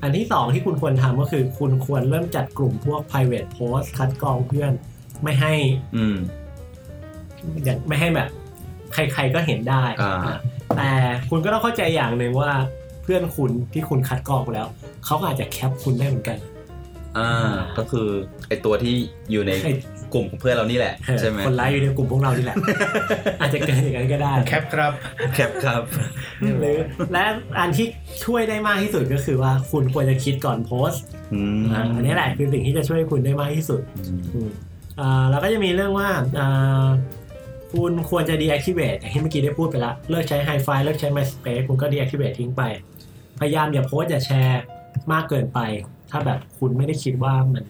[SPEAKER 1] อันที่สองที่คุณควรทำก็คือ คุณควรเริ่มจัดกลุ่มพวก private post คัดกรองเพื่อน ไม่ให้
[SPEAKER 2] อืม
[SPEAKER 1] อย่างไม่ให้แบบ ใครๆก็เห็นได้
[SPEAKER 2] อ่า
[SPEAKER 1] อ่ะแต่คุณก็ต้องเข้าใจอย่างหนึ่งว่าเพื่อนคุณที่คุณคัดกรองไปแล้วเขาก็อาจจะแคปคุณได้เหมือนกัน
[SPEAKER 2] อ่า ก็คือไอตัวที่อยู่ใน
[SPEAKER 1] ไอ้
[SPEAKER 2] กลุ่มของเพื่อนเรานี่แหละ ใช่ไหม
[SPEAKER 1] คนร้ายอยู่ในกลุ่มพวกเรา นี่แหละ อาจจะเกิดอย่างนั้นก็ได้
[SPEAKER 4] แคปครับ
[SPEAKER 2] แคปครับ
[SPEAKER 1] หรือและอันที่ช่วยได้มากที่สุดก็คือว่าคุณควรจะคิดก่อนโพสต์
[SPEAKER 2] อืม
[SPEAKER 1] อ่าอันนี้แหละคือสิ่งที่จะช่วยคุณได้มากที่สุดอืมอ่าแล้วก็จะมีเรื่องว่าอ่าคุณควรจะ deactivate อย่างที่เมื่อกี้ได้พูดไปละเลิกใช้ Hi-Fi เลิกใช้ MySpace คุณก็ deactivate ทิ้งไป พยายามอย่าโพสต์อย่าแชร์มากเกินไป ถ้าแบบคุณไม่ได้คิดว่ามัน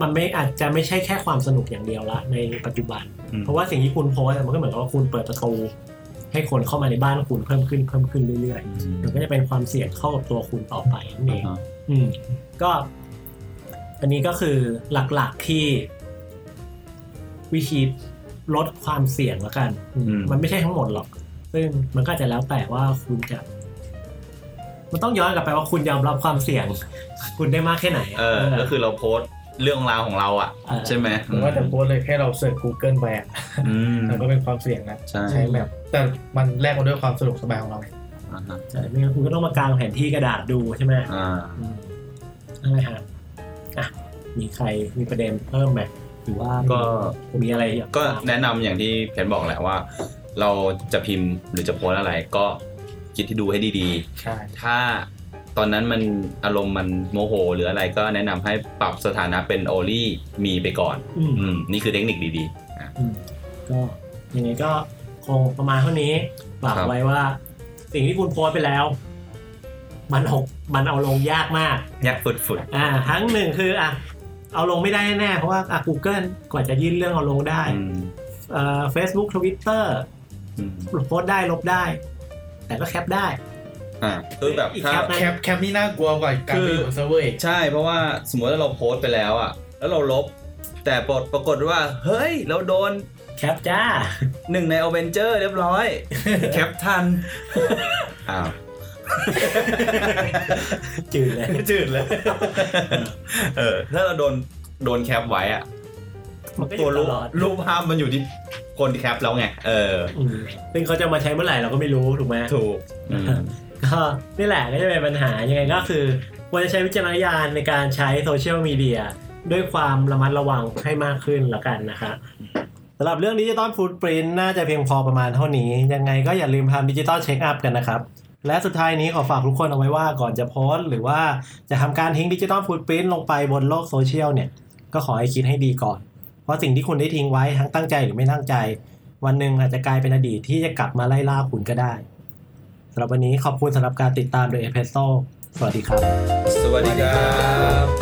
[SPEAKER 1] มันไม่อาจจะไม่ใช่แค่ความสนุกอย่างเดียวละในปัจจุบัน
[SPEAKER 2] อืม
[SPEAKER 1] เพราะว่าสิ่งที่คุณโพสต์อะมันก็เหมือนกับว่าคุณเปิดประตู ให้คนเข้ามาในบ้านคุณเพิ่มขึ้นเพิ่มขึ้นเรื่อย
[SPEAKER 2] อื
[SPEAKER 1] ๆ
[SPEAKER 2] ม
[SPEAKER 1] มันก็จะเป็นความเสี่ยงเข้ากับตัวคุณต่อไปนั่นเองอืม ก็ อันนี้ก็คือหลักๆที่วิธีลดความเสี่ยงแล้วกันอืม
[SPEAKER 2] อืม
[SPEAKER 1] มันไม่ใช่ทั้งหมดหรอก ซึ่งมันก็อาจจะแล้วแต่ว่าคุณจะ มันต้องย้อนกลับไปว่าคุณยอมรับความเสี่ยง คุณได้มากแค่ไหน
[SPEAKER 2] เออ ก็คือเราโพสต์เรื่องราวของเราอ่ะ
[SPEAKER 1] เออ
[SPEAKER 2] ใช่ไหม
[SPEAKER 4] ผมว่าแต่โพสต์เลยแค่เราเสิร์ช Google ไปอ่ะ
[SPEAKER 2] อืม
[SPEAKER 4] มันก็เป็นความเสี่ยงนะ
[SPEAKER 2] ใช่
[SPEAKER 4] ใช้แบบแต่มันแลกมาด้วยความสะดวกสบายของเรา
[SPEAKER 2] อ่าฮะ
[SPEAKER 1] ใช่ไม่งั้นคุณก็ต้องมากางแผนที่กระดาษดูใช่ไหม
[SPEAKER 2] อ่า
[SPEAKER 1] อืมอะไรฮะอ่ะ มีใครมีประเด็นเพิ่มไหมหรือว่า
[SPEAKER 2] ก็
[SPEAKER 1] มีอะไรอยา
[SPEAKER 2] ก็แนะนำอย่างที่เพนบอกแหละว่า เราจะพิมพ์หรือจะโพสต์อะไรก็คิดที่ดูให้ดี
[SPEAKER 4] ใช่
[SPEAKER 2] ๆ ถ้าตอนนั้นมันอารมณ์มันโมโห หรืออะไรก็แนะนำให้ปรับสถานะเป็นโอลี่มีไปก่อน
[SPEAKER 1] อืม
[SPEAKER 2] อืม นี่คือเทคนิคดี
[SPEAKER 1] อืมก็ยังไงก็คงประมาณเท่านี้ฝาก
[SPEAKER 2] ครับ
[SPEAKER 1] ไว้ว่า สิ่งที่คุณโพสต์ไปแล้ว มันหกมันเอาลงยากมาก
[SPEAKER 2] ๆยักษ์ฟุด
[SPEAKER 1] อ่า ทั้งหนึ่งคืออ่ะเอาลงไม่ได้แน่ๆเพราะว่าอ่ะ Google กว่าจะยื่นเรื่องเอาลงได้
[SPEAKER 2] ๆอืม
[SPEAKER 1] เอ่อ Facebook Twitter
[SPEAKER 2] อืม
[SPEAKER 1] โพสต์ได้ลบได้ แต่ก็แคปได้
[SPEAKER 2] อ่าคือแบบ
[SPEAKER 1] อีก
[SPEAKER 2] ถ้า
[SPEAKER 1] แคปนะ
[SPEAKER 4] แคปแคปนี่น่ากลัวกว่าการไปอยู่บนเซิร์ฟเวอร์อีก
[SPEAKER 2] ใช่เพราะว่าสมมติว่าเราโพสต์ไปแล้วอ่ะ แล้วเราลบ แต่ปรากฏปรากฏว่า เฮ้ย เราโดน
[SPEAKER 1] แคปจ้า
[SPEAKER 2] หนึ่งในอเวนเจอร์เรียบร้อย แคปทัน อ้าว
[SPEAKER 1] จืดเลย
[SPEAKER 2] จืดเลย เออ ถ้าเราโดนโดนแคปไว้อ่ะ
[SPEAKER 1] มันก็อ
[SPEAKER 2] ตัว
[SPEAKER 1] ยู่ต
[SPEAKER 2] รูป
[SPEAKER 1] ลอด
[SPEAKER 2] รูปภาพมันอยู่ที่คนแคปแล้วไง เออ
[SPEAKER 1] อืมซึ่งเขาจะมาใช้เมื่อไหร่เราก็ไม่รู้ถูกไหม
[SPEAKER 2] ถูกอืม
[SPEAKER 1] ก็นี่แหละก็จะเป็นปัญหา ยังไงก็คือควรจะใช้วิจารณญาณในการใช้โซเชียลมีเดียด้วยความระมัดระวังให้มากขึ้นละกันนะคะ สำหรับเรื่องดิจิตอลฟูดปริน n ์น่าจะเพียงพอประมาณเท่านี้ ยังไงก็อย่าลืมทำดิจิตอลเช็คอัพกันนะครับ และสุดท้ายนี้ขอฝากทุกคนเอาไว้ว่าก่อนจะโพสต์หรือว่าจะทำการทิ้งดิจิตอลฟูดปริน n ์ลงไปบนโลกโซเชียลเนี่ย ก็ขอให้คิดให้ดีก่อน เพราะสิ่งที่คุณได้ทิ้งไว้ทั้งตั้งใจหรือไม่ตั้งใจ วันหนึ่งอาจจะกลายเป็นอดีตที่จะกลับมาไล่ล่าคุณก็ได้สำหรับวันนี้ขอบคุณสำหรับการติดตามโดยเอเพโซสวัสดีครับ
[SPEAKER 2] สวัสดีครับ